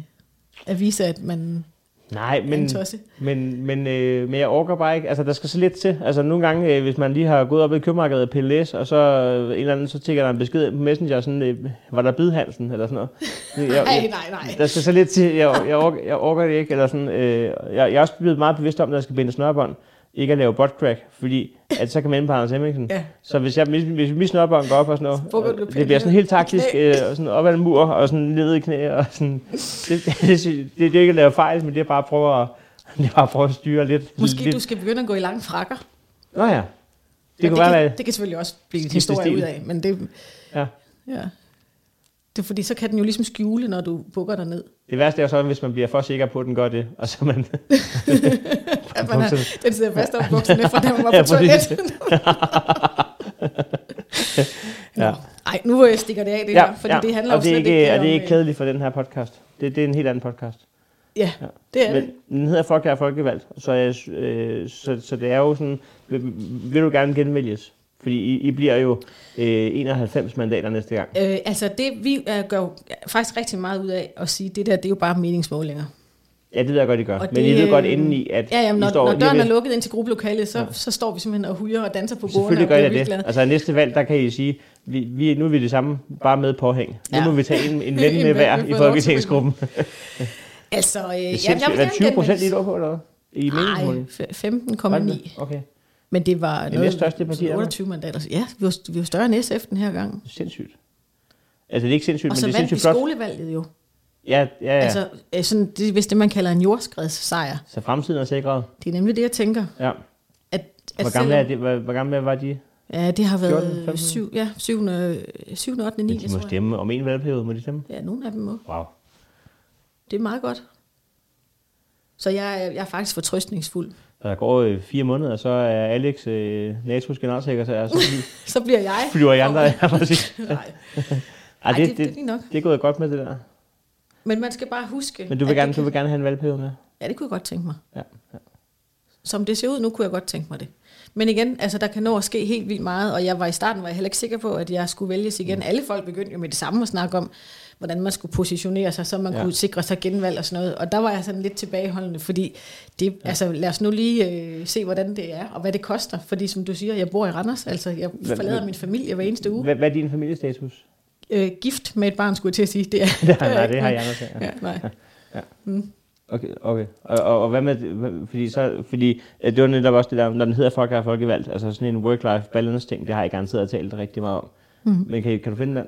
[SPEAKER 4] at vise, at man...
[SPEAKER 3] Nej,
[SPEAKER 4] er en
[SPEAKER 3] men,
[SPEAKER 4] tosse.
[SPEAKER 3] men, men, øh, men jeg orker bare ikke. Altså, der skal så lidt til. Altså, nogle gange, øh, hvis man lige har gået op i købmarkedet og pillet læs, og så øh, en eller anden, så tækker der en besked på Messenger, sådan, øh, var der bid Hansen, eller sådan noget. Jeg,
[SPEAKER 4] Nej,
[SPEAKER 3] jeg,
[SPEAKER 4] nej, nej.
[SPEAKER 3] der skal så lidt til, jeg, jeg, orker, jeg orker det ikke, eller sådan. Øh, jeg, jeg er også blevet meget bevidst om, at jeg skal binde snørbånd, ikke at lave buttcrack, fordi at så kan man ende på Anders Hemmingsen.
[SPEAKER 4] Ja.
[SPEAKER 3] Så hvis, jeg, hvis, hvis mit snørbånd går op og sådan noget,
[SPEAKER 4] Bukker
[SPEAKER 3] og
[SPEAKER 4] du
[SPEAKER 3] det bliver sådan helt taktisk, øh, og sådan op ad en mur, og sådan ned i knæ, og sådan, det, det, det, det, det er jo ikke at lave fejl, men det er bare at prøve at, det er bare at, prøve at styre lidt.
[SPEAKER 4] Måske
[SPEAKER 3] lidt.
[SPEAKER 4] du skal begynde at gå i lange frakker.
[SPEAKER 3] Nå ja, det
[SPEAKER 4] Men
[SPEAKER 3] kunne være,
[SPEAKER 4] kan,
[SPEAKER 3] at...
[SPEAKER 4] det kan selvfølgelig også blive en
[SPEAKER 3] Skifte
[SPEAKER 4] historie
[SPEAKER 3] stil.
[SPEAKER 4] ud af, men det...
[SPEAKER 3] Ja.
[SPEAKER 4] ja. Det er fordi, så kan den jo ligesom skjule, når du bukker dig ned.
[SPEAKER 3] Det værste er jo så, hvis man bliver for sikker på, at den gør det, og så man...
[SPEAKER 4] At man har, den sidder fast op i bukserne, fra da hun var på
[SPEAKER 3] Ja, præcis.
[SPEAKER 4] toilettet.
[SPEAKER 3] Ja.
[SPEAKER 4] Nej, nu øh, stikker det af det ja, her, fordi ja, det handler
[SPEAKER 3] og
[SPEAKER 4] jo
[SPEAKER 3] det er
[SPEAKER 4] slet
[SPEAKER 3] ikke, Og det
[SPEAKER 4] ikke,
[SPEAKER 3] er
[SPEAKER 4] om,
[SPEAKER 3] ikke
[SPEAKER 4] øh,
[SPEAKER 3] kædeligt for den her podcast. Det, det er en helt anden podcast.
[SPEAKER 4] Ja, det er
[SPEAKER 3] Men
[SPEAKER 4] det.
[SPEAKER 3] den hedder Folk er folkevalgt, så, jeg, øh, så, så det er jo sådan, vil, vil du gerne genvælges? Fordi I, I bliver jo øh, 91 mandater næste gang.
[SPEAKER 4] Øh, altså det, vi øh, gør jo faktisk rigtig meget ud af at sige, det der, det er jo bare meningsmålinger.
[SPEAKER 3] Ja, det ved jeg godt, I gør.
[SPEAKER 4] Og
[SPEAKER 3] Men
[SPEAKER 4] det,
[SPEAKER 3] I ved godt
[SPEAKER 4] øh,
[SPEAKER 3] indeni, at
[SPEAKER 4] Ja, jamen,
[SPEAKER 3] I
[SPEAKER 4] når,
[SPEAKER 3] står
[SPEAKER 4] når
[SPEAKER 3] lige
[SPEAKER 4] døren
[SPEAKER 3] ved-
[SPEAKER 4] er lukket ind til gruppelokalet, så, ja. så står vi simpelthen og hujer og danser på bordene
[SPEAKER 3] Selvfølgelig
[SPEAKER 4] og
[SPEAKER 3] gør
[SPEAKER 4] bliver
[SPEAKER 3] jeg
[SPEAKER 4] vildt
[SPEAKER 3] det.
[SPEAKER 4] glade.
[SPEAKER 3] Altså i næste valg, der kan I sige, vi, vi, nu er vi det samme, bare med påhæng. Nu
[SPEAKER 4] Ja.
[SPEAKER 3] må vi tage en, en ven
[SPEAKER 4] En
[SPEAKER 3] med
[SPEAKER 4] ven,
[SPEAKER 3] hver
[SPEAKER 4] vi
[SPEAKER 3] i
[SPEAKER 4] har fået lov til.
[SPEAKER 3] Folketingsgruppen.
[SPEAKER 4] Altså, øh,
[SPEAKER 3] Det er
[SPEAKER 4] ja,
[SPEAKER 3] sindssygt. Hvad, 20 procent lige
[SPEAKER 4] i
[SPEAKER 3] lå på, eller hvad? I meningsmålingen? Var det det?
[SPEAKER 4] Nej, 15,9.
[SPEAKER 3] Okay,
[SPEAKER 4] Men det var noget,
[SPEAKER 3] næststørste parti, eller hvad?
[SPEAKER 4] 28 mandater. Ja, vi var, vi var større end SF den her gang.
[SPEAKER 3] sindssygt. Altså det er ikke sindssygt,
[SPEAKER 4] Og
[SPEAKER 3] men
[SPEAKER 4] så
[SPEAKER 3] det er
[SPEAKER 4] vandt vi
[SPEAKER 3] sindssygt flot.
[SPEAKER 4] skolevalget jo.
[SPEAKER 3] Ja, ja, ja.
[SPEAKER 4] Ja. Altså, øh, sådan, det, hvis det man kalder en jordskredssejr.
[SPEAKER 3] så fremtiden er sikret.
[SPEAKER 4] Det er nemlig det, jeg tænker.
[SPEAKER 3] Ja.
[SPEAKER 4] At, at
[SPEAKER 3] Hvor gamle, er de, hvor, hvor gamle var de?
[SPEAKER 4] Ja, det har været
[SPEAKER 3] 14,
[SPEAKER 4] 14,
[SPEAKER 3] 15.
[SPEAKER 4] syv, ja, 7, 7, 8, 9,
[SPEAKER 3] Men de må
[SPEAKER 4] tror jeg.
[SPEAKER 3] stemme om en valgperiode, må de stemme?
[SPEAKER 4] Ja, nogle af dem må.
[SPEAKER 3] Wow.
[SPEAKER 4] Det er meget godt. Så jeg, er- jeg er faktisk fortrøstningsfuld.
[SPEAKER 3] Så der går øh, fire måneder, så er Alex øh, NATO's generalsekretær, og så fly-
[SPEAKER 4] Så bliver jeg...
[SPEAKER 3] flyver I andre. Ja, præcis.
[SPEAKER 4] Nej,
[SPEAKER 3] Ej,
[SPEAKER 4] Ej, det- det er fint nok.
[SPEAKER 3] det er gået godt med det der.
[SPEAKER 4] men man skal bare huske...
[SPEAKER 3] Men du vil,
[SPEAKER 4] at
[SPEAKER 3] gerne,
[SPEAKER 4] det
[SPEAKER 3] du
[SPEAKER 4] kan,
[SPEAKER 3] vil gerne have en valgperiode med?
[SPEAKER 4] Ja, det kunne jeg godt tænke mig.
[SPEAKER 3] Ja.
[SPEAKER 4] som det ser ud nu, kunne jeg godt tænke mig det. Men igen, altså der kan nå at ske helt vildt meget, og jeg var i starten var jeg heller ikke sikker på, at jeg skulle vælges igen.
[SPEAKER 3] Mm.
[SPEAKER 4] Alle folk begyndte jo med det samme at snakke om, hvordan man skulle positionere sig, så man
[SPEAKER 3] Ja.
[SPEAKER 4] ja. kunne sikre sig genvalg og sådan noget. Og der var jeg sådan lidt tilbageholdende, fordi det, ja. altså, lad os nu lige øh, se, hvordan det er, og hvad det koster. Fordi som du siger, jeg bor i Randers, altså jeg
[SPEAKER 3] Hvad-
[SPEAKER 4] forlader min familie hver eneste uge.
[SPEAKER 3] Hvad, hvad er din familiestatus?
[SPEAKER 4] Øh, gift med et barn, skulle jeg til at sige. Det er,
[SPEAKER 3] Ja,
[SPEAKER 4] er
[SPEAKER 3] nej,
[SPEAKER 4] ikke
[SPEAKER 3] det har
[SPEAKER 4] noget.
[SPEAKER 3] jeg også. Ja.
[SPEAKER 4] Ja, nej.
[SPEAKER 3] Okay, okay. Og, og, og hvad med, hvad- fordi, så, fordi øh, det var netop også det der, når den hedder folk, der er folkevalgt, altså sådan en work-life balance ting, det har jeg garanteret talt rigtig meget om.
[SPEAKER 4] Mhm.
[SPEAKER 3] Mm-hmm. Men kan, I- kan du finde den?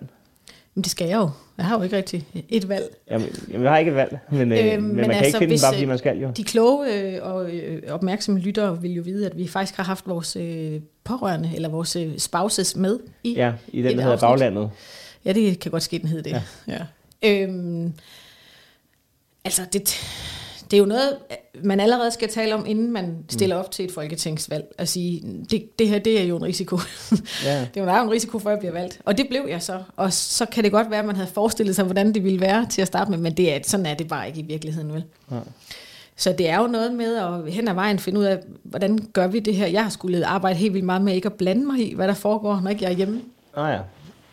[SPEAKER 4] Men det skal jeg jo. Jeg har jo ikke rigtig et valg.
[SPEAKER 3] Jamen, jamen, jeg har ikke et valg, men, øh, men,
[SPEAKER 4] men
[SPEAKER 3] men man kan
[SPEAKER 4] altså,
[SPEAKER 3] ikke finde den,
[SPEAKER 4] hvis,
[SPEAKER 3] bare
[SPEAKER 4] øh,
[SPEAKER 3] fordi man skal jo.
[SPEAKER 4] De kloge øh, og øh, opmærksomme lyttere vil jo vide, at vi faktisk har haft vores øh, pårørende, eller vores øh, spouses med i.
[SPEAKER 3] Ja, i den,
[SPEAKER 4] et
[SPEAKER 3] der hedder
[SPEAKER 4] afsnit.
[SPEAKER 3] Baglandet.
[SPEAKER 4] ja det kan godt ske, den hed det.
[SPEAKER 3] Ja.
[SPEAKER 4] Ja. Ja. Øhm, altså, det, det er jo noget, man allerede skal tale om, inden man
[SPEAKER 3] Mm.
[SPEAKER 4] stiller op til et folketingsvalg, og sige, det, det her det er jo en risiko.
[SPEAKER 3] Ja.
[SPEAKER 4] Det var der er jo en risiko for, at jeg bliver valgt. Og det blev jeg så. Og så kan det godt være, at man havde forestillet sig, hvordan det ville være til at starte med, men det er, sådan er det bare ikke i virkeligheden, vel?
[SPEAKER 3] Nej.
[SPEAKER 4] Så det er jo noget med at hen ad vejen finde ud af, hvordan gør vi det her? Jeg har skulle arbejde helt vildt meget med ikke at blande mig i, hvad der foregår, når ikke jeg er hjemme.
[SPEAKER 3] Ah, ja.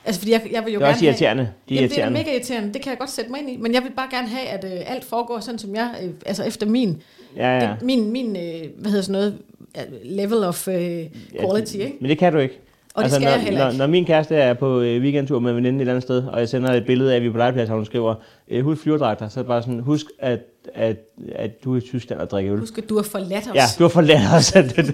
[SPEAKER 4] Altså, fordi jeg, jeg vil jo
[SPEAKER 3] Det er
[SPEAKER 4] gerne
[SPEAKER 3] også irriterende. De er
[SPEAKER 4] Have, jamen, det er da
[SPEAKER 3] irriterende.
[SPEAKER 4] mega irriterende. Det kan jeg godt sætte mig ind i. Men jeg vil bare gerne have, at øh, alt foregår sådan, som jeg, øh, altså efter min,
[SPEAKER 3] Ja, ja.
[SPEAKER 4] den, min, min øh, hvad hedder sådan noget, øh, level of øh, quality,
[SPEAKER 3] ja,
[SPEAKER 4] ikke?
[SPEAKER 3] Men det kan du ikke. Altså,
[SPEAKER 4] Og det skal
[SPEAKER 3] når,
[SPEAKER 4] jeg heller ikke.
[SPEAKER 3] Når, når min kæreste er på øh, weekendtur med en veninde et eller andet sted, og jeg sender et billede af, at vi er på legeplads, og hun skriver, øh, husk flyverdragter, så er det bare sådan, husk, at, at, at du er i Tyskland og drikker øl.
[SPEAKER 4] Husk, at du har forladt os.
[SPEAKER 3] Ja, du har forladt os. At, at,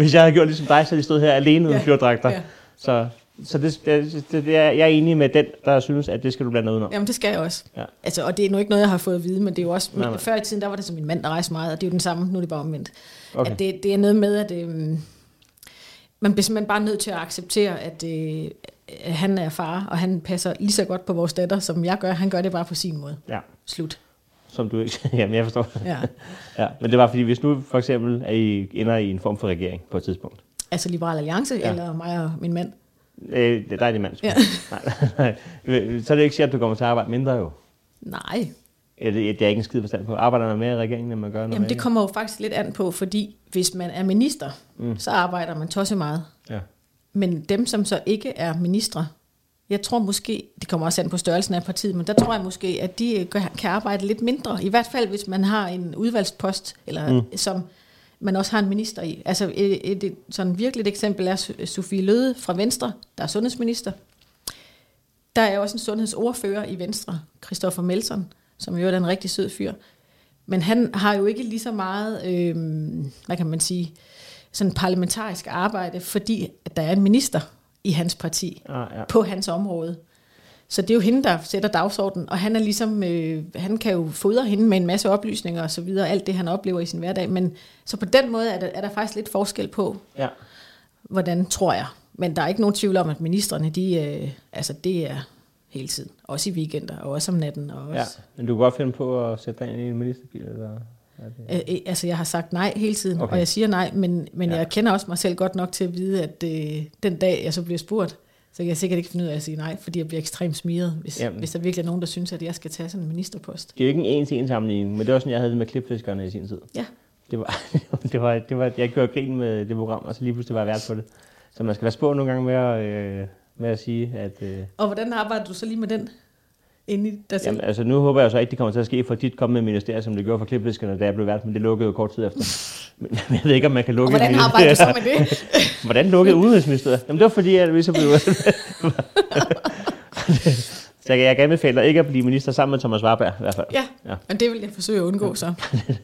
[SPEAKER 3] hvis jeg havde gjort ligesom dig, så havde de stået her alene uden
[SPEAKER 4] Ja,
[SPEAKER 3] flyverdragter.
[SPEAKER 4] ja.
[SPEAKER 3] Så, så det, det, det, det er, jeg er enig med den, der synes, at det skal du blande dig udenom.
[SPEAKER 4] Jamen, det skal jeg også.
[SPEAKER 3] Ja.
[SPEAKER 4] Ja. Altså, og det er nu ikke noget, jeg har fået at vide, men det er jo også...
[SPEAKER 3] Nej, nej.
[SPEAKER 4] Før i tiden, der var det som min mand, der rejste meget, og det er jo den samme. Nu er det bare omvendt.
[SPEAKER 3] Okay.
[SPEAKER 4] Okay. At det, det er noget med, at øh, man bliver simpelthen bare nødt til at acceptere, at øh, at han er far, og han passer lige så godt på vores datter, som jeg gør. Han gør det bare på sin måde.
[SPEAKER 3] Ja,
[SPEAKER 4] Slut.
[SPEAKER 3] som du ikke... Jamen, jeg forstår.
[SPEAKER 4] Ja.
[SPEAKER 3] Ja, men det var fordi, hvis nu for eksempel, at I ender i en form for regering på et tidspunkt,
[SPEAKER 4] Altså Liberal Alliance,
[SPEAKER 3] Ja.
[SPEAKER 4] ja. eller mig og min mand.
[SPEAKER 3] Øh, det er dejlig mand. Ja.
[SPEAKER 4] Ja.
[SPEAKER 3] Nej, nej, nej. Så er det jo ikke sikkert, at du kommer til at arbejde mindre jo.
[SPEAKER 4] Nej,
[SPEAKER 3] Eller, Det det er ikke en skid forstand på. Arbejder man mere i regeringen, end man gør, når
[SPEAKER 4] Jamen
[SPEAKER 3] man
[SPEAKER 4] det kommer jo faktisk lidt an på, fordi hvis man er minister, mm. så arbejder man tosset meget.
[SPEAKER 3] Ja.
[SPEAKER 4] Men dem, som så ikke er ministre, jeg tror måske, det kommer også an på størrelsen af partiet, men der tror jeg måske, at de øh, gør- kan arbejde lidt mindre. I hvert fald, hvis man har en udvalgspost, eller mm. som man også har en minister i. Altså et, et, et sådan virkeligt eksempel er Su- Sofie Løde fra Venstre, der er sundhedsminister. Der er også en sundhedsordfører i Venstre, Christoffer Melson, som jo er en rigtig sød fyr. Men han har jo ikke lige så meget, øh, hvad kan man sige, sådan parlamentarisk arbejde, fordi at der er en minister i hans parti
[SPEAKER 3] Ah, ja.
[SPEAKER 4] på hans område. Så det er jo hende, der sætter dagsordenen, og han er ligesom, øh, han kan jo fodre hende med en masse oplysninger og så videre, alt det han oplever i sin hverdag, men så på den måde er der, er der faktisk lidt forskel på,
[SPEAKER 3] ja.
[SPEAKER 4] hvordan tror jeg. Men der er ikke nogen tvivl om, at ministerne, de, øh, altså det er hele tiden, også i weekender, og også om natten, og
[SPEAKER 3] ja.
[SPEAKER 4] også,
[SPEAKER 3] Men du kan godt finde på at sætte dig ind i en ministerbil, eller... er det-
[SPEAKER 4] Øh, øh, altså, jeg har sagt nej hele tiden,
[SPEAKER 3] Okay.
[SPEAKER 4] okay. og jeg siger nej, men, men
[SPEAKER 3] Ja.
[SPEAKER 4] ja. jeg kender også mig selv godt nok til at vide, at øh, den dag, jeg så bliver spurgt, så kan jeg sikkert ikke finde ud af at sige nej, fordi jeg bliver ekstremt smiret, hvis,
[SPEAKER 3] Jamen.
[SPEAKER 4] hvis der virkelig er nogen, der synes, at jeg skal tage sådan en ministerpost.
[SPEAKER 3] Det er jo ikke en en-til-en sammenligning, men det var sådan, jeg havde det med klipfiskerne i sin tid.
[SPEAKER 4] Ja,
[SPEAKER 3] Det var, det var, det var, jeg gjorde grin med det program, og så lige pludselig var jeg vært på det. Så man skal være på nogle gange med at, øh, med at sige, at... Øh,
[SPEAKER 4] og hvordan arbejder du så lige med den? Inde i dig selv?
[SPEAKER 3] Jamen, altså, nu håber jeg så ikke, det kommer til at ske for dit kommende ministerie, som det gjorde for klipfiskerne, da jeg blev vært, men det lukkede jo kort tid efter. Men jeg ved ikke, om man kan
[SPEAKER 4] og
[SPEAKER 3] lukke et
[SPEAKER 4] hvordan
[SPEAKER 3] ministerie.
[SPEAKER 4] arbejder du så med det?
[SPEAKER 3] Hvordan lukkede udenrigsministeriet? Jamen, det var fordi, at vi så blev... så jeg, jeg kan anbefale dig ikke at blive minister sammen med Thomas Warberg, i hvert fald.
[SPEAKER 4] Ja,
[SPEAKER 3] Ja.
[SPEAKER 4] ja. men det vil jeg forsøge at undgå så.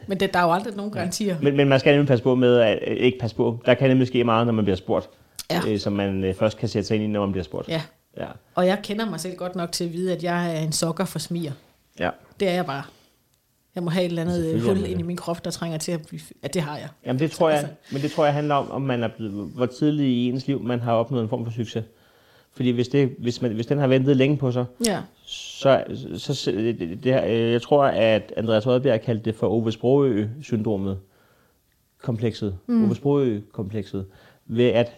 [SPEAKER 4] Men det, der er jo aldrig nogen garantier.
[SPEAKER 3] Men, men man skal nemlig passe på med at øh, ikke passe på. Der kan nemlig ske meget, når man bliver spurgt,
[SPEAKER 4] Ja.
[SPEAKER 3] øh, som man øh, først kan sætte sig ind i, når man bliver spurgt.
[SPEAKER 4] Ja,
[SPEAKER 3] Ja.
[SPEAKER 4] og jeg kender mig selv godt nok til at vide, at jeg er en sokker for smier.
[SPEAKER 3] ja.
[SPEAKER 4] Det er jeg bare. Jeg må have et eller andet øh,
[SPEAKER 3] Selvfølgelig er
[SPEAKER 4] hul
[SPEAKER 3] man
[SPEAKER 4] ind i
[SPEAKER 3] det.
[SPEAKER 4] min krop, der trænger til at blive... f- Ja, det har jeg.
[SPEAKER 3] Jamen, det tror
[SPEAKER 4] Altså-
[SPEAKER 3] jeg, men det tror jeg handler om, om man er blevet, hvor tidligt i ens liv man har opnået en form for succes. Fordi hvis, det, hvis, man, hvis den har ventet længe på sig,
[SPEAKER 4] Ja.
[SPEAKER 3] så, så, så det, det, det, øh, jeg tror, at Andreas Rødberg kaldte det for Ove Sprogø-syndromet, komplekset, mm. Ove Sprogø-komplekset, ved at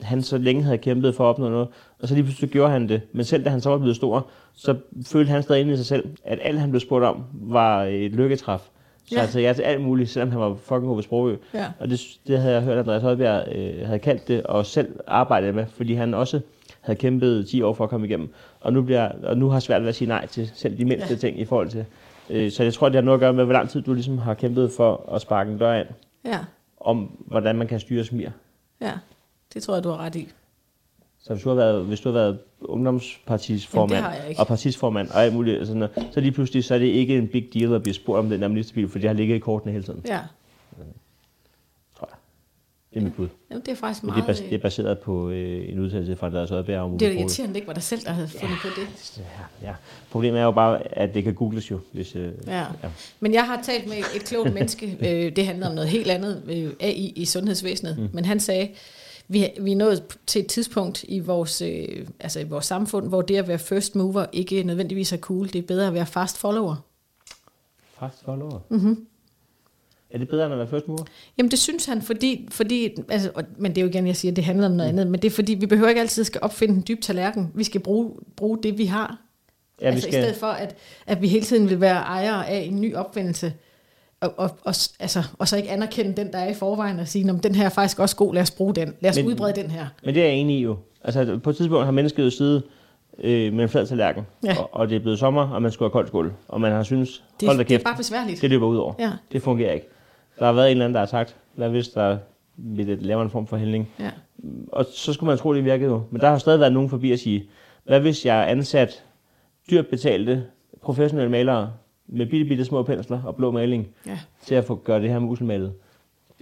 [SPEAKER 3] han så længe havde kæmpet for at opnå noget, og så lige pludselig gjorde han det. Men selv da han så var blevet stor, så følte han stadig inde i sig selv, at alt han blev spurgt om, var et lykketræf. Så
[SPEAKER 2] Ja.
[SPEAKER 3] ja. altså, jeg til alt muligt, selvom han var fucking Ove Sprogø.
[SPEAKER 2] Ja.
[SPEAKER 3] Og det, det havde jeg hørt, Andreas Højbjerg øh, havde kaldt det, og selv arbejdet med, fordi han også havde kæmpet 10 år for at komme igennem. Og nu, bliver, og nu har svært ved at sige nej til selv de mindste
[SPEAKER 2] Ja.
[SPEAKER 3] ja. ting i forhold til. Øh, så jeg tror, det har noget at gøre med, hvor lang tid du ligesom har kæmpet for at sparke en dør ind,
[SPEAKER 2] Ja,
[SPEAKER 3] om hvordan man kan styre smir.
[SPEAKER 2] ja. Det tror jeg, du har ret i.
[SPEAKER 3] Så hvis du har været, hvis du har været
[SPEAKER 4] Jamen,
[SPEAKER 3] ungdomspartisformand
[SPEAKER 4] det har jeg ikke.
[SPEAKER 3] og partisformand og alt muligt, og sådan noget, så lige pludselig så er det ikke en big deal at blive spurgt om den der ministerbil, for det har ligget i kortene hele tiden,
[SPEAKER 2] Ja.
[SPEAKER 3] tror jeg. Det er mit bud.
[SPEAKER 4] Jamen, det er faktisk
[SPEAKER 3] Men
[SPEAKER 4] meget...
[SPEAKER 3] det er, bas- det er baseret på øh, en udtalelse fra Andreas Odberg om
[SPEAKER 4] øh, det er
[SPEAKER 3] Ove
[SPEAKER 4] da
[SPEAKER 3] Sprogøe.
[SPEAKER 4] irriterende, det ikke var dig selv, der havde fundet på det.
[SPEAKER 3] Ja, ja. Problemet er jo bare, at det kan googles jo. Hvis, øh,
[SPEAKER 4] Ja. Men jeg har talt med et klogt menneske, øh, det handlede om noget helt andet, øh, AI i sundhedsvæsenet, mm. men han sagde, vi, vi er nået til et tidspunkt i vores, øh, altså i vores samfund, hvor det at være first mover ikke nødvendigvis er cool, det er bedre at være fast follower.
[SPEAKER 3] Fast follower. Mm-hmm.
[SPEAKER 4] Mhm.
[SPEAKER 3] Er det bedre, end at være første mor?
[SPEAKER 4] Jamen det synes han, fordi, fordi altså, og, men det er jo igen, jeg siger, det handler om noget andet, men det er fordi, vi behøver ikke altid skal opfinde en dyb tallerken, vi skal bruge, bruge det, vi har, Ja, altså skal... i stedet for, at, at vi hele tiden vil være ejere af en ny opfindelse, og, og, og, s- altså, og så ikke anerkende den, der er i forvejen, og sige, "Nå, men den her er faktisk også god, lad os bruge den, lad os Men...
[SPEAKER 3] Men-
[SPEAKER 4] udbrede den her.
[SPEAKER 3] Men det er jeg enig i jo. Altså, på et tidspunkt har mennesket jo siddet øh, med en flad tallerken,
[SPEAKER 4] Ja.
[SPEAKER 3] og, og det er blevet sommer, og man skulle have koldt skål, og man har synes,
[SPEAKER 4] Det,
[SPEAKER 3] hold da
[SPEAKER 4] det er
[SPEAKER 3] kæft,
[SPEAKER 4] bare besværligt.
[SPEAKER 3] det løber ud over.
[SPEAKER 4] Ja.
[SPEAKER 3] Det fungerer ikke. Der har været en eller anden, der har sagt, hvad hvis der vi det- laver en form for hældning?
[SPEAKER 4] Ja.
[SPEAKER 3] Og så skulle man tro, det virkede jo. Men der har stadig været nogen forbi at sige, hvad hvis jeg er ansat dyrt betalte professionelle malere med bitte, bitte små pensler og blå maling
[SPEAKER 4] Ja.
[SPEAKER 3] til at få gøre det her muselmalet.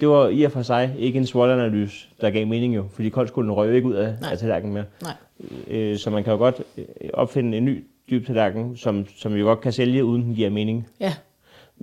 [SPEAKER 3] Det var i og for sig ikke en SWOT-analyse, der gav mening jo, fordi koldskolen røg jo ikke ud af,
[SPEAKER 4] Nej.
[SPEAKER 3] af tallerkenen mere.
[SPEAKER 4] Nej.
[SPEAKER 3] Øh, så man kan jo godt øh, opfinde en ny dyb tallerken, som, som jo godt kan sælge, uden den giver mening.
[SPEAKER 4] Ja.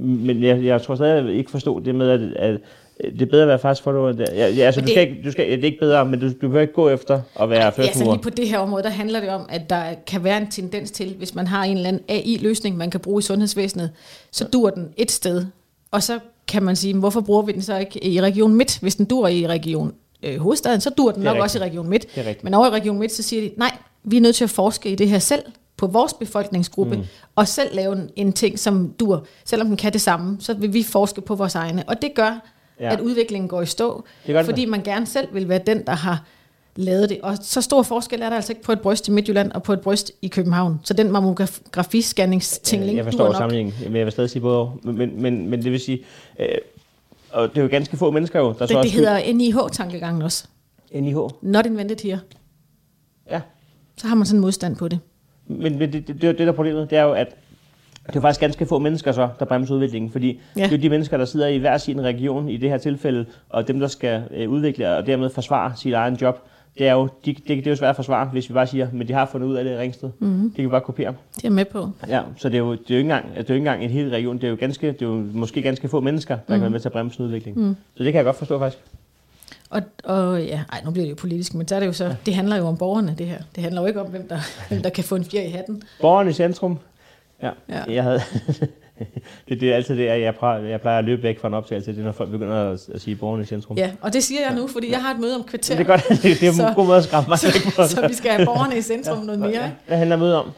[SPEAKER 3] Men jeg, jeg tror stadig, at jeg ikke forstod det med, at, at det er bedre at være fast follower. end- Ja, ja, altså, du
[SPEAKER 4] Men det-
[SPEAKER 3] skal ikke, du skal, ja, det er ikke bedre, men du, du behøver ikke gå efter at være
[SPEAKER 4] Ja,
[SPEAKER 3] first
[SPEAKER 4] altså
[SPEAKER 3] mover.
[SPEAKER 4] lige på det her område, der handler det om, at der kan være en tendens til, hvis man har en eller anden AI-løsning, man kan bruge i sundhedsvæsenet, så dur den et sted, og så kan man sige, "Men hvorfor bruger vi den så ikke i Region Midt? Hvis den dur i Region øh, Hovedstaden, så dur den
[SPEAKER 3] Det er
[SPEAKER 4] nok også i
[SPEAKER 3] rigtigt.
[SPEAKER 4] Region Midt.
[SPEAKER 3] Det er rigtigt.
[SPEAKER 4] Men over i Region Midt, så siger de, nej, vi er nødt til at forske i det her selv, på vores befolkningsgruppe, mm. og selv lave en, en ting, som dur. Selvom den kan det samme, så vil vi forske på vores egne. Og det gør, ja.
[SPEAKER 3] Ja.
[SPEAKER 4] at udviklingen går i stå,
[SPEAKER 3] Det gør det
[SPEAKER 4] fordi
[SPEAKER 3] da.
[SPEAKER 4] man gerne selv vil være den, der har lavet det. Og så stor forskel er der altså ikke på et bryst i Midtjylland og på et bryst i København. Så den mammografiscanningsting,
[SPEAKER 3] Jeg, jeg
[SPEAKER 4] duer
[SPEAKER 3] forstår
[SPEAKER 4] nok.
[SPEAKER 3] sammenhængen, men jeg vil stadig sige både og. men, men, men, men det vil sige, øh, og det er jo ganske få mennesker jo, der så
[SPEAKER 4] Det, det
[SPEAKER 3] også
[SPEAKER 4] hedder NIH-tankegangen også.
[SPEAKER 3] NIH.
[SPEAKER 4] Not invented here.
[SPEAKER 3] Ja,
[SPEAKER 4] Så har man sådan en modstand på det.
[SPEAKER 3] men, men det, det, det, er jo det, der er problemet, det er jo, at det er jo faktisk ganske få mennesker så, der bremser udviklingen, fordi
[SPEAKER 4] Ja.
[SPEAKER 3] ja. det er jo de mennesker, der sidder i hver sin region i det her tilfælde, og dem, der skal øh, udvikle og dermed forsvare sit egen job, det er jo, de, det, det er jo svært at forsvare, hvis vi bare siger, men de har fundet ud af det i Ringsted. Mm-hmm. Det kan vi bare kopiere.
[SPEAKER 4] Det er jeg med på.
[SPEAKER 3] Ja, så det er jo, det er jo ikke engang, det er jo ikke engang en hel region, det er jo, ganske, det er jo måske ganske få mennesker, der mm. kan være med til at bremse en udvikling. Mm. Så det kan jeg godt forstå faktisk.
[SPEAKER 4] Og, og ja, ej, nu bliver det jo politisk, men så er det jo så, det handler jo om borgerne, det her. Det handler jo ikke om, hvem der, hvem der kan få en fjer i hatten.
[SPEAKER 3] Borgeren i centrum. Ja,
[SPEAKER 4] Ja.
[SPEAKER 3] ja. jeg havde... det, det er altid det, at jeg, plejer, jeg plejer at løbe væk fra en optagelse, det er, når folk begynder at, at sige borgeren i centrum.
[SPEAKER 4] Ja, og det siger jeg nu, fordi jeg har et møde om kvarter,
[SPEAKER 3] Men det er godt, det, det er en
[SPEAKER 4] Så-
[SPEAKER 3] god måde at skræmme mig.
[SPEAKER 4] så,
[SPEAKER 3] væk fra.
[SPEAKER 4] så vi skal have borgerne i centrum noget mere.
[SPEAKER 3] Ja. Hvad handler mødet om?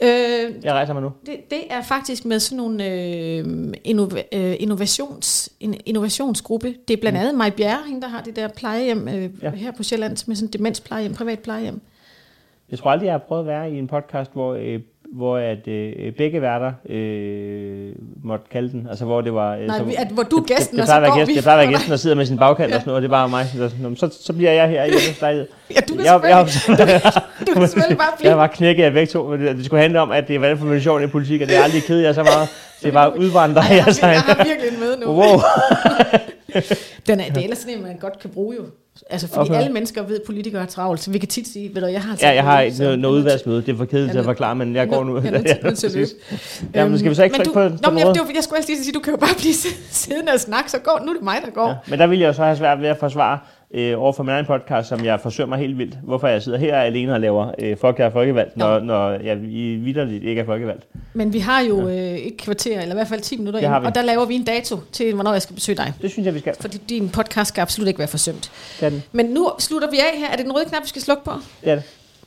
[SPEAKER 4] Ikke? Øh,
[SPEAKER 3] Jeg rejser mig nu.
[SPEAKER 4] Det, det er faktisk med sådan nogle øh, innova- øh, innovations, en innovationsgruppe. Det er blandt andet Maj Bjerre, hende der har det der plejehjem øh, ja.
[SPEAKER 3] Mm. Ja.
[SPEAKER 4] her på Sjælland, som er sådan et demensplejehjem, privat plejehjem.
[SPEAKER 3] Jeg tror aldrig, jeg har prøvet at være i en podcast, hvor, øh, hvor at, øh, begge værter øh, måtte kalde den. Altså, hvor det var... Øh,
[SPEAKER 4] Nej,
[SPEAKER 3] så-
[SPEAKER 4] vi, at, hvor du er
[SPEAKER 3] Det,
[SPEAKER 4] gæsten,
[SPEAKER 3] det,
[SPEAKER 4] og så
[SPEAKER 3] plejer at være
[SPEAKER 4] går
[SPEAKER 3] gæst,
[SPEAKER 4] vi.
[SPEAKER 3] det plejer at være gæsten, der sidder med sin bagkant og sådan noget, og det er bare mig. Så, nå, men så, så bliver jeg her i Jens lejlighed.
[SPEAKER 4] Ja, du kan,
[SPEAKER 3] Jeg-
[SPEAKER 4] selvfølgelig,
[SPEAKER 3] jeg-
[SPEAKER 4] du kan selvfølgelig bare blive.
[SPEAKER 3] Jeg var knækket af væk to, men det, det skulle handle om, at det er hvordan for motivation i politik, og det er aldrig ked jeg så meget. Det er bare udvandrer
[SPEAKER 4] jeg,
[SPEAKER 3] jeg
[SPEAKER 4] har,
[SPEAKER 3] sig.
[SPEAKER 4] jeg har virkelig en møde nu.
[SPEAKER 3] Wow.
[SPEAKER 4] Den er, det er ellers sådan en, man godt kan bruge jo. Altså, fordi
[SPEAKER 3] Okay.
[SPEAKER 4] alle mennesker ved, at politikere er travlt, så vi kan tit sige, ved du, jeg har... altså
[SPEAKER 3] Ja, jeg har
[SPEAKER 4] møde,
[SPEAKER 3] et-
[SPEAKER 4] så
[SPEAKER 3] noget, noget
[SPEAKER 4] jeg er nødt til-
[SPEAKER 3] udvalgsmøde. Det er for kedeligt til at
[SPEAKER 4] Jeg er nødt-
[SPEAKER 3] forklare, men jeg går nu.
[SPEAKER 4] Jeg er nødt til- nødt til at
[SPEAKER 3] Ja,
[SPEAKER 4] løbe. Øhm,
[SPEAKER 3] præcis. Jamen, skal vi så ikke
[SPEAKER 4] Men
[SPEAKER 3] trykke på
[SPEAKER 4] du-
[SPEAKER 3] den-
[SPEAKER 4] Nå,
[SPEAKER 3] på
[SPEAKER 4] men
[SPEAKER 3] den
[SPEAKER 4] jeg,
[SPEAKER 3] røde?
[SPEAKER 4] det var, jeg skulle også lige sige, du kan jo bare blive siddende og snakke, så går, nu er det mig, der går.
[SPEAKER 3] Ja, men der vil jeg jo så have svært ved at forsvare øh, over for min egen podcast, som jeg forsømmer helt vildt, hvorfor jeg sidder her alene og laver øh, Fuck, jeg er folkevalgt, når, når jeg i vidderligt ikke er folkevalgt.
[SPEAKER 4] Men vi har jo øh, et kvarter, eller i hvert fald 10 minutter
[SPEAKER 3] Det har
[SPEAKER 4] ind,
[SPEAKER 3] vi.
[SPEAKER 4] og der laver vi en dato til, hvornår jeg skal besøge dig.
[SPEAKER 3] Det synes jeg, vi skal.
[SPEAKER 4] Fordi din podcast skal absolut ikke være forsømt.
[SPEAKER 3] Det er den.
[SPEAKER 4] Men nu slutter vi af her. Er det den røde knap, vi skal slukke på?
[SPEAKER 3] Det er det.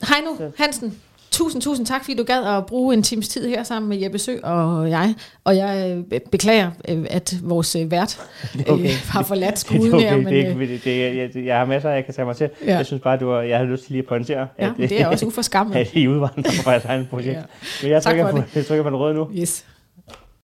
[SPEAKER 4] Hej nu, Hansen. Tusind, tusind tak, fordi du gad at bruge en times tid her sammen med Jeppe Sø og jeg. Og jeg øh, beklager, øh, at vores øh, vært øh,
[SPEAKER 3] Okay.
[SPEAKER 4] har forladt
[SPEAKER 3] Det
[SPEAKER 4] skuden
[SPEAKER 3] er okay,
[SPEAKER 4] her. Men,
[SPEAKER 3] det, er
[SPEAKER 4] øh,
[SPEAKER 3] ikke- det, det, jeg, det- jeg har masser, jeg kan tage mig til.
[SPEAKER 4] Ja.
[SPEAKER 3] Ja. Jeg synes bare, det var, jeg havde lyst til lige at pointere,
[SPEAKER 4] ja, men det er også
[SPEAKER 3] at
[SPEAKER 4] uforskammet.
[SPEAKER 3] I udvandrer fra jeres egen projekt.
[SPEAKER 4] Ja.
[SPEAKER 3] Men jeg
[SPEAKER 4] Tak
[SPEAKER 3] trykker,
[SPEAKER 4] for
[SPEAKER 3] på, jeg trykker på den røde nu.
[SPEAKER 4] Yes.